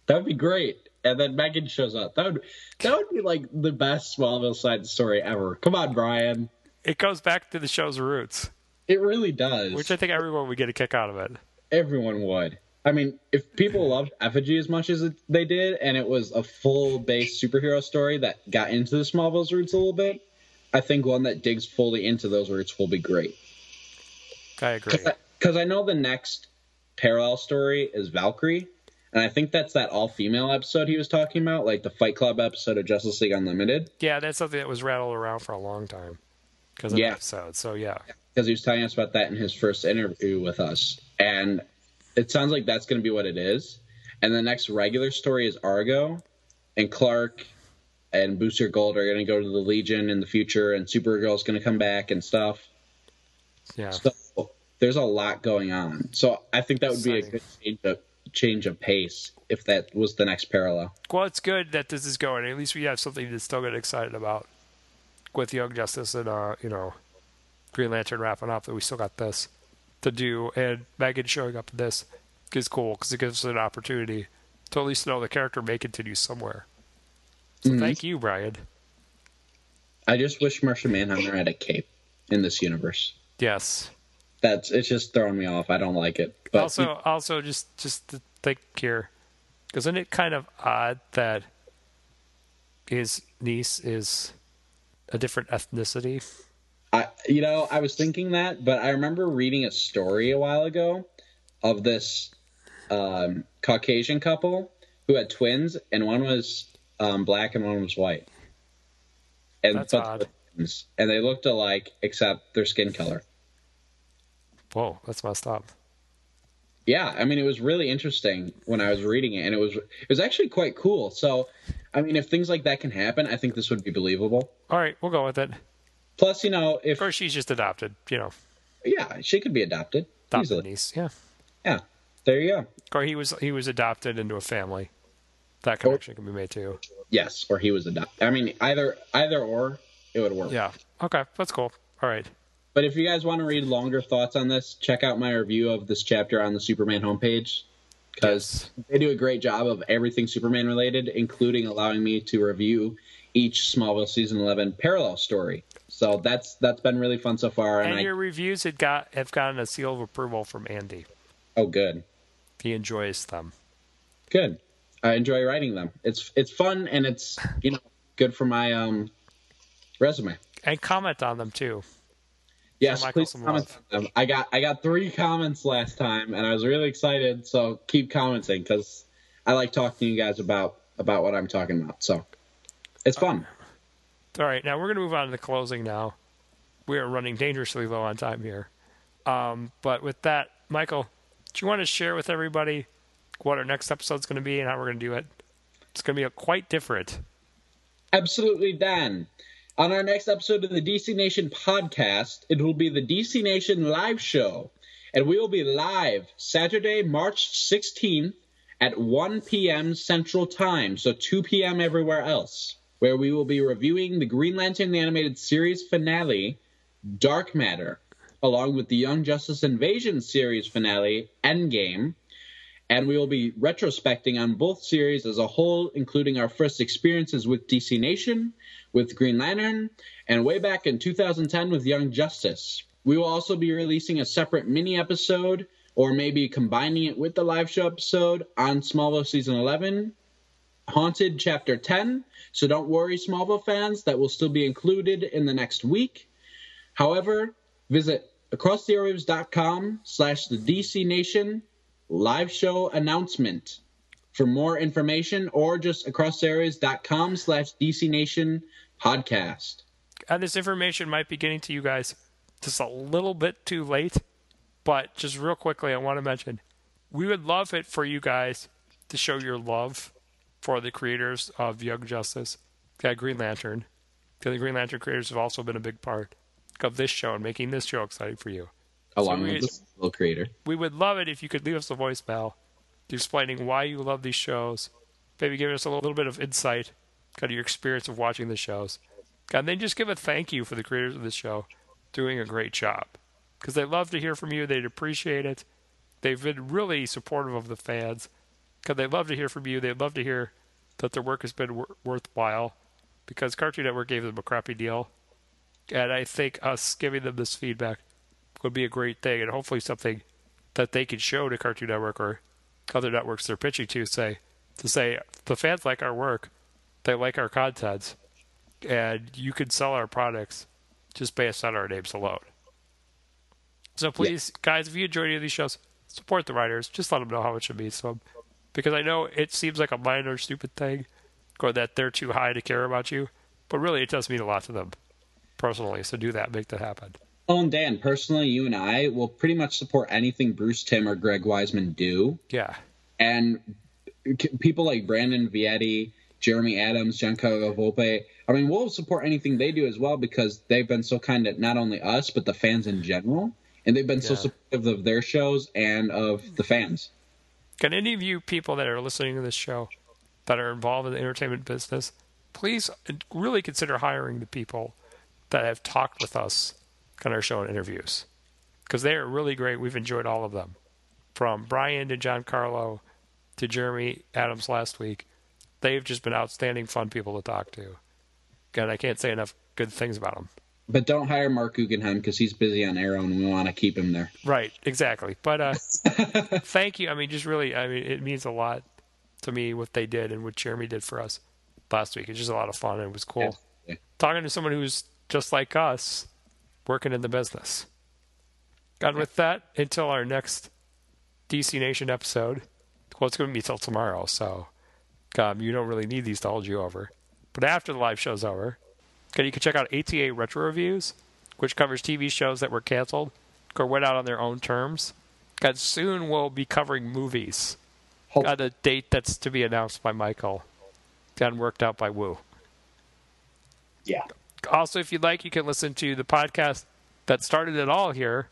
[SPEAKER 2] That would be great. And then Megan shows up. That would that would be like the best Smallville side story ever. Come on, Brian.
[SPEAKER 10] It goes back to the show's roots.
[SPEAKER 2] It really does.
[SPEAKER 10] Which I think everyone would get a kick out of it.
[SPEAKER 2] everyone would. I mean, if people loved Effigy as much as it- they did, and it was a full base superhero story that got into the Smallville's roots a little bit, I think one that digs fully into those roots will be great.
[SPEAKER 10] I agree.
[SPEAKER 2] Because I know the next parallel story is Valkyrie, And I think that's that all female episode he was talking about, like the Fight Club episode of Justice League Unlimited.
[SPEAKER 10] Yeah, that's something that was rattled around for a long time because of
[SPEAKER 2] Yeah.
[SPEAKER 10] the episode. So yeah,
[SPEAKER 2] Because he was telling us about that in his first interview with us. And it sounds like that's going to be what it is. And the next regular story is Argo, and Clark and Booster Gold are going to go to the Legion in the future, and Supergirl's going to come back and stuff.
[SPEAKER 10] yeah.
[SPEAKER 2] So there's a lot going on. So I think that would be a good change of, change of pace if that was the next parallel.
[SPEAKER 10] Well, it's good that this is going. At least we have something to still get excited about with Young Justice and uh, you know, Green Lantern wrapping up. That we still got this to do, and Megan showing up in this is cool because it gives us an opportunity to at least know the character may continue somewhere. So
[SPEAKER 2] Mhm.
[SPEAKER 10] thank you, Brian.
[SPEAKER 2] I just wish Martian Manhunter had a cape in this universe.
[SPEAKER 10] Yes.
[SPEAKER 2] That's it's just throwing me off. I don't like it. But
[SPEAKER 10] also, also just just to think here, isn't it kind of odd that his niece is a different ethnicity?
[SPEAKER 2] I, you know, I was thinking that, but I remember reading a story a while ago of this um, Caucasian couple who had twins, and one was um, black and one was white. And
[SPEAKER 10] That's
[SPEAKER 2] but they
[SPEAKER 10] odd.
[SPEAKER 2] were twins, and they looked alike except their skin color.
[SPEAKER 10] Whoa, that's messed up.
[SPEAKER 2] Yeah, I mean, it was really interesting when I was reading it, and it was it was actually quite cool. So, I mean, if things like that can happen, I think this would be believable.
[SPEAKER 10] All right, we'll go with it.
[SPEAKER 2] Plus, you know, if
[SPEAKER 10] Or she's just adopted, you know,
[SPEAKER 2] yeah, she could be adopted,
[SPEAKER 10] adopted
[SPEAKER 2] easily.
[SPEAKER 10] niece. Yeah.
[SPEAKER 2] Yeah, there you go.
[SPEAKER 10] Or he was he was adopted into a family.
[SPEAKER 2] Oh.
[SPEAKER 10] That connection can be made too.
[SPEAKER 2] Yes, or he was adopted. I mean, either either or, it would work.
[SPEAKER 10] Yeah. Okay, that's cool. All right.
[SPEAKER 2] But if you guys want to read longer thoughts on this, check out my review of this chapter on the Superman homepage because they do a great job of everything Superman related, including allowing me to review each Smallville season eleven parallel story. So that's that's been really fun so far, and,
[SPEAKER 10] And
[SPEAKER 2] I
[SPEAKER 10] your reviews had got have gotten a seal of approval from Andy.
[SPEAKER 2] oh good,
[SPEAKER 10] He enjoys them.
[SPEAKER 2] good. I enjoy writing them. It's it's fun and it's you know good for my um resume.
[SPEAKER 10] And comment on them too.
[SPEAKER 2] Yes,
[SPEAKER 10] Michael
[SPEAKER 2] please
[SPEAKER 10] some
[SPEAKER 2] comment on them. I got I got three comments last time, and I was really excited. So keep commenting because I like talking to you guys about about what I'm talking about. So it's fun.
[SPEAKER 10] All right, now we're going to move on to the closing now. We are running dangerously low on time here. Um, but with that, Michael, do you want to share with everybody what our next episode's going to be and how we're going to do it? It's going to be a quite different.
[SPEAKER 2] Absolutely, Dan. On our next episode of the DC Nation podcast, it will be the DC Nation live show. And we will be live Saturday, March 16th at 1 p.m. Central Time, so 2 p.m. everywhere else, where we will be reviewing the Green Lantern the Animated Series finale, Dark Matter, along with the Young Justice Invasion series finale, Endgame, and we will be retrospecting on both series as a whole, including our first experiences with DC Nation, with Green Lantern, and way back in 2010 with Young Justice. We will also be releasing a separate mini episode, or maybe combining it with the live show episode on Smallville Season 11, Haunted Chapter 10. So don't worry, Smallville fans, that will still be included in the next week. However, visit acrosstheairwaves.com slash the DC Nation live show announcement for more information or just acrosstheairwaves.com slash DC Nation podcast.
[SPEAKER 10] And uh, this information might be getting to you guys just a little bit too late. But just real quickly, I want to mention we would love it for you guys to show your love for the creators of Young Justice, yeah, Green Lantern. The other Green Lantern creators have also been a big part of this show and making this show exciting for you.
[SPEAKER 2] Along
[SPEAKER 10] So we-
[SPEAKER 2] with this Oh, little creator.
[SPEAKER 10] We would love it if you could leave us a voicemail explaining why you love these shows, maybe give us a little bit of insight, kind of your experience of watching the shows, and then just give a thank you for the creators of the show doing a great job because they love to hear from you. They'd appreciate it. They've been really supportive of the fans because they love to hear from you. They love to hear that their work has been wor- worthwhile because Cartoon Network gave them a crappy deal. And I think us giving them this feedback would be a great thing and hopefully something that they could show to Cartoon Network or other networks they're pitching to say to say the fans like our work, they like our content, and you can sell our products just based on our names alone. So please, guys, if you enjoy any of these shows, support the writers. Just let them know how much it means to them. Because I know it seems like a minor, stupid thing, or that they're too high to care about you, but really it does mean a lot to them personally. So do that, make that happen.
[SPEAKER 2] Oh, and Dan, personally, you and I will pretty much support anything Bruce Tim or Greg Wiseman do.
[SPEAKER 10] Yeah.
[SPEAKER 2] And people like Brandon Vietti, Jeremy Adams, Giancarlo Volpe, I mean, we'll support anything they do as well because they've been so kind to not only us, but the fans in general. And they've been yeah. so supportive of their shows and of the fans.
[SPEAKER 10] Can any of you people that are listening to this show that are involved in the entertainment business, please uh, really consider hiring the people that have talked with us on our show and interviews because they are really great. We've enjoyed all of them from Brian to John Carlo to Jeremy Adams last week. They've just been outstanding, fun people to talk to. And I can't say enough good things about them.
[SPEAKER 2] But don't hire Mark Guggenheim because he's busy on Arrow and we want to keep him there.
[SPEAKER 10] Right, exactly. But uh, thank you. I mean, just really, I mean, it means a lot to me what they did and what Jeremy did for us last week. It's just a lot of fun and it was cool. Yeah. Talking to someone who's just like us working in the business. And with that, until our next DC Nation episode, well, it's going to be till tomorrow, so um, you don't really need these to hold you over. But after the live show's over, okay, you can check out ATA Retro Reviews, which covers TV shows that were canceled or went out on their own terms. God, soon we'll be covering movies. Hope. Got a date that's to be announced by Michael. Got worked out by Woo.
[SPEAKER 2] Yeah
[SPEAKER 10] also, if you'd like, you can listen to the podcast that started it all here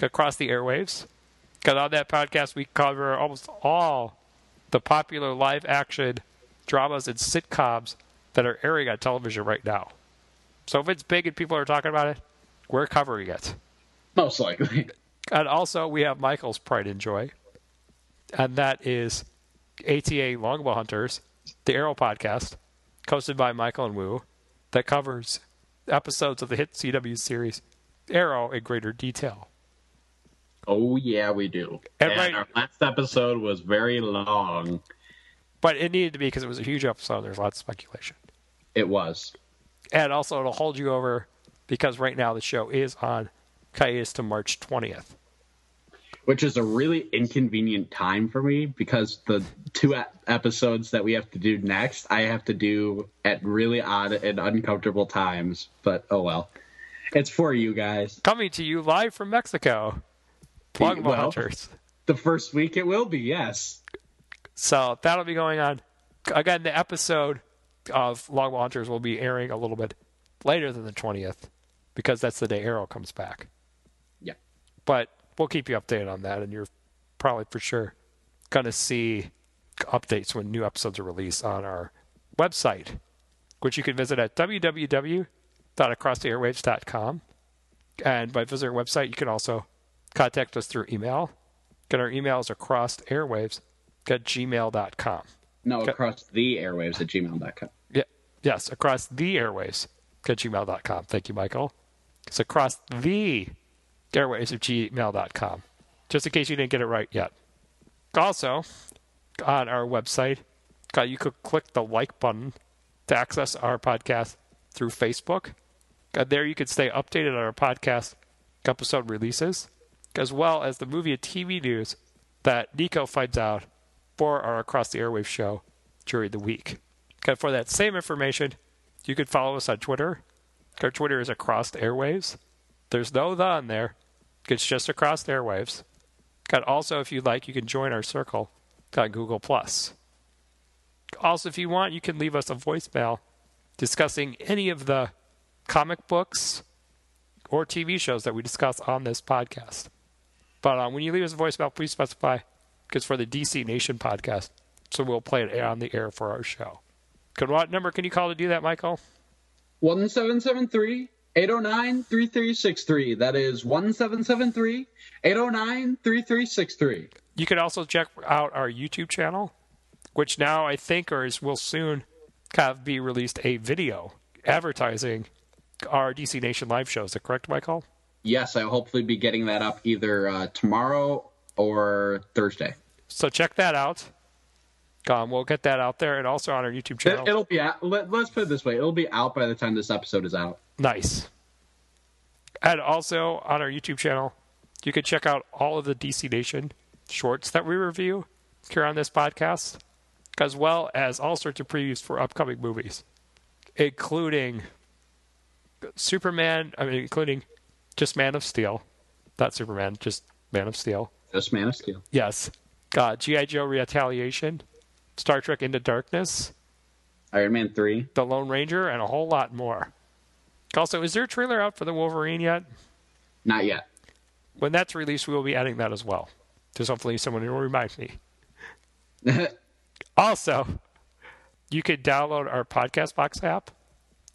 [SPEAKER 10] across the airwaves. Because on that podcast, we cover almost all the popular live action dramas and sitcoms that are airing on television right now. So if it's big and people are talking about it, we're covering it.
[SPEAKER 2] Most likely.
[SPEAKER 10] And also, we have Michael's Pride and Joy, and that is ATA Longbow Hunters, the Arrow podcast, hosted by Michael and Wu, that covers episodes of the hit CW series Arrow in greater detail.
[SPEAKER 2] Oh yeah, we do. And, and right, our last episode was very long,
[SPEAKER 10] but it needed to be because it was a huge episode. There's a lot of speculation.
[SPEAKER 2] It was,
[SPEAKER 10] and also it'll hold you over because right now the show is on hiatus to March 20th,
[SPEAKER 2] which is a really inconvenient time for me because the two e-, episodes that we have to do next, I have to do at really odd and uncomfortable times. But oh well, it's for you guys.
[SPEAKER 10] Coming to you live from Mexico, Plug well, Hunters.
[SPEAKER 2] The first week it will be, yes.
[SPEAKER 10] So that'll be going on. Again, the episode of Longbow Hunters will be airing a little bit later than the 20th because that's the day Arrow comes back.
[SPEAKER 2] Yeah.
[SPEAKER 10] But we'll keep you updated on that, and you're probably for sure going to see updates when new episodes are released on our website, which you can visit at www.acrosstheairwaves.com. And by visiting our website, you can also contact us through email. Get our emails across airwaves at gmail.com.
[SPEAKER 2] No, across Get, the airwaves at gmail.com.
[SPEAKER 10] Yeah, yes, across the airwaves at gmail.com. Thank you, Michael. It's across the airways of gmail.com, just in case you didn't get it right yet. Also, on our website, Uh, you could click the like button to access our podcast through Facebook. Uh, There you can stay updated on our podcast episode releases, as well as the movie and TV news that Nico finds out for our Across the Airwaves show during the week. For that same information, you can follow us on Twitter. Our Twitter is Across the Airwaves. There's no the on there. It's just across the airwaves. And also, if you'd like, you can join our circle on Google Plus. Also, if you want, you can leave us a voicemail discussing any of the comic books or TV shows that we discuss on this podcast. But um, when you leave us a voicemail, please specify because for the DC Nation podcast, so we'll play it on the air for our show. Can what number can you call to do that, Michael?
[SPEAKER 2] One seven seven three. 809-3363. That is 1773-809-3363.
[SPEAKER 10] You can also check out our YouTube channel, which now I think or is will soon have be released a video advertising our DC Nation live shows. Is that correct, Michael?
[SPEAKER 2] Yes, I'll hopefully be getting that up either uh, tomorrow or Thursday.
[SPEAKER 10] So check that out. Um, we'll get that out there and also on our YouTube channel.
[SPEAKER 2] It, will be out. Let, let's put it this way: it'll be out by the time this episode is out.
[SPEAKER 10] Nice. And also on our YouTube channel, you can check out all of the DC Nation shorts that we review, here on this podcast, as well as all sorts of previews for upcoming movies, including Superman, I mean, including just Man of Steel. Not Superman, just Man of Steel.
[SPEAKER 12] Just Man of Steel.
[SPEAKER 10] Yes. Uh, G.I. Joe Retaliation, Star Trek Into Darkness,
[SPEAKER 12] Iron Man 3,
[SPEAKER 10] The Lone Ranger, and a whole lot more. Also, is there a trailer out for The Wolverine yet?
[SPEAKER 12] Not yet.
[SPEAKER 10] When that's released, we will be adding that as well. Just hopefully someone will remind me. also, you could download our Podcast Box app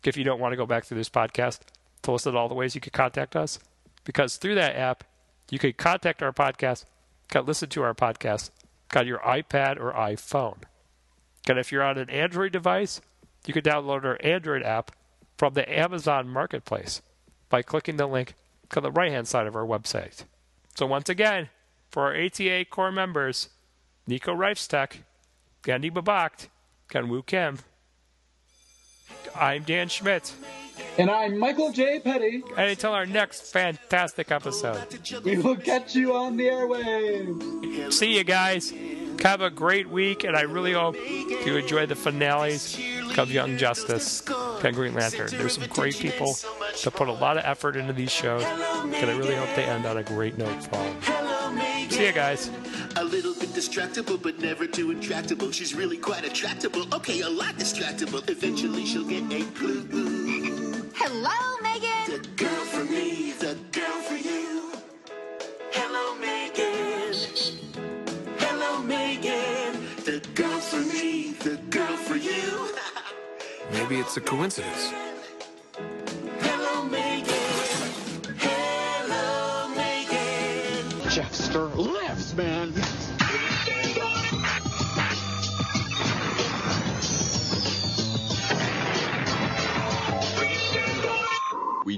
[SPEAKER 10] if you don't want to go back through this podcast to list all the ways you could contact us. Because through that app, you could contact our podcast, could listen to our podcast on your iPad or iPhone. And if you're on an Android device, you can download our Android app from the Amazon Marketplace by clicking the link on the right hand side of our website. So, once again, for our ATA core members, Nico Reifstek, Gandhi Babakht, and Woo Kim, I'm Dan Schmidt.
[SPEAKER 12] And I'm Michael J. Petty.
[SPEAKER 10] And until our next fantastic episode,
[SPEAKER 12] we will catch you on the airwaves.
[SPEAKER 10] See you guys. Have a great week, and I really hope you enjoy the finales of Young Justice and Green Lantern. There's some great people that put a lot of effort into these shows, and I really hope they end on a great note for all. See you guys.
[SPEAKER 4] A little bit distractible, but never too intractable. She's really quite attractable. Okay, a lot distractible. Eventually, she'll get a clue.
[SPEAKER 13] Hello, Megan.
[SPEAKER 4] The girl for me, the girl for you. Hello, Megan. Hello, Megan. The girl for me, the girl for you.
[SPEAKER 14] Maybe it's a coincidence.
[SPEAKER 4] Hello, Megan. Hello, Megan.
[SPEAKER 3] Jeff Stern lives, man.
[SPEAKER 15] We